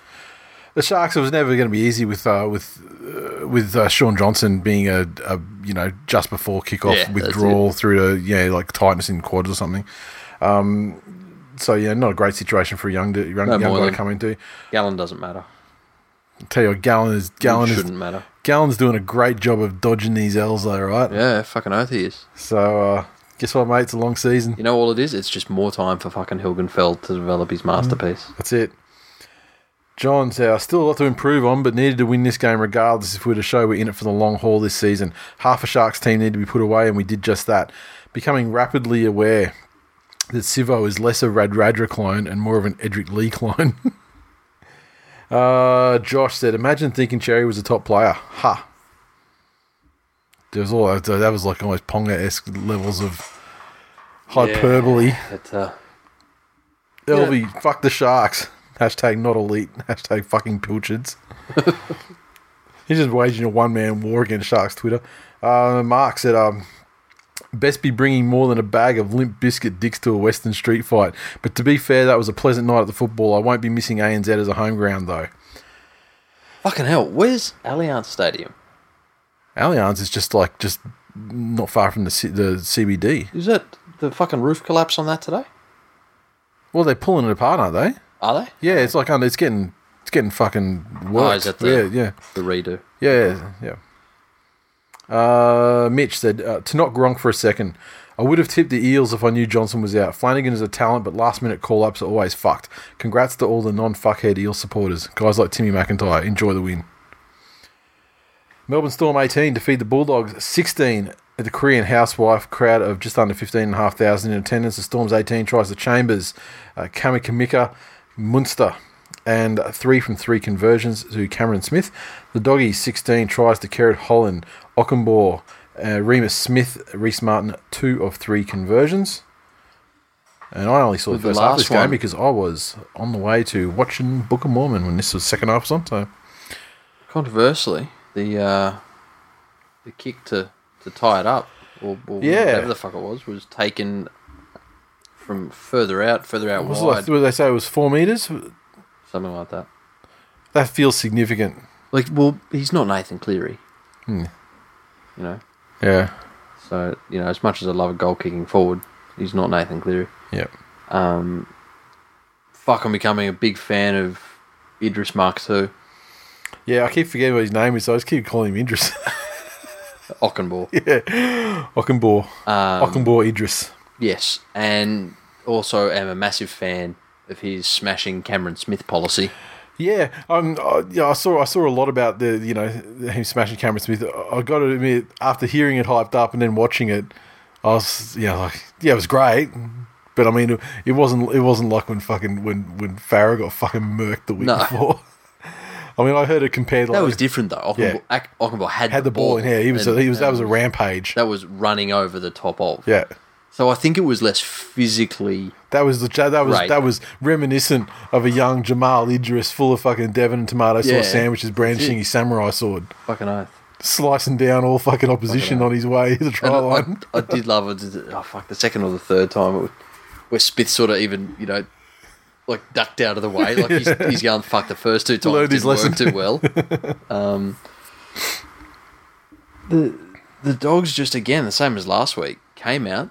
[SPEAKER 1] the Sharks it was never going to be easy with uh, with uh, with uh, Sean Johnson being a, a you know just before kickoff
[SPEAKER 2] Yeah, that's
[SPEAKER 1] withdrawal through to yeah like tightness in quads or something. Um, so yeah, not a great situation for a young to, young,
[SPEAKER 2] No
[SPEAKER 1] young
[SPEAKER 2] more
[SPEAKER 1] guy
[SPEAKER 2] than-
[SPEAKER 1] to come into.
[SPEAKER 2] Gallon doesn't matter.
[SPEAKER 1] tell you, what, Gallon is Gallon is
[SPEAKER 2] shouldn't matter.
[SPEAKER 1] Gallon's doing a great job of dodging these L's, though, right?
[SPEAKER 2] Yeah, fucking oath he is.
[SPEAKER 1] So uh, guess what, mate? It's a long season.
[SPEAKER 2] You know all it is? It's just more time for fucking Hilgenfeld to develop his masterpiece.
[SPEAKER 1] That's it. John said, I still a lot to improve on, but needed to win this game regardless if we're to show we're in it for the long haul this season. Half a Sharks team needed to be put away, and we did just that. Becoming rapidly aware that Sivo is less a Rad Radra clone and more of an Edric Lee clone. *laughs* uh, Josh said, Imagine thinking Cherry was a top player. Ha. There was all that was like almost Ponga esque levels of hyperbole.
[SPEAKER 2] But, uh,
[SPEAKER 1] Elvie, fuck the sharks. *laughs* Hashtag not elite. *laughs* Hashtag fucking pilchards. He's just waging a one man war against sharks. Twitter. Uh, Mark said, um, best be bringing more than a bag of limp biscuit dicks to a Western street fight. But to be fair, that was a pleasant night at the football. I won't be missing ANZ as a home ground though.
[SPEAKER 2] fucking hell, where's Allianz Stadium?
[SPEAKER 1] Allianz is just like just not far from the C- the CBD.
[SPEAKER 2] Is that the fucking roof collapse on that today?
[SPEAKER 1] Well, they're pulling it apart, aren't they?
[SPEAKER 2] Are they?
[SPEAKER 1] Yeah, it's like under, it's getting it's getting fucking worked.
[SPEAKER 2] is that the-
[SPEAKER 1] yeah, yeah.
[SPEAKER 2] The redo.
[SPEAKER 1] Yeah, yeah. yeah. Uh, Mitch said uh, to not Gronk for a second. I would have tipped the Eels if I knew Johnson was out. Flanagan is a talent, but last minute call ups are always fucked. Congrats to all the non fuckhead Eel supporters. Guys like Timmy McIntyre, enjoy the win. Melbourne Storm 18 defeat the Bulldogs 16 at the Korean housewife crowd of just under 15,500 in attendance. The Storm's 18 tries to Chambers, uh, Kamikamika, Munster, and three from three conversions to Cameron Smith. The Doggies 16 tries to Kerrod Holland, Ockenbore, uh, Remus Smith, Reese Martin, two of three conversions. And I only saw the
[SPEAKER 2] With the
[SPEAKER 1] first half of
[SPEAKER 2] last
[SPEAKER 1] this game
[SPEAKER 2] one-
[SPEAKER 1] because I was on the way to watching Book of Mormon when this was second half was on. So
[SPEAKER 2] Controversially, the uh, the kick to, to tie it up, or, or
[SPEAKER 1] Yeah.
[SPEAKER 2] whatever the fuck it was, was taken from further out, further out
[SPEAKER 1] what was it
[SPEAKER 2] wide,
[SPEAKER 1] like, what did they say it was four meters?
[SPEAKER 2] something like that.
[SPEAKER 1] That feels significant.
[SPEAKER 2] Like, well, he's not Nathan Cleary.
[SPEAKER 1] Hmm.
[SPEAKER 2] You know,
[SPEAKER 1] Yeah.
[SPEAKER 2] so you know, as much as I love a goal kicking forward, he's not Nathan Cleary.
[SPEAKER 1] Yep.
[SPEAKER 2] Um, fuck, I'm becoming a big fan of Idris Mark II,
[SPEAKER 1] Yeah, I keep forgetting what his name is, so I just keep calling him Idris. *laughs*
[SPEAKER 2] Ockenball.
[SPEAKER 1] Ockenbore.
[SPEAKER 2] Um,
[SPEAKER 1] Ockenbore Idris.
[SPEAKER 2] Yes, and also am a massive fan of his smashing Cameron Smith policy.
[SPEAKER 1] Yeah, um, I, yeah, I saw I saw a lot about the you know him smashing Cameron Smith. I- I got to admit, after hearing it hyped up and then watching it, I was yeah like yeah it was great, but I mean it wasn't it wasn't like when fucking when when Farrah got fucking murked the week
[SPEAKER 2] No.
[SPEAKER 1] before. *laughs* I mean, I heard it compared like
[SPEAKER 2] That was different though. Ockenball,
[SPEAKER 1] Yeah.
[SPEAKER 2] Ac- Ockenball had,
[SPEAKER 1] had the ball in here. He was
[SPEAKER 2] and-
[SPEAKER 1] he was that
[SPEAKER 2] and
[SPEAKER 1] was a rampage.
[SPEAKER 2] that was running over the top of.
[SPEAKER 1] yeah.
[SPEAKER 2] So I think it was less physically.
[SPEAKER 1] That was the that was
[SPEAKER 2] Right.
[SPEAKER 1] that was reminiscent of a young Jamal Idris, full of fucking Devon and tomato
[SPEAKER 2] Yeah.
[SPEAKER 1] sauce sandwiches, brandishing
[SPEAKER 2] it.
[SPEAKER 1] his samurai sword,
[SPEAKER 2] Fucking oath.
[SPEAKER 1] slicing down all fucking opposition on his way to the
[SPEAKER 2] And
[SPEAKER 1] try
[SPEAKER 2] I,
[SPEAKER 1] line.
[SPEAKER 2] I did love it. Oh fuck! The second or the third time, it was, where Smith sort of even you know, like ducked out of the way. Like he's, he's going fuck the first two times.
[SPEAKER 1] Learned his
[SPEAKER 2] didn't work
[SPEAKER 1] lesson.
[SPEAKER 2] too well.
[SPEAKER 1] *laughs*
[SPEAKER 2] Um, the the dogs just again the same as last week came out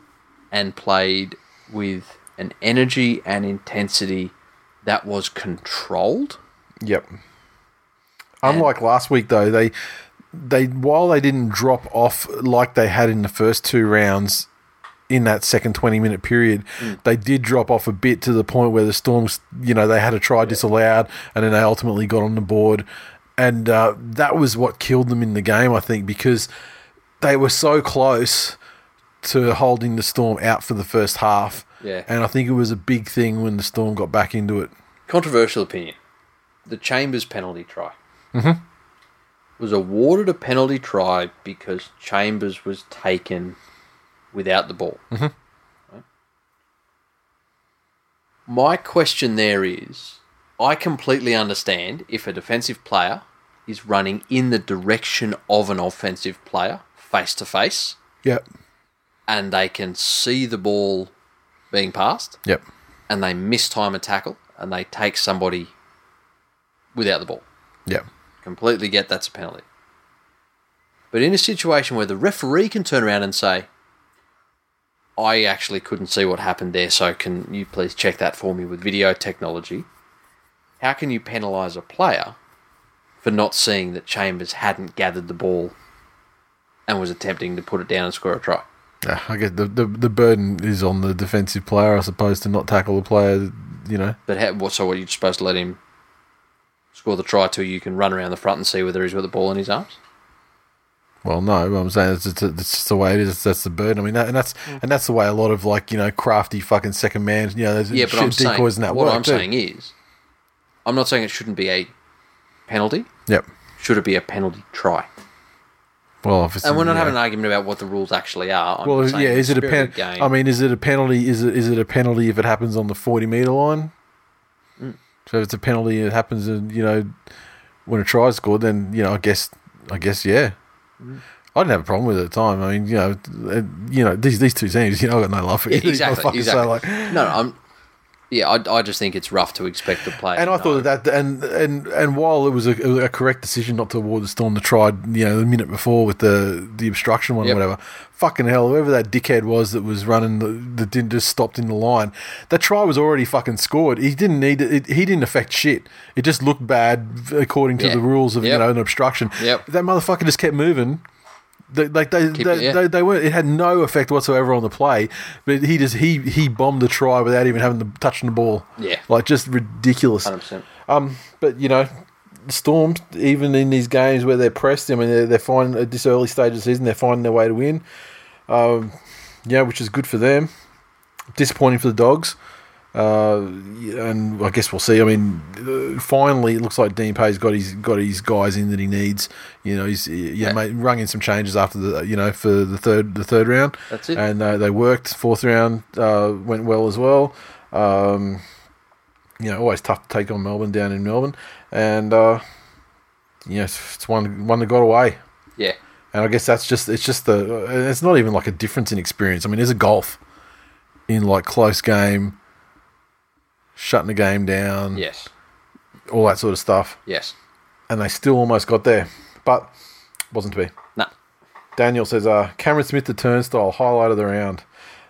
[SPEAKER 2] and played with an energy and intensity that was controlled.
[SPEAKER 1] Yep. Unlike last week, though, they they while they didn't drop off like they had in the first two rounds in that second twenty minute period, they did drop off a bit to the point where the Storms, you know, they had a try disallowed, and then they ultimately got on the board, and uh, that was what killed them in the game, I think, because they were so close to holding the Storm out for the first half.
[SPEAKER 2] Yeah.
[SPEAKER 1] And I think it was a big thing when the Storm got back into it.
[SPEAKER 2] controversial opinion. The Chambers penalty try Mm-hmm. was awarded a penalty try because Chambers was taken without the ball. Right? My question there is I completely understand if a defensive player is running in the direction of an offensive player face to face
[SPEAKER 1] Yep.
[SPEAKER 2] and they can see the ball being passed
[SPEAKER 1] Yep.
[SPEAKER 2] and they mistime a tackle and they take somebody without the ball.
[SPEAKER 1] Yep.
[SPEAKER 2] Completely get that's a penalty. But in a situation where the referee can turn around and say, I actually couldn't see what happened there, so can you please check that for me with video technology? How can you penalise a player for not seeing that Chambers hadn't gathered the ball and was attempting to put it down and score a try.
[SPEAKER 1] Yeah, I guess the, the the burden is on the defensive player, I suppose, to not tackle the player. You know,
[SPEAKER 2] But how, what, so what, you're supposed to let him score the try till you can run around the front and see whether he's got the ball in his arms?
[SPEAKER 1] well, no, but I'm saying it's just, it's just the way it is. That's the burden. I mean, that, and that's
[SPEAKER 2] Mm.
[SPEAKER 1] and that's the way a lot of like you know crafty fucking second man. You know, those
[SPEAKER 2] Yeah,
[SPEAKER 1] shit
[SPEAKER 2] but I'm saying,
[SPEAKER 1] decoys and that
[SPEAKER 2] what
[SPEAKER 1] work
[SPEAKER 2] I'm
[SPEAKER 1] too.
[SPEAKER 2] saying is, I'm not saying it shouldn't be a penalty.
[SPEAKER 1] Yep.
[SPEAKER 2] Should it be a penalty try?
[SPEAKER 1] Well, obviously,
[SPEAKER 2] And we're not
[SPEAKER 1] Mm, yeah.
[SPEAKER 2] having an argument about what the rules actually are. I'm
[SPEAKER 1] Well,
[SPEAKER 2] saying
[SPEAKER 1] yeah,
[SPEAKER 2] in
[SPEAKER 1] is it
[SPEAKER 2] the
[SPEAKER 1] a
[SPEAKER 2] spirit
[SPEAKER 1] pen?
[SPEAKER 2] of the game-
[SPEAKER 1] I mean, *laughs* is it a penalty? Is it is it a penalty if it happens on the forty meter line?
[SPEAKER 2] Mm.
[SPEAKER 1] So if it's a penalty. It happens, in, you know, when a try is scored. Then you know, I guess, I guess, yeah.
[SPEAKER 2] Mm.
[SPEAKER 1] I didn't have a problem with it at the time. I mean, you know, it- you know these these two teams. You *laughs* know, I got no love for
[SPEAKER 2] Yeah,
[SPEAKER 1] these
[SPEAKER 2] exactly,
[SPEAKER 1] motherfuckers, so,
[SPEAKER 2] exactly.
[SPEAKER 1] like-
[SPEAKER 2] no, I'm. Yeah, I, I just think it's rough to expect the player.
[SPEAKER 1] and I
[SPEAKER 2] to
[SPEAKER 1] thought
[SPEAKER 2] know.
[SPEAKER 1] that, that and and and while it was a, it was a correct decision not to award the Storm the try, you know, the minute before with the the obstruction one
[SPEAKER 2] Yep.
[SPEAKER 1] or whatever, fucking hell, whoever that dickhead was that was running the, that didn't just stopped in the line, that try was already fucking scored. He didn't need it, it. He didn't affect shit. It just looked bad according to
[SPEAKER 2] Yeah.
[SPEAKER 1] the rules of you
[SPEAKER 2] Yep.
[SPEAKER 1] know an obstruction.
[SPEAKER 2] Yep.
[SPEAKER 1] That motherfucker just kept moving. They, like they,
[SPEAKER 2] Keep
[SPEAKER 1] they,
[SPEAKER 2] it, yeah.
[SPEAKER 1] they, they weren't. It had no effect whatsoever on the play. But he just he he bombed the try without even having the touching the ball.
[SPEAKER 2] Yeah.
[SPEAKER 1] like just ridiculous.
[SPEAKER 2] 100%.
[SPEAKER 1] Um, but you know, Storm even in these games where they're pressed, I mean, they're, they're finding at this early stage of the season, they're finding their way to win. Um, yeah, which is good for them. Disappointing for the Dogs. Uh, and I guess we'll see. I mean, uh, finally, it looks like Dean Pay's got his got his guys in that he needs. You know, he's yeah,
[SPEAKER 2] Yeah.
[SPEAKER 1] mate, rung in some changes after the you know for the third the third round.
[SPEAKER 2] That's it.
[SPEAKER 1] And uh, they worked. Fourth round uh, went well as well. Um, you know, always tough to take on Melbourne down in Melbourne, and uh, you know, it's, it's one one that got away.
[SPEAKER 2] Yeah.
[SPEAKER 1] And I guess that's just it's just the uh, it's not even like a difference in experience. I mean, there's a golf in like close game, shutting the game down,
[SPEAKER 2] Yes.
[SPEAKER 1] all that sort of stuff,
[SPEAKER 2] Yes.
[SPEAKER 1] and they still almost got there, but wasn't to be.
[SPEAKER 2] No.
[SPEAKER 1] Daniel says, uh, Cameron Smith, the turnstile, highlight of the round.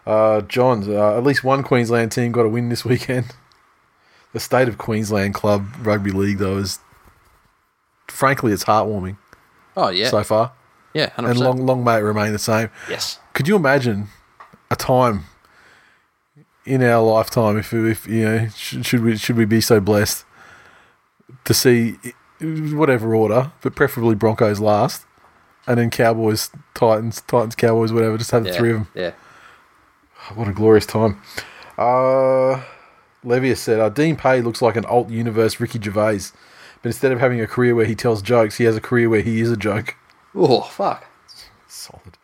[SPEAKER 1] Uh, John, uh, at least one Queensland team got a win this weekend. *laughs* The state of Queensland club rugby league, though, is frankly it's heartwarming
[SPEAKER 2] Oh yeah.
[SPEAKER 1] so far,
[SPEAKER 2] yeah. 100%.
[SPEAKER 1] and long long may it remain the same.
[SPEAKER 2] Yes.
[SPEAKER 1] Could you imagine a time in our lifetime if, if you know should, should we should we be so blessed to see whatever order, but preferably Broncos last, and then Cowboys, Titans, Titans, Cowboys, whatever. Just have the
[SPEAKER 2] Yeah.
[SPEAKER 1] three of them. Ah,
[SPEAKER 2] Yeah.
[SPEAKER 1] What a glorious time. Uh, Levius said, uh, Dean Pay looks like an alt universe Ricky Gervais, but instead of having a career where he tells jokes, he has a career where he is a joke.
[SPEAKER 2] Oh fuck.
[SPEAKER 1] Solid.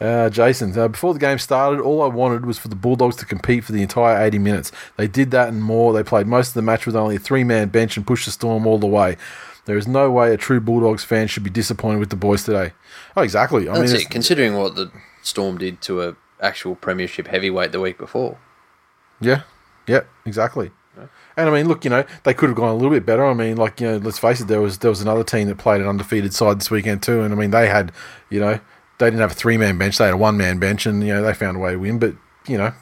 [SPEAKER 1] Uh, Jason, uh, before the game started, all I wanted was for the Bulldogs to compete for the entire 80 minutes. They did that and more. They played most of the match with only a three man bench and pushed the storm all the way. There is no way a true Bulldogs fan should be disappointed with the boys today. Oh, exactly. I
[SPEAKER 2] That's
[SPEAKER 1] mean,
[SPEAKER 2] it.
[SPEAKER 1] it's-
[SPEAKER 2] Considering what the Storm did to a actual Premiership heavyweight the week before.
[SPEAKER 1] Yeah, yeah, exactly. And I mean, look, you know, they could have gone a little bit better. I mean, like you know, let's face it, there was there was another team that played an undefeated side this weekend too, and I mean, they had, you know, they didn't have a three man bench, they had a one man bench, and you know, they found a way to win. But you know,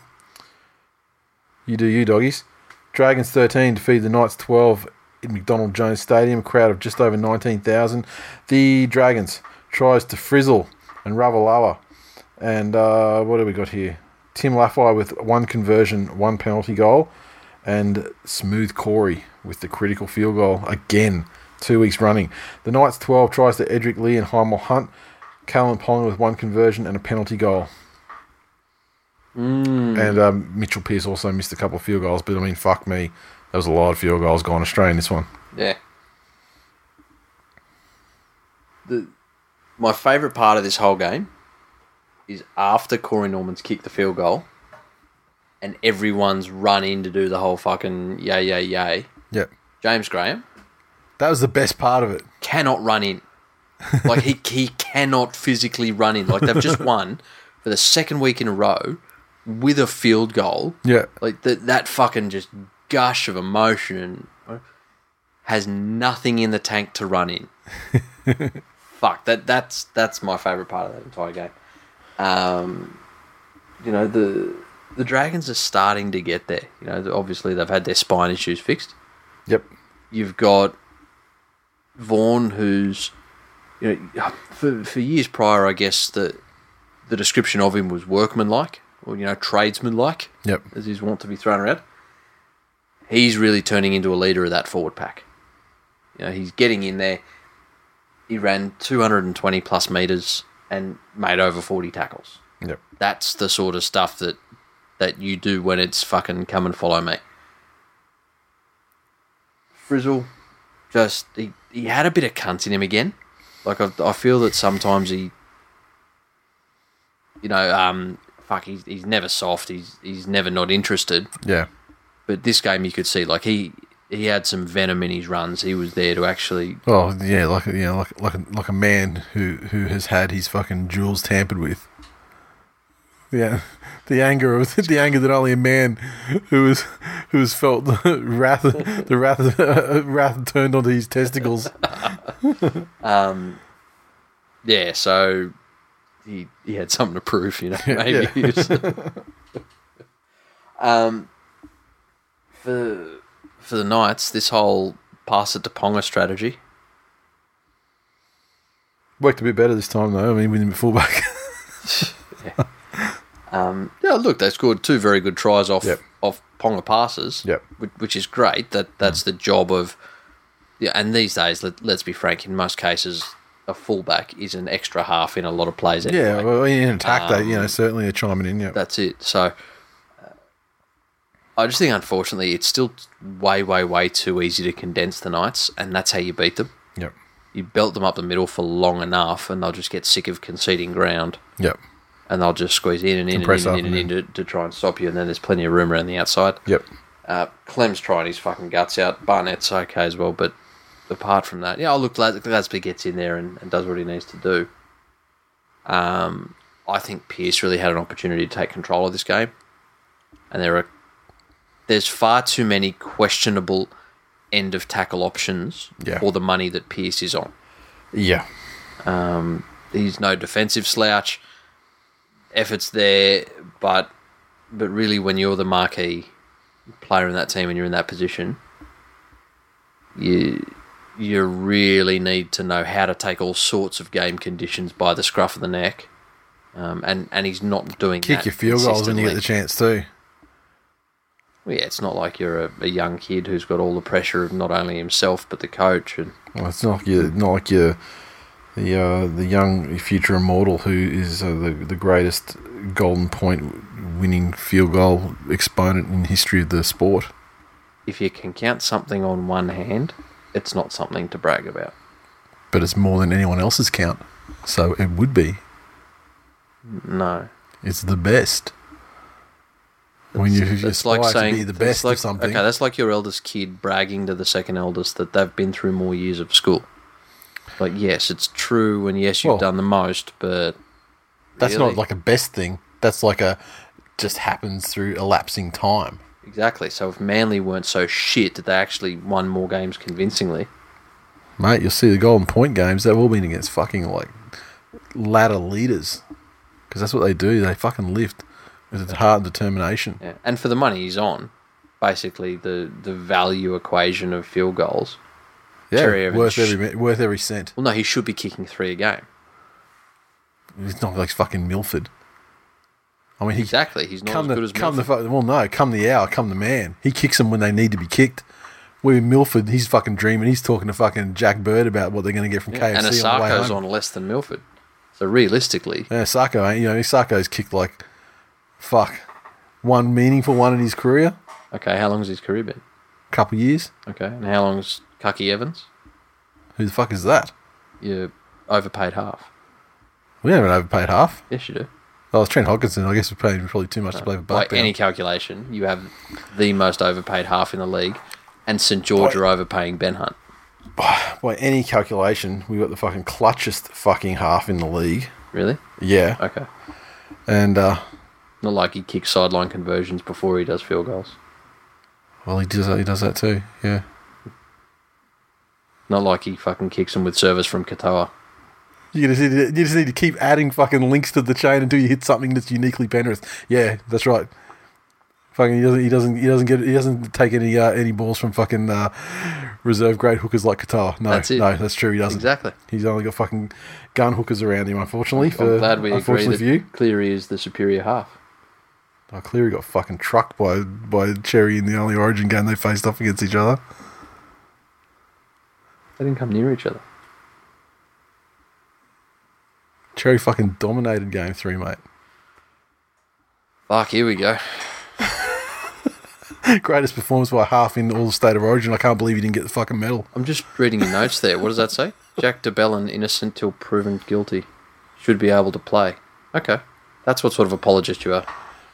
[SPEAKER 1] you do you, doggies. Dragons 13 defeated the Knights 12 in McDonald Jones Stadium, a crowd of just over 19,000. The Dragons tries to frizzle and Ravalawa. And uh, what do we got here? Tim Lafai with one conversion, one penalty goal, and Smooth Corey with the critical field goal again, two weeks running. The Knights 12 tries to Edric Lee and Heimel Hunt. Callum Pong with one conversion and a penalty goal. And um, Mitchell Pearce also missed a couple of field goals, but I mean, fuck me. There was a lot of field goals gone astray in this one.
[SPEAKER 2] Yeah. The my favourite part of this whole game is after Corey Norman's kicked the field goal and everyone's run in to do the whole fucking yay yay yay.
[SPEAKER 1] Yep.
[SPEAKER 2] James Graham
[SPEAKER 1] That was the best part of it.
[SPEAKER 2] cannot run in. Like he he cannot physically run in. Like they've just won for the second week in a row with a field goal.
[SPEAKER 1] Yeah.
[SPEAKER 2] Like that that fucking just gush of emotion and has nothing in the tank to run in. Fuck that that's that's my favorite part of that entire game. Um, you know the the dragons are starting to get there. You know obviously they've had their spine issues fixed
[SPEAKER 1] Yep.
[SPEAKER 2] you've got Vaughan, who's you know for, for years prior, I guess the the description of him was workmanlike or you know tradesmanlike,
[SPEAKER 1] Yep.
[SPEAKER 2] as he's wont to be thrown around. He's really turning into a leader of that forward pack. You know, he's getting in there. He ran 220 plus meters and made over 40 tackles
[SPEAKER 1] Yep.
[SPEAKER 2] that's the sort of stuff that that you do when it's fucking come and follow me. Frizzle, just he, he had a bit of cunt in him again. Like I, I feel that sometimes he, you know, um, fuck, he's, he's never soft. He's he's never not interested.
[SPEAKER 1] Yeah.
[SPEAKER 2] But this game you could see like he he had some venom in his runs. He was there to actually
[SPEAKER 1] Oh yeah, like a- yeah, like like a, like a man who who has had his fucking jewels tampered with. Yeah, the anger of *laughs* the anger that only a man who has who has felt the wrath the wrath *laughs* wrath turned onto his testicles.
[SPEAKER 2] yeah, so he he had something to prove, you know.
[SPEAKER 1] *laughs*
[SPEAKER 2] Maybe.
[SPEAKER 1] yeah.
[SPEAKER 2] He was- um, for for the Knights, this whole pass it to Ponga strategy.
[SPEAKER 1] Worked a bit better this time though. I mean, with him at fullback.
[SPEAKER 2] Yeah, look, they scored two very good tries off
[SPEAKER 1] Yep.
[SPEAKER 2] off Ponga passes.
[SPEAKER 1] Yep. Mm.
[SPEAKER 2] which, which is great. That that's the job of. Yeah, and these days, let, let's be frank. In most cases, a fullback is an extra half in a lot of plays. Anyway.
[SPEAKER 1] yeah, well, in attack they you know
[SPEAKER 2] Um,
[SPEAKER 1] certainly are chiming in. Yeah,
[SPEAKER 2] that's it. So uh, I just think, unfortunately, it's still way, way, way too easy to condense the Knights, and that's how you beat them.
[SPEAKER 1] yep,
[SPEAKER 2] You belt them up the middle for long enough, and they'll just get sick of conceding ground,
[SPEAKER 1] yep,
[SPEAKER 2] and they'll just squeeze in and in
[SPEAKER 1] Compress
[SPEAKER 2] and
[SPEAKER 1] up
[SPEAKER 2] in and in,
[SPEAKER 1] and
[SPEAKER 2] and in to, to try and stop you, and then there's plenty of room around the outside.
[SPEAKER 1] yep.
[SPEAKER 2] Uh, Clem's trying his fucking guts out. Barnett's okay as well, but apart from that, yeah, I look, Glas- Glasby gets in there and, and does what he needs to do. Um, I think Pearce really had an opportunity to take control of this game, and there are there's far too many questionable end of tackle options
[SPEAKER 1] Yeah.
[SPEAKER 2] for the money that Pearce is on.
[SPEAKER 1] Yeah,
[SPEAKER 2] Um, he's no defensive slouch. Efforts there, but but really, when you're the marquee player in that team and you're in that position, you you really need to know how to take all sorts of game conditions by the scruff of the neck. Um, and and he's not doing
[SPEAKER 1] kick
[SPEAKER 2] that
[SPEAKER 1] your field goals when you get the
[SPEAKER 2] consistently.
[SPEAKER 1] chance too.
[SPEAKER 2] Well, yeah, it's not like you're a, a young kid who's got all the pressure of not only himself but the coach and
[SPEAKER 1] Well, it's not like you, not like you, the uh, the young future immortal who is uh, the the greatest golden point winning field goal exponent in the history of the sport.
[SPEAKER 2] if you can count something on one hand, it's not something to brag about.
[SPEAKER 1] But it's more than anyone else's count, so it would be.
[SPEAKER 2] No.
[SPEAKER 1] It's the best. When you
[SPEAKER 2] It's
[SPEAKER 1] aspire
[SPEAKER 2] like saying
[SPEAKER 1] to be the
[SPEAKER 2] that's
[SPEAKER 1] best
[SPEAKER 2] like,
[SPEAKER 1] of something,
[SPEAKER 2] Okay, that's like your eldest kid bragging to the second eldest that they've been through more years of school. Like, yes, it's true, and yes, you've
[SPEAKER 1] Well-
[SPEAKER 2] done the most, but
[SPEAKER 1] that's
[SPEAKER 2] really.
[SPEAKER 1] not like a best thing. That's like a just happens through elapsing time.
[SPEAKER 2] exactly. So if Manly weren't so shit that they actually won more games convincingly,
[SPEAKER 1] Mate, you'll see the Golden Point games. They've all been against fucking like ladder leaders because that's what they do. They fucking lift with heart and determination.
[SPEAKER 2] yeah. and for the money he's on, basically the the value equation of field goals.
[SPEAKER 1] Yeah,
[SPEAKER 2] Cherry of
[SPEAKER 1] worth
[SPEAKER 2] it.
[SPEAKER 1] every mi- worth every cent.
[SPEAKER 2] Well, no, he should be kicking three a game.
[SPEAKER 1] It's not like fucking Milford. I mean, he
[SPEAKER 2] Exactly, he's not
[SPEAKER 1] come
[SPEAKER 2] as
[SPEAKER 1] the
[SPEAKER 2] good as
[SPEAKER 1] come
[SPEAKER 2] Milford.
[SPEAKER 1] the fuck. Well, no, come the hour, come the man. He kicks them when they need to be kicked. Where Milford, he's fucking dreaming. He's talking to fucking Jack Bird about what they're going to get from KFC
[SPEAKER 2] and
[SPEAKER 1] on the way
[SPEAKER 2] Asako's
[SPEAKER 1] home.
[SPEAKER 2] on less than Milford. So realistically,
[SPEAKER 1] Yeah, Sacco, ain't- you know, Sacco's kicked like fuck one meaningful one in his career,
[SPEAKER 2] okay, how long's his career been?
[SPEAKER 1] couple years.
[SPEAKER 2] Okay, and how long's Cucky Evans?
[SPEAKER 1] Who the fuck is that?
[SPEAKER 2] You overpaid half.
[SPEAKER 1] We haven't overpaid half.
[SPEAKER 2] Yes, you do.
[SPEAKER 1] Oh, it's Trent Hodkinson. I guess we're paying probably too much to play for
[SPEAKER 2] By
[SPEAKER 1] Blackburn.
[SPEAKER 2] any calculation, you have the most overpaid half in the league, and St George are overpaying Ben Hunt.
[SPEAKER 1] By any calculation, we got the fucking clutchest fucking half in the league.
[SPEAKER 2] Really?
[SPEAKER 1] Yeah,
[SPEAKER 2] Okay.
[SPEAKER 1] and uh,
[SPEAKER 2] Not like he kicks sideline conversions before he does field goals.
[SPEAKER 1] well, he does that. He does that too. Yeah,
[SPEAKER 2] Not like he fucking kicks them with service from Katoa.
[SPEAKER 1] you just, need to, you just need to keep adding fucking links to the chain until you hit something that's uniquely Penrith. Yeah, that's right. Fucking, he doesn't, he doesn't, he doesn't get, he doesn't take any uh, any balls from fucking uh, reserve grade hookers like Qatar. No,
[SPEAKER 3] That's it.
[SPEAKER 1] no, that's true. He doesn't
[SPEAKER 3] Exactly.
[SPEAKER 1] He's only got fucking gun hookers around him. Unfortunately, for
[SPEAKER 3] I'm glad we agree
[SPEAKER 1] unfortunately
[SPEAKER 3] that
[SPEAKER 1] for you,
[SPEAKER 3] Cleary is the superior half.
[SPEAKER 1] oh, Cleary got fucking trucked by by Cherry in the only Origin game they faced off against each other.
[SPEAKER 3] They didn't come near each other.
[SPEAKER 1] Cherry fucking dominated game three, mate. *laughs*
[SPEAKER 2] Fuck, here we go.
[SPEAKER 1] Greatest performance by half in all the state of origin. I can't believe he didn't get the fucking medal.
[SPEAKER 2] I'm just reading your notes there. What does that say? Jack DeBellin, innocent till proven guilty, should be able to play. Okay, that's what sort of apologist you are.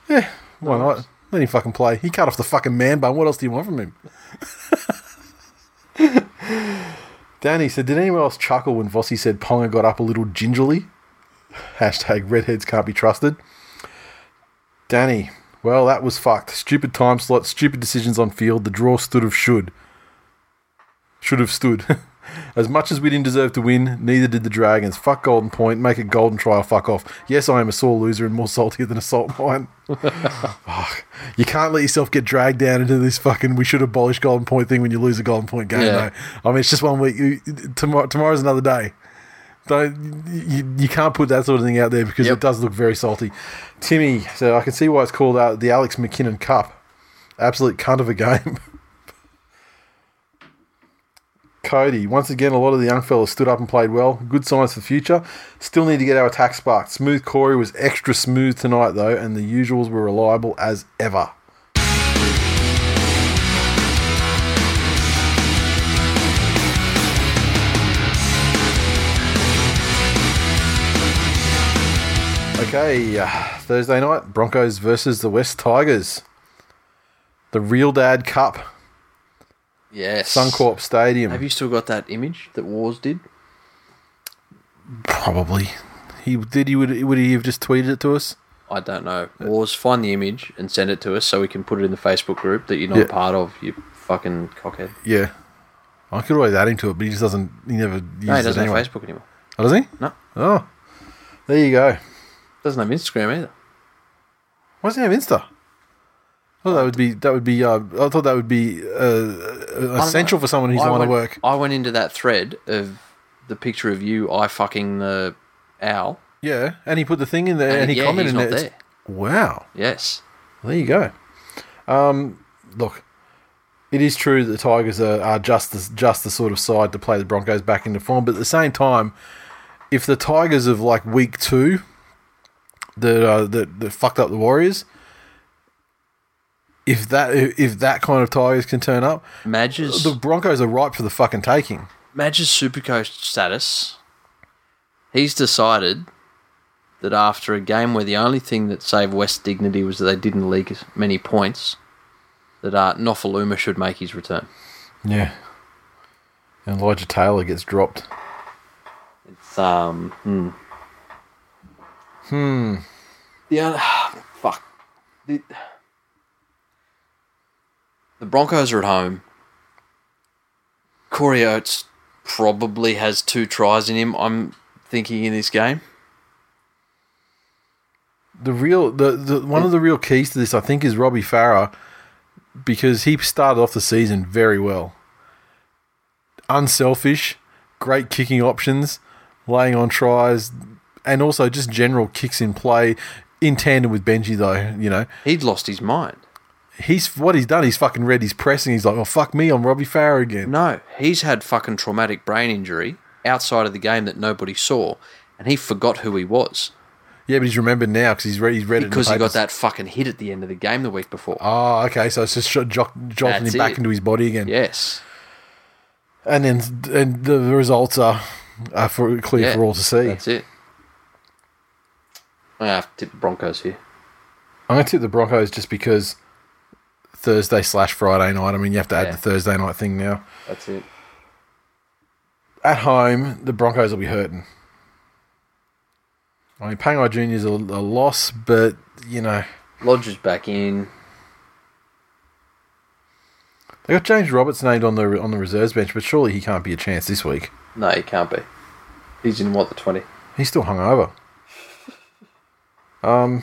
[SPEAKER 1] Yeah, why not? Let him fucking play. He cut off the fucking man bun. What else do you want from him? Danny said, Did anyone else chuckle when Vossi said Ponga got up a little gingerly? Hashtag redheads can't be trusted. Danny, well, that was fucked. Stupid time slot, stupid decisions on field. The draw stood of should. Should have stood. *laughs* as much as we didn't deserve to win, neither did the Dragons. Fuck Golden Point, make it Golden Trial, fuck off. Yes, I am a sore loser and more saltier than a salt mine. *laughs* Fuck. You can't let yourself get dragged down into this fucking we should abolish Golden Point thing when you lose a Golden Point game,
[SPEAKER 3] Yeah.
[SPEAKER 1] though. I mean, it's just one week. You, tomorrow, tomorrow's another day. Don't, you, you can't put that sort of thing out there because
[SPEAKER 2] Yep.
[SPEAKER 1] it does look very salty. Timmy, so I can see why it's called out the Alex McKinnon Cup. Absolute cunt of a game. *laughs* Cody, once again, a lot of the young fellas stood up and played well. Good signs for the future. Still need to get our attack sparked. Smooth Corey was extra smooth tonight, though, and the usuals were reliable as ever. Okay, uh, Thursday night, Broncos versus the West Tigers. The Real Dad Cup,
[SPEAKER 2] Yes.
[SPEAKER 1] Suncorp Stadium.
[SPEAKER 2] Have you still got that image that Wars did?
[SPEAKER 1] Probably. He did. He would. Would he have just tweeted it to us?
[SPEAKER 2] I don't know. Wars, find the image and send it to us so we can put it in the Facebook group that you're not
[SPEAKER 1] Yeah.
[SPEAKER 2] part of, you fucking cockhead.
[SPEAKER 1] Yeah. I could always add him to it, but he just doesn't. He never uses
[SPEAKER 2] No, he doesn't
[SPEAKER 1] it anyway.
[SPEAKER 2] have Facebook anymore.
[SPEAKER 1] Oh, does he?
[SPEAKER 2] No.
[SPEAKER 1] Oh, there you go.
[SPEAKER 2] Doesn't have Instagram either.
[SPEAKER 1] Why doesn't he have Insta? Well, that would be that would be. Uh, I thought that would be uh, essential for someone who's
[SPEAKER 2] I
[SPEAKER 1] not
[SPEAKER 2] went,
[SPEAKER 1] to work.
[SPEAKER 2] I went into that thread of the picture of you, I fucking the owl.
[SPEAKER 1] Yeah, and he put the thing in there, and, he
[SPEAKER 2] Uh, yeah,
[SPEAKER 1] commented
[SPEAKER 2] he's not
[SPEAKER 1] in it.
[SPEAKER 2] there.
[SPEAKER 1] Wow.
[SPEAKER 2] Yes.
[SPEAKER 1] There you go. Um, look, it is true that the Tigers are, are just the, just the sort of side to play the Broncos back into form, but at the same time, if the Tigers of like week two that uh, that, that fucked up the Warriors, if that if that kind of Tigers can turn up,
[SPEAKER 2] Madge's
[SPEAKER 1] the Broncos are ripe for the fucking taking.
[SPEAKER 2] Madge's supercoach status, he's decided that after a game where the only thing that saved West dignity was that they didn't leak as many points, that uh, Nofaluma should make his return.
[SPEAKER 1] Yeah. And Elijah Taylor gets dropped.
[SPEAKER 2] It's, um, hmm. The other, *sighs* fuck. The, the Broncos are at home. Corey Oates probably has two tries in him, I'm thinking, in this game.
[SPEAKER 1] the real the, the one of the real keys to this I think is Robbie Farah because he started off the season very well. Unselfish, great kicking options, laying on tries, and also just general kicks in play in tandem with Benji though, you know
[SPEAKER 2] He'd lost his mind.
[SPEAKER 1] he's what he's done. He's fucking read. He's pressing. He's like, oh fuck me, I'm Robbie Farah again.
[SPEAKER 2] No, he's had fucking traumatic brain injury outside of the game that nobody saw, and he forgot who he was
[SPEAKER 1] Yeah, but he's remembered now because he's read. He's read it in the
[SPEAKER 2] because he got
[SPEAKER 1] papers.
[SPEAKER 2] that fucking hit at the end of the game the week before.
[SPEAKER 1] Oh, okay. So it's just jo- jo- jolting
[SPEAKER 2] That's
[SPEAKER 1] him back
[SPEAKER 2] it.
[SPEAKER 1] into his body again.
[SPEAKER 2] Yes,
[SPEAKER 1] And then and the results are, are for, clear
[SPEAKER 2] Yeah,
[SPEAKER 1] for all to see.
[SPEAKER 2] that's it. I have to tip the Broncos here.
[SPEAKER 1] I'm going to tip the Broncos just because Thursday slash Friday night. I mean, you have to add
[SPEAKER 2] Yeah.
[SPEAKER 1] the Thursday night thing now.
[SPEAKER 2] That's it.
[SPEAKER 1] At home, the Broncos will be hurting. I mean, Pangai Junior is a, a loss, but you know
[SPEAKER 2] Lodger's back in.
[SPEAKER 1] they got James Roberts named on the on the reserves bench, but surely he can't be a chance this week.
[SPEAKER 2] No, he can't be. He's in what the twenty.
[SPEAKER 1] He's still hungover. Um,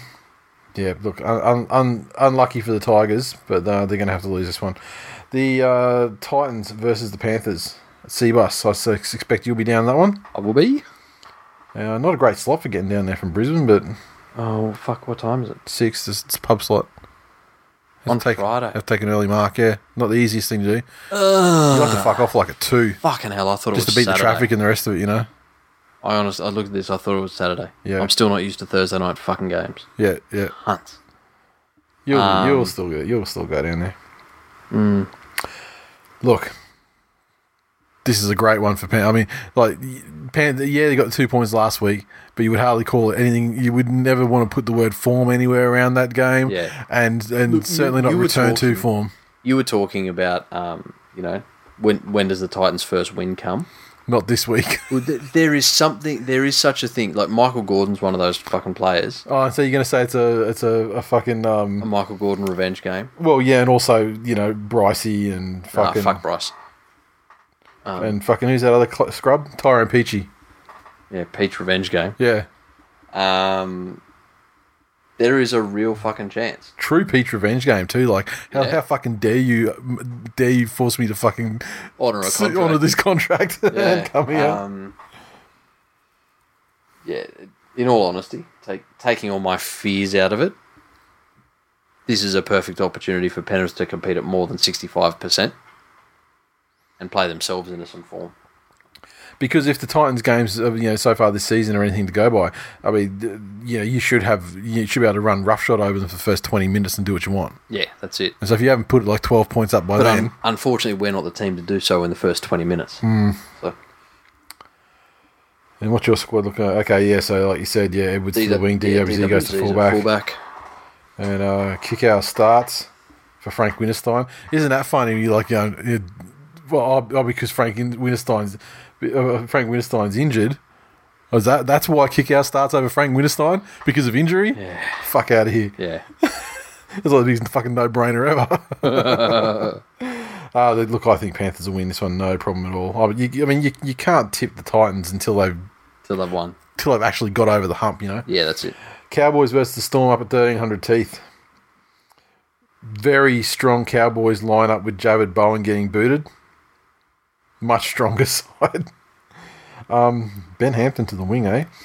[SPEAKER 1] Yeah, look, un- un- un- unlucky for the Tigers, but uh, they're going to have to lose this one. The uh, Titans versus the Panthers. Seabus, I su- expect you'll be down that one.
[SPEAKER 3] I will be.
[SPEAKER 1] Uh, not a great slot for getting down there from Brisbane, but
[SPEAKER 3] Oh fuck! What time is it?
[SPEAKER 1] six, it's, it's pub slot.
[SPEAKER 2] On
[SPEAKER 1] Take-
[SPEAKER 2] Friday.
[SPEAKER 1] Have to take an early mark, yeah. Not the easiest thing to do. you have to fuck off like a two
[SPEAKER 2] Fucking hell, I thought
[SPEAKER 1] just
[SPEAKER 2] it
[SPEAKER 1] to
[SPEAKER 2] was
[SPEAKER 1] beat
[SPEAKER 2] Saturday.
[SPEAKER 1] the traffic and the rest of it, you know?
[SPEAKER 2] I honestly, I looked at this, I thought it was Saturday.
[SPEAKER 1] Yeah.
[SPEAKER 2] I'm still not used to Thursday night fucking games.
[SPEAKER 1] Yeah, yeah.
[SPEAKER 2] Hunts.
[SPEAKER 1] You'll, you'll still go. You'll still go down there. Look, this is a great one for Pan. I mean, like y- Pan. Yeah, they got two points last week, but you would hardly call it anything. You would never want to put the word form anywhere around that game.
[SPEAKER 2] Yeah.
[SPEAKER 1] and and certainly not
[SPEAKER 2] you were
[SPEAKER 1] return to
[SPEAKER 2] talking-
[SPEAKER 1] form.
[SPEAKER 2] You were talking about, um, you know, when when does the Titans' first win come?
[SPEAKER 1] Not this week. *laughs*
[SPEAKER 2] Well, th- there is something, there is such a thing. Like Michael Gordon's one of those fucking players.
[SPEAKER 1] oh, so you're gonna say it's a it's a, a fucking
[SPEAKER 2] A
[SPEAKER 1] um.
[SPEAKER 2] Michael Gordon revenge game.
[SPEAKER 1] Well, yeah, and also you know Brycey and
[SPEAKER 2] Ah,
[SPEAKER 1] fucking
[SPEAKER 2] fuck Bryce.
[SPEAKER 1] and fucking who's that other cl- scrub? Tyrone Peachy.
[SPEAKER 2] Yeah, Peach revenge game.
[SPEAKER 1] Yeah,
[SPEAKER 2] Um, there is a real fucking chance.
[SPEAKER 1] true peach revenge game too. Like, how,
[SPEAKER 2] Yeah.
[SPEAKER 1] how fucking dare you, um, dare you force me to fucking
[SPEAKER 2] Honor a
[SPEAKER 1] sit
[SPEAKER 2] contract.
[SPEAKER 1] *laughs* honor this contract *laughs* and come here?
[SPEAKER 2] Um, yeah, in all honesty, take, taking all my fears out of it, this is a perfect opportunity for Penrith to compete at more than 65% and play themselves into some form.
[SPEAKER 1] because if the Titans games, uh, you know, so far this season are anything to go by, I mean, th- you know, you should have, you should be able to run roughshod over them for the first twenty minutes and do what you want.
[SPEAKER 2] Yeah, that's it.
[SPEAKER 1] And so if you haven't put like twelve points up by
[SPEAKER 2] But
[SPEAKER 1] then,
[SPEAKER 2] um, unfortunately, we're not the team to do so in the first 20 minutes.
[SPEAKER 1] Hmm.
[SPEAKER 2] So
[SPEAKER 1] and what's your squad looking? at? Okay, yeah, so like you said, yeah, Edwards to the wing, D obviously goes to
[SPEAKER 2] DWZ 's a
[SPEAKER 1] fullback,
[SPEAKER 2] fullback.
[SPEAKER 1] and uh, kick our starts for Frank Winterstein. Isn't that funny? You like, you know, you- well, oh, oh, because Frank in- Winterstein's uh, Frank Winterstein's injured. Oh, Is that that's why kick out starts over Frank Winterstein because of injury? Yeah. Fuck out of here.
[SPEAKER 2] Yeah.
[SPEAKER 1] It's like the biggest fucking no brainer ever. *laughs* uh, look, I think Panthers will win this one, no problem at all. I mean, you, I mean, you, you can't tip the Titans until they've
[SPEAKER 2] Till they've won.
[SPEAKER 1] till they've actually got over the hump, you know.
[SPEAKER 2] Yeah,
[SPEAKER 1] *laughs*
[SPEAKER 2] that's it.
[SPEAKER 1] Cowboys versus the Storm up at 1300 teeth. Very strong Cowboys lineup with Javid Bowen getting booted. Much stronger *laughs* side. Um, ben Hampton to the wing, eh? *sighs*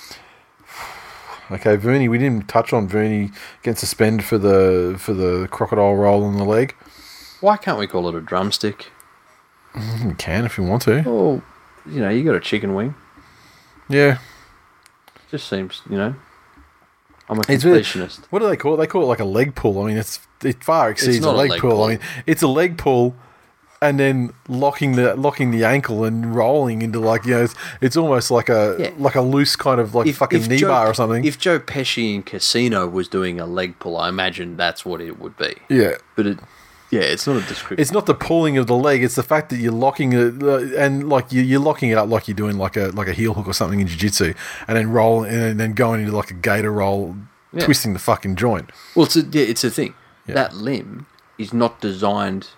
[SPEAKER 1] Okay, Verney. We didn't touch on Verney getting suspended for the for the crocodile roll on the leg.
[SPEAKER 2] Why can't we call it a drumstick?
[SPEAKER 1] You can if you want to.
[SPEAKER 2] Oh, you know, you got a chicken wing.
[SPEAKER 1] Yeah,
[SPEAKER 2] Just seems, you know, I'm a
[SPEAKER 1] It's really-
[SPEAKER 2] completionist.
[SPEAKER 1] What do they call it? They call it like a leg pull. I mean, it's it far exceeds
[SPEAKER 2] not
[SPEAKER 1] a leg, pull. I mean, it's a leg pull, and then locking the locking the ankle and rolling into like you know, it's, it's almost like a
[SPEAKER 2] Yeah.
[SPEAKER 1] like a loose kind of like fucking knee
[SPEAKER 2] Joe,
[SPEAKER 1] bar or something.
[SPEAKER 2] If Joe Pesci in Casino was doing a leg pull, I imagine that's what it would be.
[SPEAKER 1] yeah.
[SPEAKER 2] But it, yeah, it's not a description.
[SPEAKER 1] It's not the pulling of the leg; it's the fact that you're locking it, uh, and like you, you're locking it up, like you're doing like a like a heel hook or something in jiu-jitsu, and then roll, and then going into like a gator roll, twisting the fucking joint.
[SPEAKER 2] well, it's a, yeah, it's a thing. That limb is not designed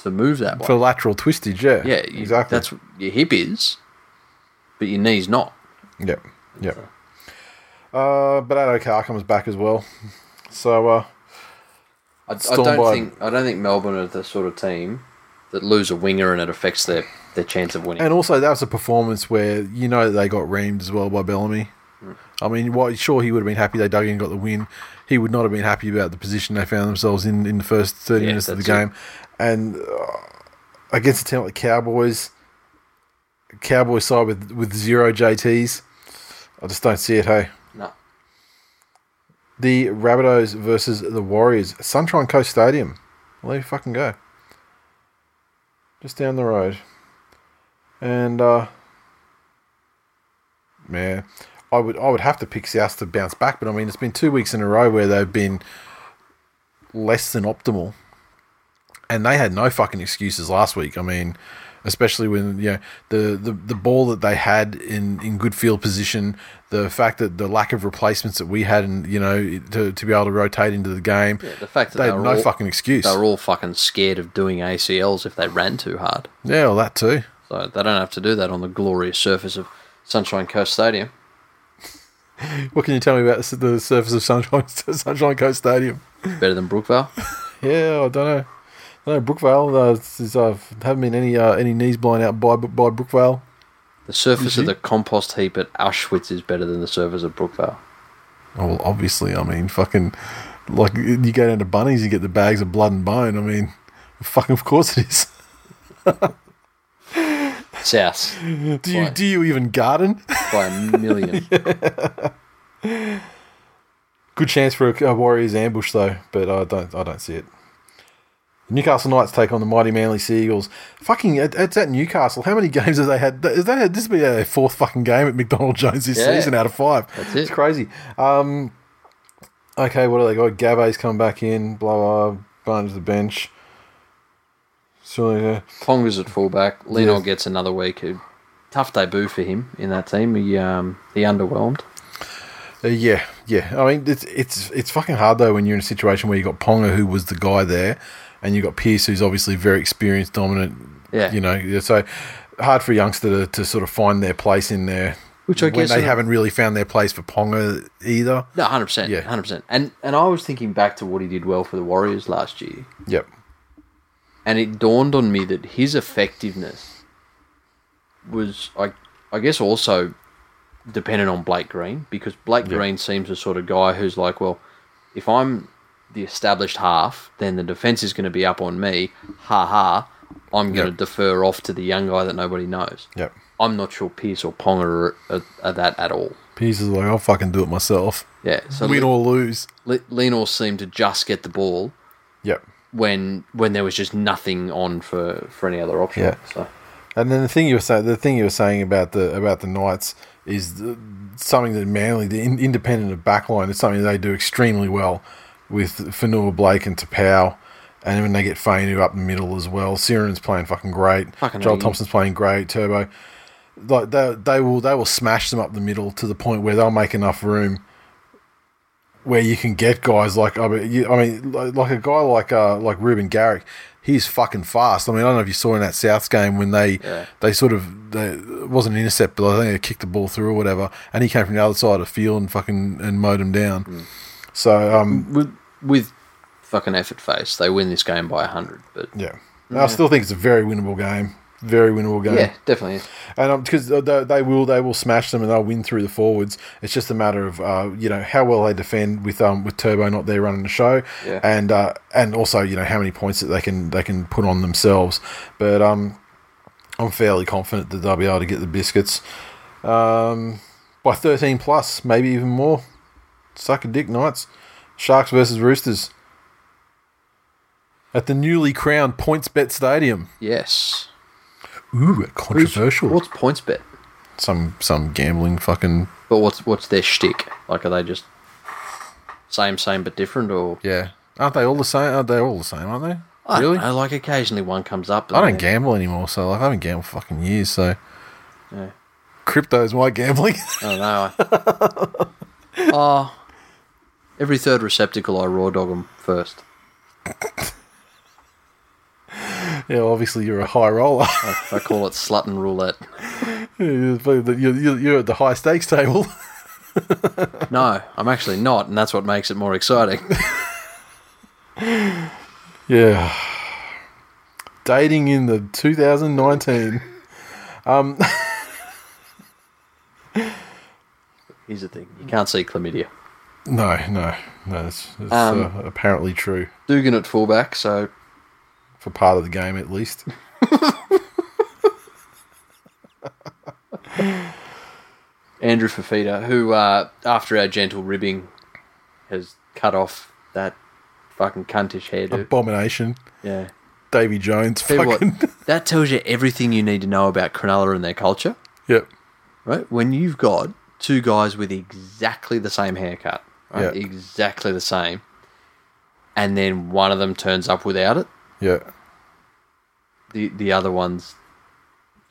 [SPEAKER 2] to move that way.
[SPEAKER 1] for lateral twistage. Yeah,
[SPEAKER 2] yeah, you,
[SPEAKER 1] exactly.
[SPEAKER 2] That's your hip is, but your knee's not.
[SPEAKER 1] Yep. Yep. Uh, but Addo Carr comes back as well. So, uh,
[SPEAKER 2] I, I
[SPEAKER 1] Storm
[SPEAKER 2] don't
[SPEAKER 1] by-
[SPEAKER 2] think I don't think Melbourne are the sort of team that lose a winger and it affects their, their chance of winning.
[SPEAKER 1] and also that was a performance where you know they got reamed as well by Bellamy.
[SPEAKER 2] Hmm.
[SPEAKER 1] I mean, while sure he would have been happy they dug in and got the win, he would not have been happy about the position they found themselves in in the first thirty
[SPEAKER 2] Yeah,
[SPEAKER 1] minutes of the
[SPEAKER 2] that's it.
[SPEAKER 1] game, and uh, against a team like the Cowboys, Cowboys side with with zero JTs. I just don't see it. Hey.
[SPEAKER 2] no.
[SPEAKER 1] The Rabbitohs versus the Warriors, Sunshine Coast Stadium. Well, there you fucking go. Just down the road. And uh man, I would I would have to pick South to bounce back, but I mean it's been two weeks in a row where they've been less than optimal. And they had no fucking excuses last week. I mean, especially when you know the, the, the ball that they had in, in good field position, the fact that the lack of replacements that we had, and you know to, to be able to rotate into the game,
[SPEAKER 2] The fact that
[SPEAKER 1] they
[SPEAKER 2] they,
[SPEAKER 1] had
[SPEAKER 2] were
[SPEAKER 1] no
[SPEAKER 2] all-
[SPEAKER 1] fucking excuse.
[SPEAKER 2] They were all fucking scared of doing ACLs if they ran too hard.
[SPEAKER 1] yeah, well, that too.
[SPEAKER 2] So they don't have to do that on the glorious surface of Sunshine Coast Stadium.
[SPEAKER 1] What can you tell me about the, the surface of Sunshine *laughs* Sunshine Coast Stadium?
[SPEAKER 2] Better than Brookvale.
[SPEAKER 1] Yeah, I don't know. I don't know Brookvale. Uh, this is, uh, haven't been any uh, any knees blown out by by Brookvale.
[SPEAKER 2] The surface of the compost heap at Auschwitz is better than the surface of Brookvale.
[SPEAKER 1] Oh, well, obviously, I mean, fucking, like you go down to Bunnies, you get the bags of blood and bone. I mean, fucking, of course it is. *laughs*
[SPEAKER 2] South
[SPEAKER 1] Do you do you even garden?
[SPEAKER 2] by a million.
[SPEAKER 1] Good chance for a, a Warriors ambush though, but I don't I don't see it. Newcastle Knights take on the mighty Manly Seagulls. Fucking, it- it's at Newcastle. How many *laughs* games have they had? Is that this will be their fourth fucking game at McDonald Jones this
[SPEAKER 2] Yeah.
[SPEAKER 1] season out of five?
[SPEAKER 2] That's it.
[SPEAKER 1] It's crazy. Um, okay, what do they got? Gabe's come back in. Blah blah. Barnes to the bench. So yeah,
[SPEAKER 2] Ponga's at fullback. Leno
[SPEAKER 1] Yes.
[SPEAKER 2] gets another week. A tough debut for him in that team. He um, he underwhelmed.
[SPEAKER 1] Uh, yeah, yeah. I mean, it's it's it's fucking hard though when you're in a situation where you got Ponga, who was the guy there, and you got Pierce, who's obviously very experienced, dominant.
[SPEAKER 2] Yeah.
[SPEAKER 1] you know, so hard for a youngster to, to sort of find their place in there.
[SPEAKER 2] Which I
[SPEAKER 1] when
[SPEAKER 2] guess
[SPEAKER 1] they
[SPEAKER 2] in a-
[SPEAKER 1] haven't really found their place for Ponga either.
[SPEAKER 2] No, hundred percent.
[SPEAKER 1] Yeah.
[SPEAKER 2] hundred percent. And and I was thinking back to what he did well for the Warriors last year,
[SPEAKER 1] Yep.
[SPEAKER 2] and it dawned on me that his effectiveness was, I I guess, also dependent on Blake Green because Blake Green seems the sort of guy who's like, well, if I'm the established half, then the defense is going to be up on me. Ha ha. I'm
[SPEAKER 1] Yeah.
[SPEAKER 2] going to defer off to the young guy that nobody knows.
[SPEAKER 1] Yep.
[SPEAKER 2] I'm not sure Pierce or Ponga are, are, are that at all.
[SPEAKER 1] Pierce is like, I'll fucking do it myself.
[SPEAKER 2] Yeah. So
[SPEAKER 1] Win or lose.
[SPEAKER 2] Le- Lenore seemed to just get the ball
[SPEAKER 1] Yep.
[SPEAKER 2] when when there was just nothing on for, for any other option.
[SPEAKER 1] Yeah.
[SPEAKER 2] So
[SPEAKER 1] And then the thing you were saying, the thing you were saying about the about the Knights is the, something that Manly, the in, independent of backline, is something they do extremely well with Fanua Blake and Tapau, and when they get Fainu up the middle as well. Siren's playing fucking great.
[SPEAKER 2] Fucking
[SPEAKER 1] Joel
[SPEAKER 2] hell, you-
[SPEAKER 1] Thompson's playing great. Turbo, like they, they will they will smash them up the middle to the point where they'll make enough room where you can get guys like I mean, you, I mean like, like a guy like uh, like Ruben Garrick, he's fucking fast. I mean, I don't know if you saw in that Souths game when they they sort of they, it wasn't an intercept, but I think they kicked the ball through or whatever, and he came from the other side of the field and fucking and mowed him down. So um,
[SPEAKER 2] with with fucking effort face, they win this game by hundred. But
[SPEAKER 1] yeah, I still think it's a very winnable game. Very winnable game.
[SPEAKER 2] yeah, definitely. is.
[SPEAKER 1] and because they, they will they will smash them and they'll win through the forwards. It's just a matter of uh, you know how well they defend with um with Turbo not there running the show,
[SPEAKER 2] Yeah.
[SPEAKER 1] and uh, and also you know how many points that they can they can put on themselves. But um, I'm fairly confident that they'll be able to get the biscuits, um, by 13 plus, maybe even more. Suck a dick, Knights. Sharks versus Roosters at the newly crowned PointsBet Stadium.
[SPEAKER 2] Yes.
[SPEAKER 1] Ooh,
[SPEAKER 2] Who's-
[SPEAKER 1] controversial
[SPEAKER 2] What's points bet?
[SPEAKER 1] some some gambling fucking
[SPEAKER 2] But what's what's their shtick? Like, are they just same same but different, or
[SPEAKER 1] yeah. Aren't they all the same? Aren't they all the same? Aren't they?
[SPEAKER 2] I
[SPEAKER 1] really?
[SPEAKER 2] don't know, like occasionally one comes up. and
[SPEAKER 1] I don't
[SPEAKER 2] then-
[SPEAKER 1] gamble anymore, so like I haven't gambled for fucking years. So crypto's my gambling. *laughs*
[SPEAKER 2] I don't know. I, oh, every third receptacle I raw dog them first.
[SPEAKER 1] yeah, obviously you're a high roller. *laughs*
[SPEAKER 2] I, I call it slut and roulette.
[SPEAKER 1] you're, you're, you're at the high stakes table. *laughs*
[SPEAKER 2] No, I'm actually not, and that's what makes it more exciting.
[SPEAKER 1] yeah. Dating in the 2019.
[SPEAKER 2] Here's the thing: you
[SPEAKER 1] Mm.
[SPEAKER 2] can't see chlamydia.
[SPEAKER 1] No, no, no. That's, that's
[SPEAKER 2] Um,
[SPEAKER 1] uh, apparently true
[SPEAKER 2] Dugan at fullback, so
[SPEAKER 1] for part of the game at *laughs* least.
[SPEAKER 2] Andrew Fafita, who uh, after our gentle ribbing, has cut off that fucking cuntish hairdo.
[SPEAKER 1] Abomination.
[SPEAKER 2] yeah.
[SPEAKER 1] Davy Jones.
[SPEAKER 2] Tell you what,
[SPEAKER 1] Fucking. *laughs*
[SPEAKER 2] that tells you everything you need to know about Cronulla and their culture,
[SPEAKER 1] Yep.
[SPEAKER 2] right? When you've got two guys with exactly the same haircut, right?
[SPEAKER 1] Yeah.
[SPEAKER 2] exactly the same, and then one of them turns up without it,
[SPEAKER 1] Yeah.
[SPEAKER 2] the the other one's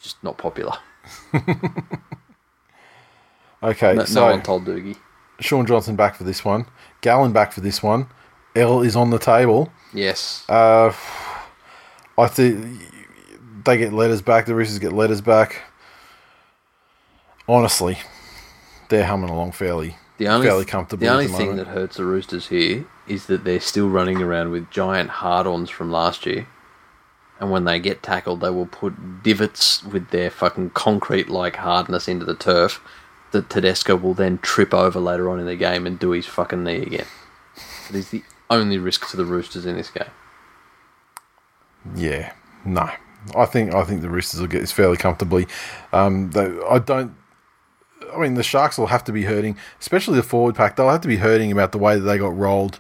[SPEAKER 2] just not popular.
[SPEAKER 1] Okay.
[SPEAKER 2] No,
[SPEAKER 1] so
[SPEAKER 2] no one told Doogie.
[SPEAKER 1] Sean Johnson back for this one. Gallen back for this one. L is on the table.
[SPEAKER 2] Yes.
[SPEAKER 1] Uh, I think they get letters back. The Roosters get letters back. Honestly, they're humming along fairly,
[SPEAKER 2] The only
[SPEAKER 1] fairly comfortably.
[SPEAKER 2] The only
[SPEAKER 1] at the
[SPEAKER 2] thing
[SPEAKER 1] moment.
[SPEAKER 2] that hurts the Roosters here is that they're still running around with giant hard-ons from last year, and when they get tackled, they will put divots with their fucking concrete-like hardness into the turf. That Tedesco will then trip over later on in the game and do his fucking knee again. It is the only risk to the Roosters in this game.
[SPEAKER 1] Yeah, no. I think I think the Roosters will get this fairly comfortably. Um, though I don't. I mean, the Sharks will have to be hurting, especially the forward pack. They'll have to be hurting about the way that they got rolled.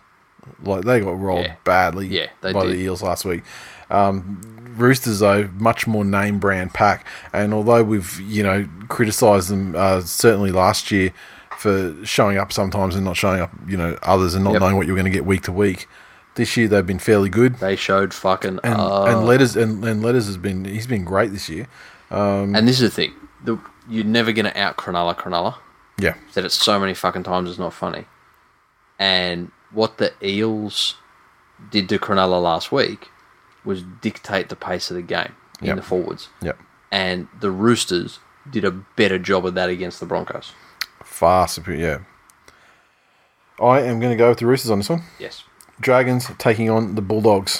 [SPEAKER 1] Like they got rolled
[SPEAKER 2] Yeah.
[SPEAKER 1] badly
[SPEAKER 2] Yeah, they
[SPEAKER 1] by the
[SPEAKER 2] did.
[SPEAKER 1] Eels last week. Um, Roosters though, much more name brand pack, and although we've you know criticised them uh, certainly last year for showing up sometimes and not showing up, you know, others and not
[SPEAKER 2] Yep.
[SPEAKER 1] knowing what you're going to get week to week. This year they've been fairly good
[SPEAKER 2] They showed fucking
[SPEAKER 1] and,
[SPEAKER 2] up.
[SPEAKER 1] and letters and, and letters has been he's been great this year.
[SPEAKER 2] And this is the thing: the, you're never going to out Cronulla Cronulla.
[SPEAKER 1] Yeah,
[SPEAKER 2] Said it so many fucking times; it's not funny. And what the Eels did to Cronulla last week was dictate the pace of the game in
[SPEAKER 1] Yep.
[SPEAKER 2] the forwards,
[SPEAKER 1] yeah,
[SPEAKER 2] and the Roosters did a better job of that against the Broncos.
[SPEAKER 1] far superior. Yeah, I am going to go with the Roosters on this one.
[SPEAKER 2] Yes,
[SPEAKER 1] Dragons taking on the Bulldogs.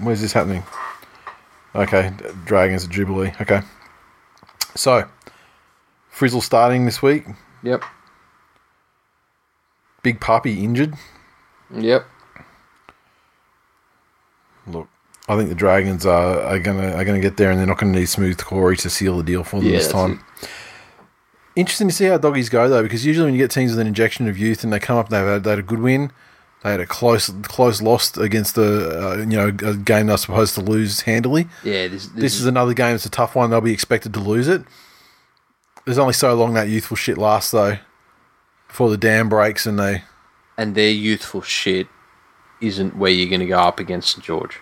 [SPEAKER 1] Where's this happening? Okay, D- Dragons at Jubilee. Okay, so Frizzle starting this week.
[SPEAKER 3] Yep.
[SPEAKER 1] Big Puppy injured.
[SPEAKER 3] Yep.
[SPEAKER 1] Look, I think the Dragons are, are gonna are gonna get there, and they're not gonna need Smooth Corey to seal the deal for them
[SPEAKER 3] Yeah,
[SPEAKER 1] this
[SPEAKER 3] that's
[SPEAKER 1] time.
[SPEAKER 3] it.
[SPEAKER 1] Interesting to see how doggies go though, because usually when you get teams with an injection of youth and they come up, they've had, they had a good win, they had a close close loss against the uh, you know a game they're supposed to lose handily.
[SPEAKER 2] yeah. This, this,
[SPEAKER 1] This
[SPEAKER 3] Mm-hmm.
[SPEAKER 1] is another game; it's a tough one. They'll be expected to lose it. There's only so long that youthful shit lasts though, before the dam breaks and they
[SPEAKER 2] and their youthful shit isn't where you're going to go up against St George.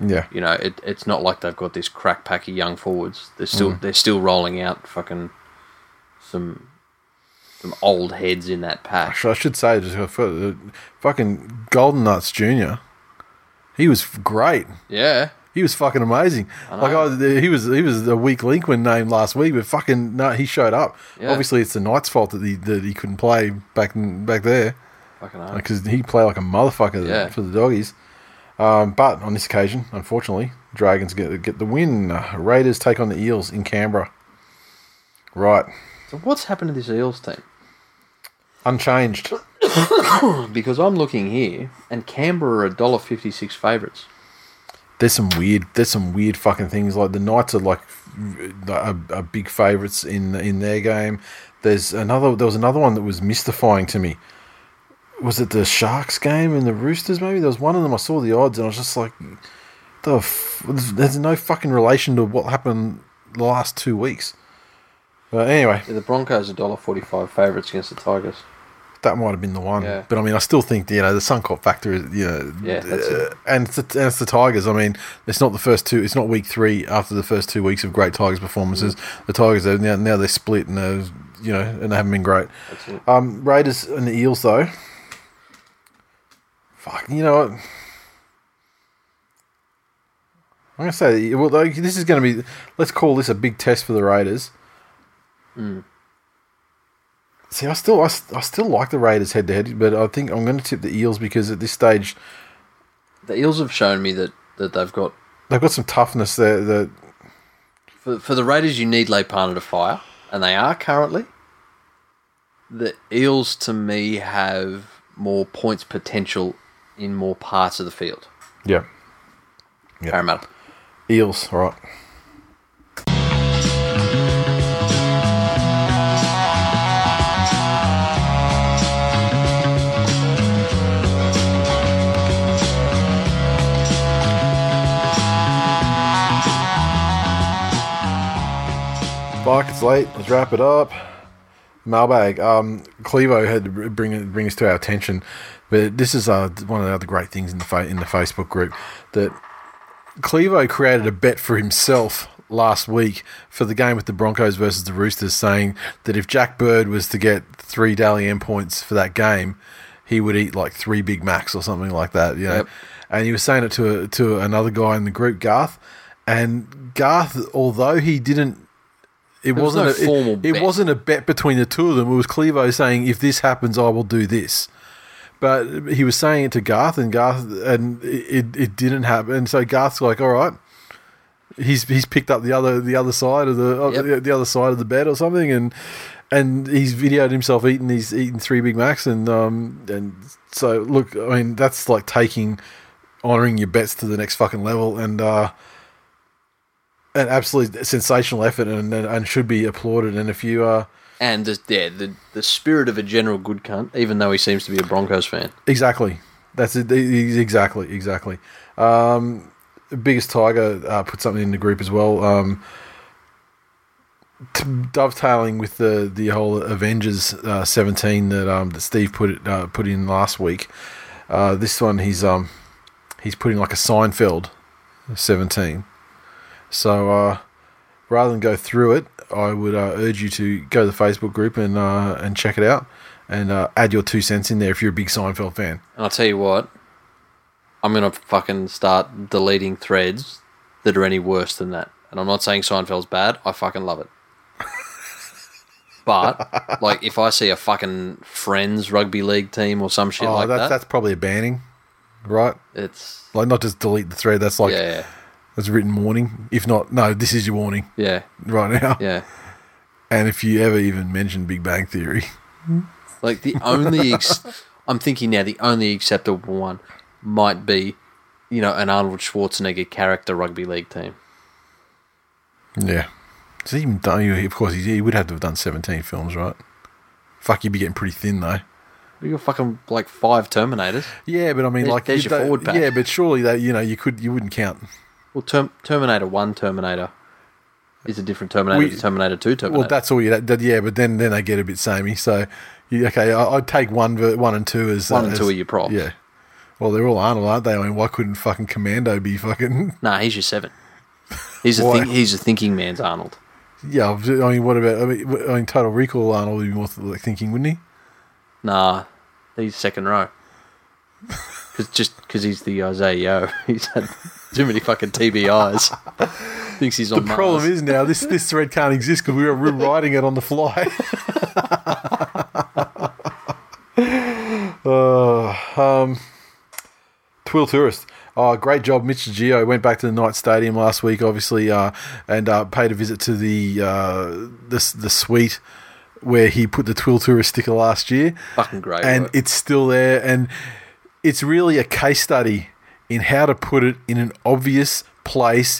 [SPEAKER 1] yeah
[SPEAKER 2] You know, it, it's not like they've got this crack pack of young forwards. They're still they're still rolling out fucking some some old heads in that pack.
[SPEAKER 1] Actually, I should say, just uh, for- for- fucking Golden Nuts Junior. He was great.
[SPEAKER 2] Yeah,
[SPEAKER 1] He was fucking amazing. like I, was- he was, he was a weak link when named last week, but fucking no, he showed up.
[SPEAKER 2] Yeah.
[SPEAKER 1] Obviously, it's the Knights' fault that he that he couldn't play back in, back there
[SPEAKER 2] fucking hell.
[SPEAKER 1] because he played like a motherfucker
[SPEAKER 2] Yeah.
[SPEAKER 1] for the doggies. Um, but on this occasion, unfortunately, Dragons get get the win. Raiders take on the Eels in Canberra. Right,
[SPEAKER 2] So what's happened to this Eels team?
[SPEAKER 1] unchanged.
[SPEAKER 2] Because I'm looking here, and Canberra are a dollar fifty six favourites.
[SPEAKER 1] there's some weird there's some weird fucking things like the knights are like are, are big favorites in in their game there's another there was another one that was mystifying to me was it the sharks game and the roosters maybe there was one of them i saw the odds and i was just like the f- there's no fucking relation to what happened the last two weeks but anyway
[SPEAKER 2] The Broncos are dollar forty five favourites against the Tigers.
[SPEAKER 1] that might have been the one.
[SPEAKER 2] Yeah.
[SPEAKER 1] But I mean, I still think you know the Suncorp factor is you know
[SPEAKER 2] Yeah, that's it.
[SPEAKER 1] uh, and it's the, and it's the Tigers. I mean, it's not the first two. It's not week three after the first two weeks of great Tigers performances. The Tigers are now now they're split and they're, you know and they haven't been great.
[SPEAKER 2] it.
[SPEAKER 1] Um, Raiders and the Eels though. Fuck, you know what. I'm gonna say, well, like, this is gonna be. Let's call this a big test for the Raiders. See, I still, I, st- I still like the Raiders head to head, but I think I'm going to tip the Eels because at this stage
[SPEAKER 2] The Eels have shown me that, that they've got
[SPEAKER 1] they've got some toughness there. That
[SPEAKER 2] for, for the Raiders, you need Leipana to fire, and they are currently. The Eels, to me, have more points potential in more parts of the field.
[SPEAKER 1] yeah,
[SPEAKER 2] Parramatta.
[SPEAKER 1] Eels, all right. Fuck, it's late. Let's wrap it up. Mailbag. Um, Clevo had to br- bring it, bring this to our attention, but this is uh, one of the other great things in the fa- in the Facebook group that Clevo created a bet for himself last week for the game with the Broncos versus the Roosters, saying that if Jack Bird was to get three Daly M points for that game, he would eat like three Big Macs or something like that. You know?
[SPEAKER 2] Yep.
[SPEAKER 1] And he was saying it to a, to another guy in the group, Garth. And Garth, although he didn't It
[SPEAKER 2] was
[SPEAKER 1] wasn't
[SPEAKER 2] no
[SPEAKER 1] a, it-
[SPEAKER 2] formal
[SPEAKER 1] It,
[SPEAKER 2] bet.
[SPEAKER 1] wasn't a bet between the two of them. It was Clevo saying, "If this happens, I will do this." But he was saying it to Garth, and Garth, and it, it didn't happen. So Garth's like, "All right." He's, he's picked up the other the other side of the of
[SPEAKER 2] Yep.
[SPEAKER 1] the- the other side of the bed or something and and he's videoed himself eating these eating three Big Macs and um and so look I mean that's like taking honoring your bets to the next fucking level and uh an absolutely sensational effort and, and and should be applauded. And if you uh
[SPEAKER 2] And the, yeah, the the spirit of a general good cunt, even though he seems to be a Broncos fan.
[SPEAKER 1] exactly, that's it. E- e- Exactly, exactly. Um, biggest tiger uh, put something in the group as well. Um, t- dovetailing with the the whole Avengers uh, seventeen that um that Steve put it, uh, put in last week. Uh, this one he's um he's putting like a Seinfeld seventeen. So uh, rather than go through it, I would uh, urge you to go to the Facebook group and uh, and check it out and uh, add your two cents in there if you're a big Seinfeld fan.
[SPEAKER 2] And I'll tell you what, I'm gonna fucking start deleting threads that are any worse than that. And I'm not saying Seinfeld's bad. I fucking
[SPEAKER 1] *laughs*
[SPEAKER 2] love it. But like, if I see a fucking Friends rugby league team or some shit
[SPEAKER 1] oh,
[SPEAKER 2] like
[SPEAKER 1] that,
[SPEAKER 2] that,
[SPEAKER 1] that's probably a banning, right?
[SPEAKER 2] it's
[SPEAKER 1] Like not just delete the thread. That's like
[SPEAKER 2] yeah,
[SPEAKER 1] that's written warning. If not, no, this is your warning
[SPEAKER 2] yeah,
[SPEAKER 1] right now.
[SPEAKER 2] yeah.
[SPEAKER 1] And if you ever even mention Big Bang Theory,
[SPEAKER 2] Like the only, ex- *laughs* I'm thinking now, the only acceptable one might be, you know, an Arnold Schwarzenegger character rugby league team.
[SPEAKER 1] yeah. It's even done. he- Of course, he, he would have to have done seventeen films, right? Fuck, you'd be getting pretty thin though.
[SPEAKER 2] You got fucking like five Terminators.
[SPEAKER 1] Yeah, but I mean,
[SPEAKER 2] There's-
[SPEAKER 1] like,
[SPEAKER 2] there's
[SPEAKER 1] you
[SPEAKER 2] your
[SPEAKER 1] don't-
[SPEAKER 2] forward pack.
[SPEAKER 1] Yeah, but surely that you know you could you wouldn't count.
[SPEAKER 2] Well, term- Terminator One, Terminator is a different Terminator
[SPEAKER 1] We-
[SPEAKER 2] to Terminator Two. Terminator.
[SPEAKER 1] Well, that's all you. That, that- yeah, but then then they get a bit samey. So, you, okay, I, I'd take one ver- one and two as
[SPEAKER 2] One and
[SPEAKER 1] as-
[SPEAKER 2] two are your props.
[SPEAKER 1] Yeah. Well, they're all Arnold, aren't they? I mean, why couldn't fucking Commando be fucking? *laughs*
[SPEAKER 2] nah, he's your seven. He's a
[SPEAKER 1] Why?
[SPEAKER 2] think- he's a thinking man's Arnold.
[SPEAKER 1] Yeah, I mean, what about? I mean, w- I mean Total Recall Arnold would be more like thinking, wouldn't he?
[SPEAKER 2] Nah, he's second row. Cause just because he's the uh, Isaiah Yo, *laughs* he's had too many fucking
[SPEAKER 1] *laughs*
[SPEAKER 2] TBIs. Thinks he's on
[SPEAKER 1] The problem
[SPEAKER 2] Mars.
[SPEAKER 1] is now this this thread can't exist because we were rewriting it on the fly. *laughs* uh, um, Twill Tourist. Oh, great job, Mitch Geo. Went back to the Knight Stadium last week, obviously, uh, and uh, paid a visit to the uh, the the suite where he put the Twill Tourist sticker last year
[SPEAKER 2] fucking great.
[SPEAKER 1] and
[SPEAKER 2] work.
[SPEAKER 1] it's still there. And it's really a case study in how to put it in an obvious place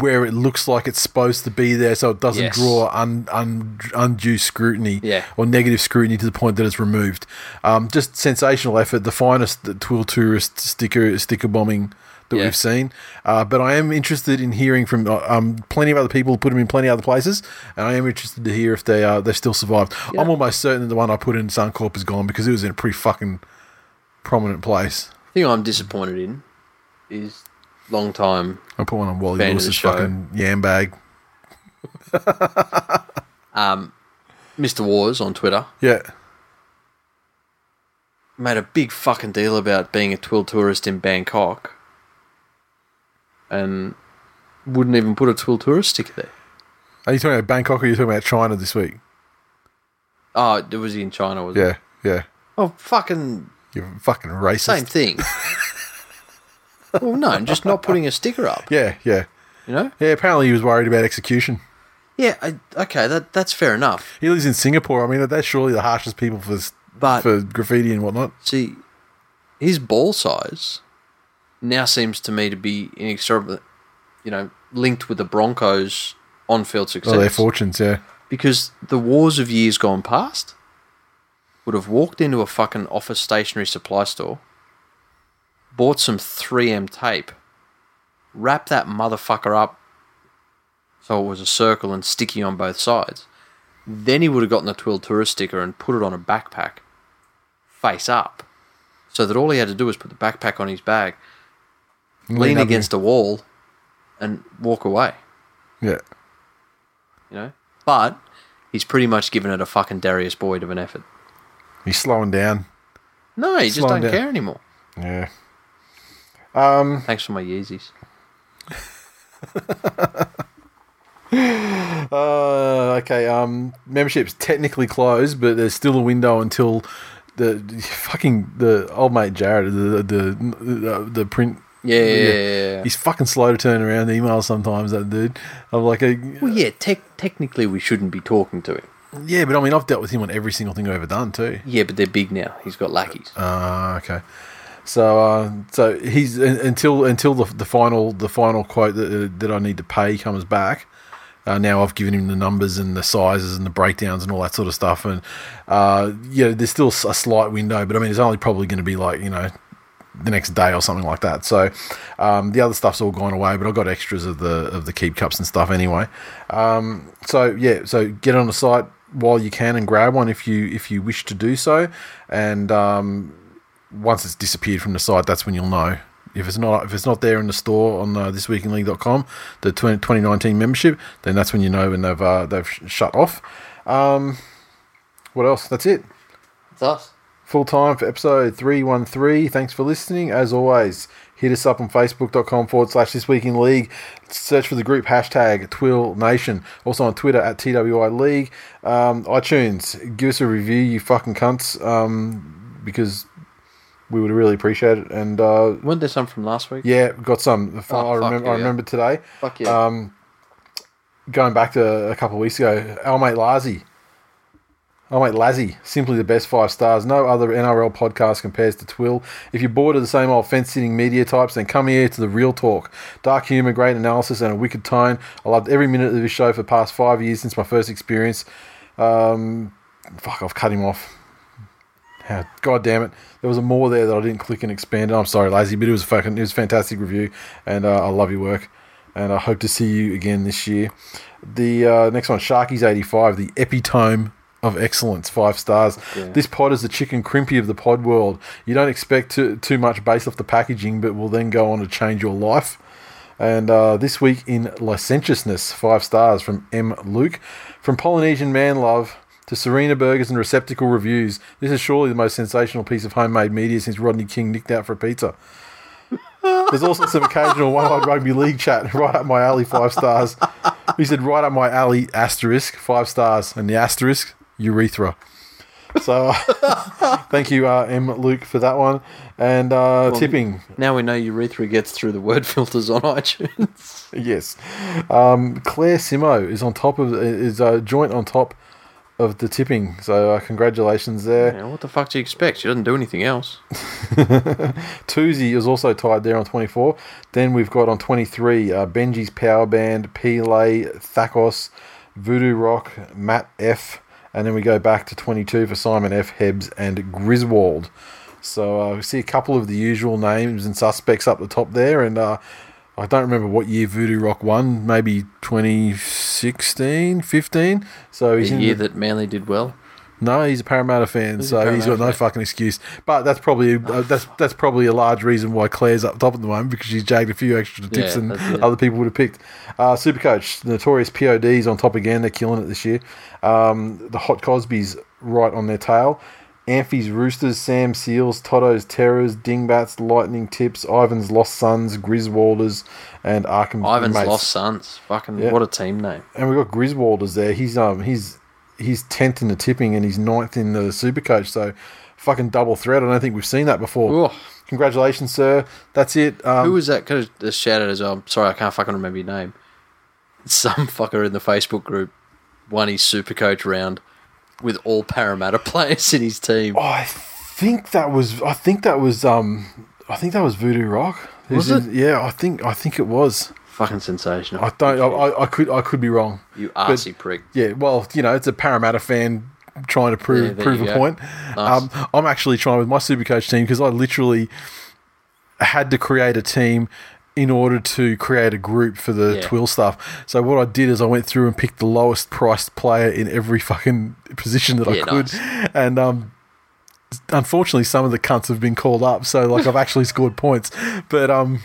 [SPEAKER 1] where it looks like it's supposed to be there, so it doesn't
[SPEAKER 2] Yes.
[SPEAKER 1] draw un, un, undue scrutiny
[SPEAKER 2] Yeah.
[SPEAKER 1] or negative scrutiny to the point that it's removed. Um, just sensational effort, the finest the Twill tourist sticker sticker bombing. That
[SPEAKER 2] Yeah.
[SPEAKER 1] we've seen, uh, but I am interested in hearing from uh, um, plenty of other people. Put them in plenty of other places, and I am interested to hear if they uh, they still survived. I'm almost certain that the one I put in Suncorp is gone because it was in a pretty fucking prominent place.
[SPEAKER 2] thing I'm disappointed in is long time
[SPEAKER 1] I put one on Wally
[SPEAKER 2] Fan of the
[SPEAKER 1] Lewis's
[SPEAKER 2] show.
[SPEAKER 1] fucking yam bag.
[SPEAKER 2] Mr. Wars on Twitter
[SPEAKER 1] Yeah,
[SPEAKER 2] made a big fucking deal about being a twill tourist in Bangkok, and wouldn't even put a twill tourist sticker there.
[SPEAKER 1] are you talking about Bangkok or are you talking about China this week?
[SPEAKER 2] Oh, it was in China, was it?
[SPEAKER 1] Yeah, yeah,
[SPEAKER 2] Oh, fucking
[SPEAKER 1] you're fucking racist. *laughs*
[SPEAKER 2] same thing. well, no, just not putting a sticker up.
[SPEAKER 1] Yeah, yeah,
[SPEAKER 2] You know?
[SPEAKER 1] yeah. Apparently, he was worried about execution.
[SPEAKER 2] Yeah. I, okay, that that's fair enough.
[SPEAKER 1] He lives in Singapore. I mean, that's surely the harshest people for s-
[SPEAKER 2] But-
[SPEAKER 1] for graffiti and whatnot.
[SPEAKER 2] See, his ball size now seems to me to be inexorably, you know, linked with the Broncos' on-field success.
[SPEAKER 1] Oh, their fortunes. Yeah,
[SPEAKER 2] because the wars of years gone past would have walked into a fucking office stationery supply store, bought some 3M tape, wrapped that motherfucker up so it was a circle and sticky on both sides. Then he would have gotten the Twill Tourist sticker and put it on a backpack, face up, so that all he had to do was put the backpack on his bag, lean
[SPEAKER 1] up
[SPEAKER 2] against a wall, and walk away
[SPEAKER 1] Yeah,
[SPEAKER 2] you know. But he's pretty much given it a fucking Darius Boyd of an effort.
[SPEAKER 1] he's slowing down.
[SPEAKER 2] No, he just
[SPEAKER 1] Slowing down.
[SPEAKER 2] don't
[SPEAKER 3] *laughs*
[SPEAKER 2] care anymore.
[SPEAKER 1] Yeah.
[SPEAKER 2] Thanks for my Yeezys.
[SPEAKER 1] Uh, okay, um, membership's technically closed, but there's still a window until the fucking the old mate Jared, the the the, the print.
[SPEAKER 3] Yeah, yeah, yeah, yeah.
[SPEAKER 1] he's fucking slow to turn around emails sometimes. That dude, I'm like, uh, a,
[SPEAKER 3] Well, yeah, tech technically we shouldn't be talking to him.
[SPEAKER 1] yeah, but I mean, I've dealt with him on every single thing I've ever done too.
[SPEAKER 3] Yeah, but they're big now. He's got lackeys.
[SPEAKER 1] Ah, okay. So, uh, so he's un- until until the, the final the final quote that, that I need to pay comes back. Uh, now I've given him the numbers and the sizes and the breakdowns and all that sort of stuff, and uh, yeah, there's still s- a slight window, but I mean, it's only probably going to be like you know the next day or something like that. So um, the other stuff's all gone away, but I got extras of the of the keep cups and stuff anyway. Um, so yeah, so get on the site while you can and grab one if you if you wish to do so, and um, once it's disappeared from the site, that's when you'll know. If it's not if it's not there in the store on uh, thisweekinleague.com, the 20, 2019 membership, then that's when you know when they've uh, they've sh- shut off. Um, what else? That's it.
[SPEAKER 3] It's us.
[SPEAKER 1] Full time for episode 313. Thanks for listening. As always, hit us up on facebook.com forward slash this week in league. Search for the group hashtag Twill Nation. Also on Twitter at TWI League. Um, iTunes, give us a review, you fucking cunts, um, because we would really appreciate it. And uh,
[SPEAKER 3] Weren't there some from last week?
[SPEAKER 1] yeah, got some.
[SPEAKER 3] Oh,
[SPEAKER 1] I,
[SPEAKER 3] fuck
[SPEAKER 1] remember, I
[SPEAKER 3] yeah.
[SPEAKER 1] remember today.
[SPEAKER 3] Fuck yeah.
[SPEAKER 1] Um, going back to a couple of weeks ago, our mate Larzy, our mate Lazzy, simply the best five stars. No other NRL podcast compares to Twill. If you're bored of the same old fence sitting media types, then come here to the real talk. Dark humour, great analysis, and a wicked tone. I loved every minute of this show for the past five years since my first experience. Um, fuck, I've cut him off. How, God damn it! There was a more there that I didn't click and expand. on. I'm sorry, lazy, but it was fucking, it was a fantastic review, and uh, I love your work, and I hope to see you again this year. The uh, next one, Sharky's eighty five, the epitome of excellence, five stars. This pod is the chicken crimpy of the pod world. You don't expect to, too much based off the packaging, but will then go on to change your life. And uh, this week in licentiousness, five stars from M. Luke. From Polynesian man love to Serena burgers and receptacle reviews, this is surely the most sensational piece of homemade media since Rodney King nicked out for a pizza. *laughs* There's also some occasional one-eyed rugby league chat *laughs* right up my alley, five stars. He said right up my alley, asterisk, five stars, and the asterisk, urethra. So *laughs* thank you, uh, M. Luke, for that one. And uh, tipping.
[SPEAKER 3] Now we know urethra gets through the word *laughs* filters on iTunes.
[SPEAKER 1] *laughs* Yes, um, Claire Simo is on top of is uh, joint on top of the tipping. So uh, congratulations there.
[SPEAKER 3] yeah, what the fuck do you expect? She doesn't do anything else.
[SPEAKER 1] Toozy is also tied there on twenty four. Then we've got on twenty three uh, Benji's Power Band, Pele, Thakos, Voodoo Rock, Matt F, and then we go back to twenty two for Simon F, Hebs, and Griswold. So uh, we see a couple of the usual names and suspects up the top there, and uh, I don't remember what year Voodoo Rock won, maybe 2016, 15. So he's
[SPEAKER 3] The
[SPEAKER 1] in
[SPEAKER 3] year
[SPEAKER 1] the-
[SPEAKER 3] that Manly did well.
[SPEAKER 1] no, he's a Parramatta fan, so
[SPEAKER 3] a
[SPEAKER 1] he's got no
[SPEAKER 3] Parramatta
[SPEAKER 1] fucking excuse. But that's probably uh, that's that's probably a large reason why Claire's up top at the moment because she's jagged a few extra tips
[SPEAKER 3] Yeah,
[SPEAKER 1] than
[SPEAKER 3] that's it.
[SPEAKER 1] other people would have picked. Uh, Supercoach, the notorious PODs on top again. They're killing it this year. Um, the Hot Cosby's right on their tail. Amphi's Roosters, Sam Seals, Totto's Terrors, Dingbats, Lightning Tips, Ivan's Lost Sons, Griswolders, and Arkham.
[SPEAKER 3] Ivan's
[SPEAKER 1] mates
[SPEAKER 3] lost sons. Fucking
[SPEAKER 1] Yeah.
[SPEAKER 3] what a team name.
[SPEAKER 1] and we've got Griswolders there. He's um he's he's tenth in the tipping and he's ninth in the super coach. So fucking double threat. I don't think we've seen that before.
[SPEAKER 3] Ooh.
[SPEAKER 1] Congratulations, sir. That's it. Um,
[SPEAKER 3] Who was that? Could have shouted as well. I'm sorry, I can't fucking remember your name. Some *laughs* fucker in the Facebook group won his super coach round with all Parramatta *laughs* players in his team.
[SPEAKER 1] I think that was I think that was um I think that was Voodoo Rock.
[SPEAKER 3] Was
[SPEAKER 1] Who's in- yeah, I think I think it was.
[SPEAKER 3] Fucking sensational.
[SPEAKER 1] I don't. I, I, I could. I could be wrong.
[SPEAKER 3] you
[SPEAKER 1] But-
[SPEAKER 3] arsey prick.
[SPEAKER 1] Yeah, well, you know, it's a Parramatta fan trying to
[SPEAKER 3] Yeah,
[SPEAKER 1] prove
[SPEAKER 3] there
[SPEAKER 1] prove a
[SPEAKER 3] you go.
[SPEAKER 1] point.
[SPEAKER 3] Nice.
[SPEAKER 1] Um, I'm actually trying with my Supercoach team because I literally had to create a team in order to create a group for the
[SPEAKER 3] Yeah.
[SPEAKER 1] Twill stuff. So what I did is I went through and picked the lowest priced player in every fucking position that I
[SPEAKER 3] Yeah,
[SPEAKER 1] could, and um, unfortunately, some of the cunts have been called up. So like I've actually *laughs* scored points, but um.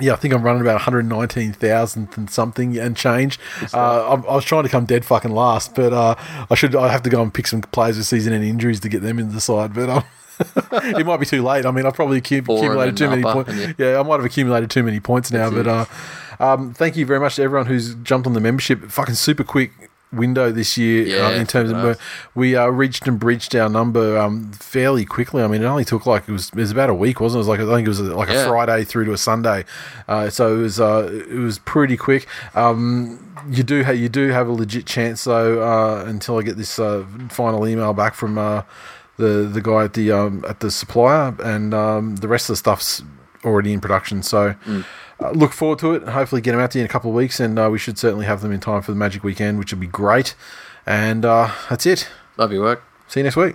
[SPEAKER 1] Yeah, I think I'm running about 119,000 and something and change. Uh, I'm, I was trying to come dead fucking last, but uh, I should. I have to go and pick some players with season and injuries to get them into the side. But um, *laughs* it might be too late. I mean, I've probably accu-
[SPEAKER 2] Four and
[SPEAKER 1] accumulated too
[SPEAKER 2] then
[SPEAKER 1] many
[SPEAKER 2] upper,
[SPEAKER 1] points.
[SPEAKER 2] and
[SPEAKER 1] Yeah, I might have accumulated too many points now. But uh, um, thank you very much to everyone who's jumped on the membership. Fucking super quick window this year uh,
[SPEAKER 2] Yeah,
[SPEAKER 1] in terms of
[SPEAKER 2] nice.
[SPEAKER 1] we uh, reached and breached our number um, fairly quickly. I mean, it only took like it was it was about a week, wasn't it? it was like I think it was like a
[SPEAKER 2] Yeah.
[SPEAKER 1] Friday through to a Sunday. Uh, so it was uh, it was pretty quick. Um, you do ha- you do have a legit chance though uh, until I get this uh, final email back from uh, the the guy at the um, at the supplier, and um, the rest of the stuff's already in production. So. Uh, look forward to it. Hopefully, get them out to you in a couple of weeks, and uh, we should certainly have them in time for the Magic Weekend, which would be great. And uh, that's it.
[SPEAKER 2] Love your work.
[SPEAKER 1] See you next week.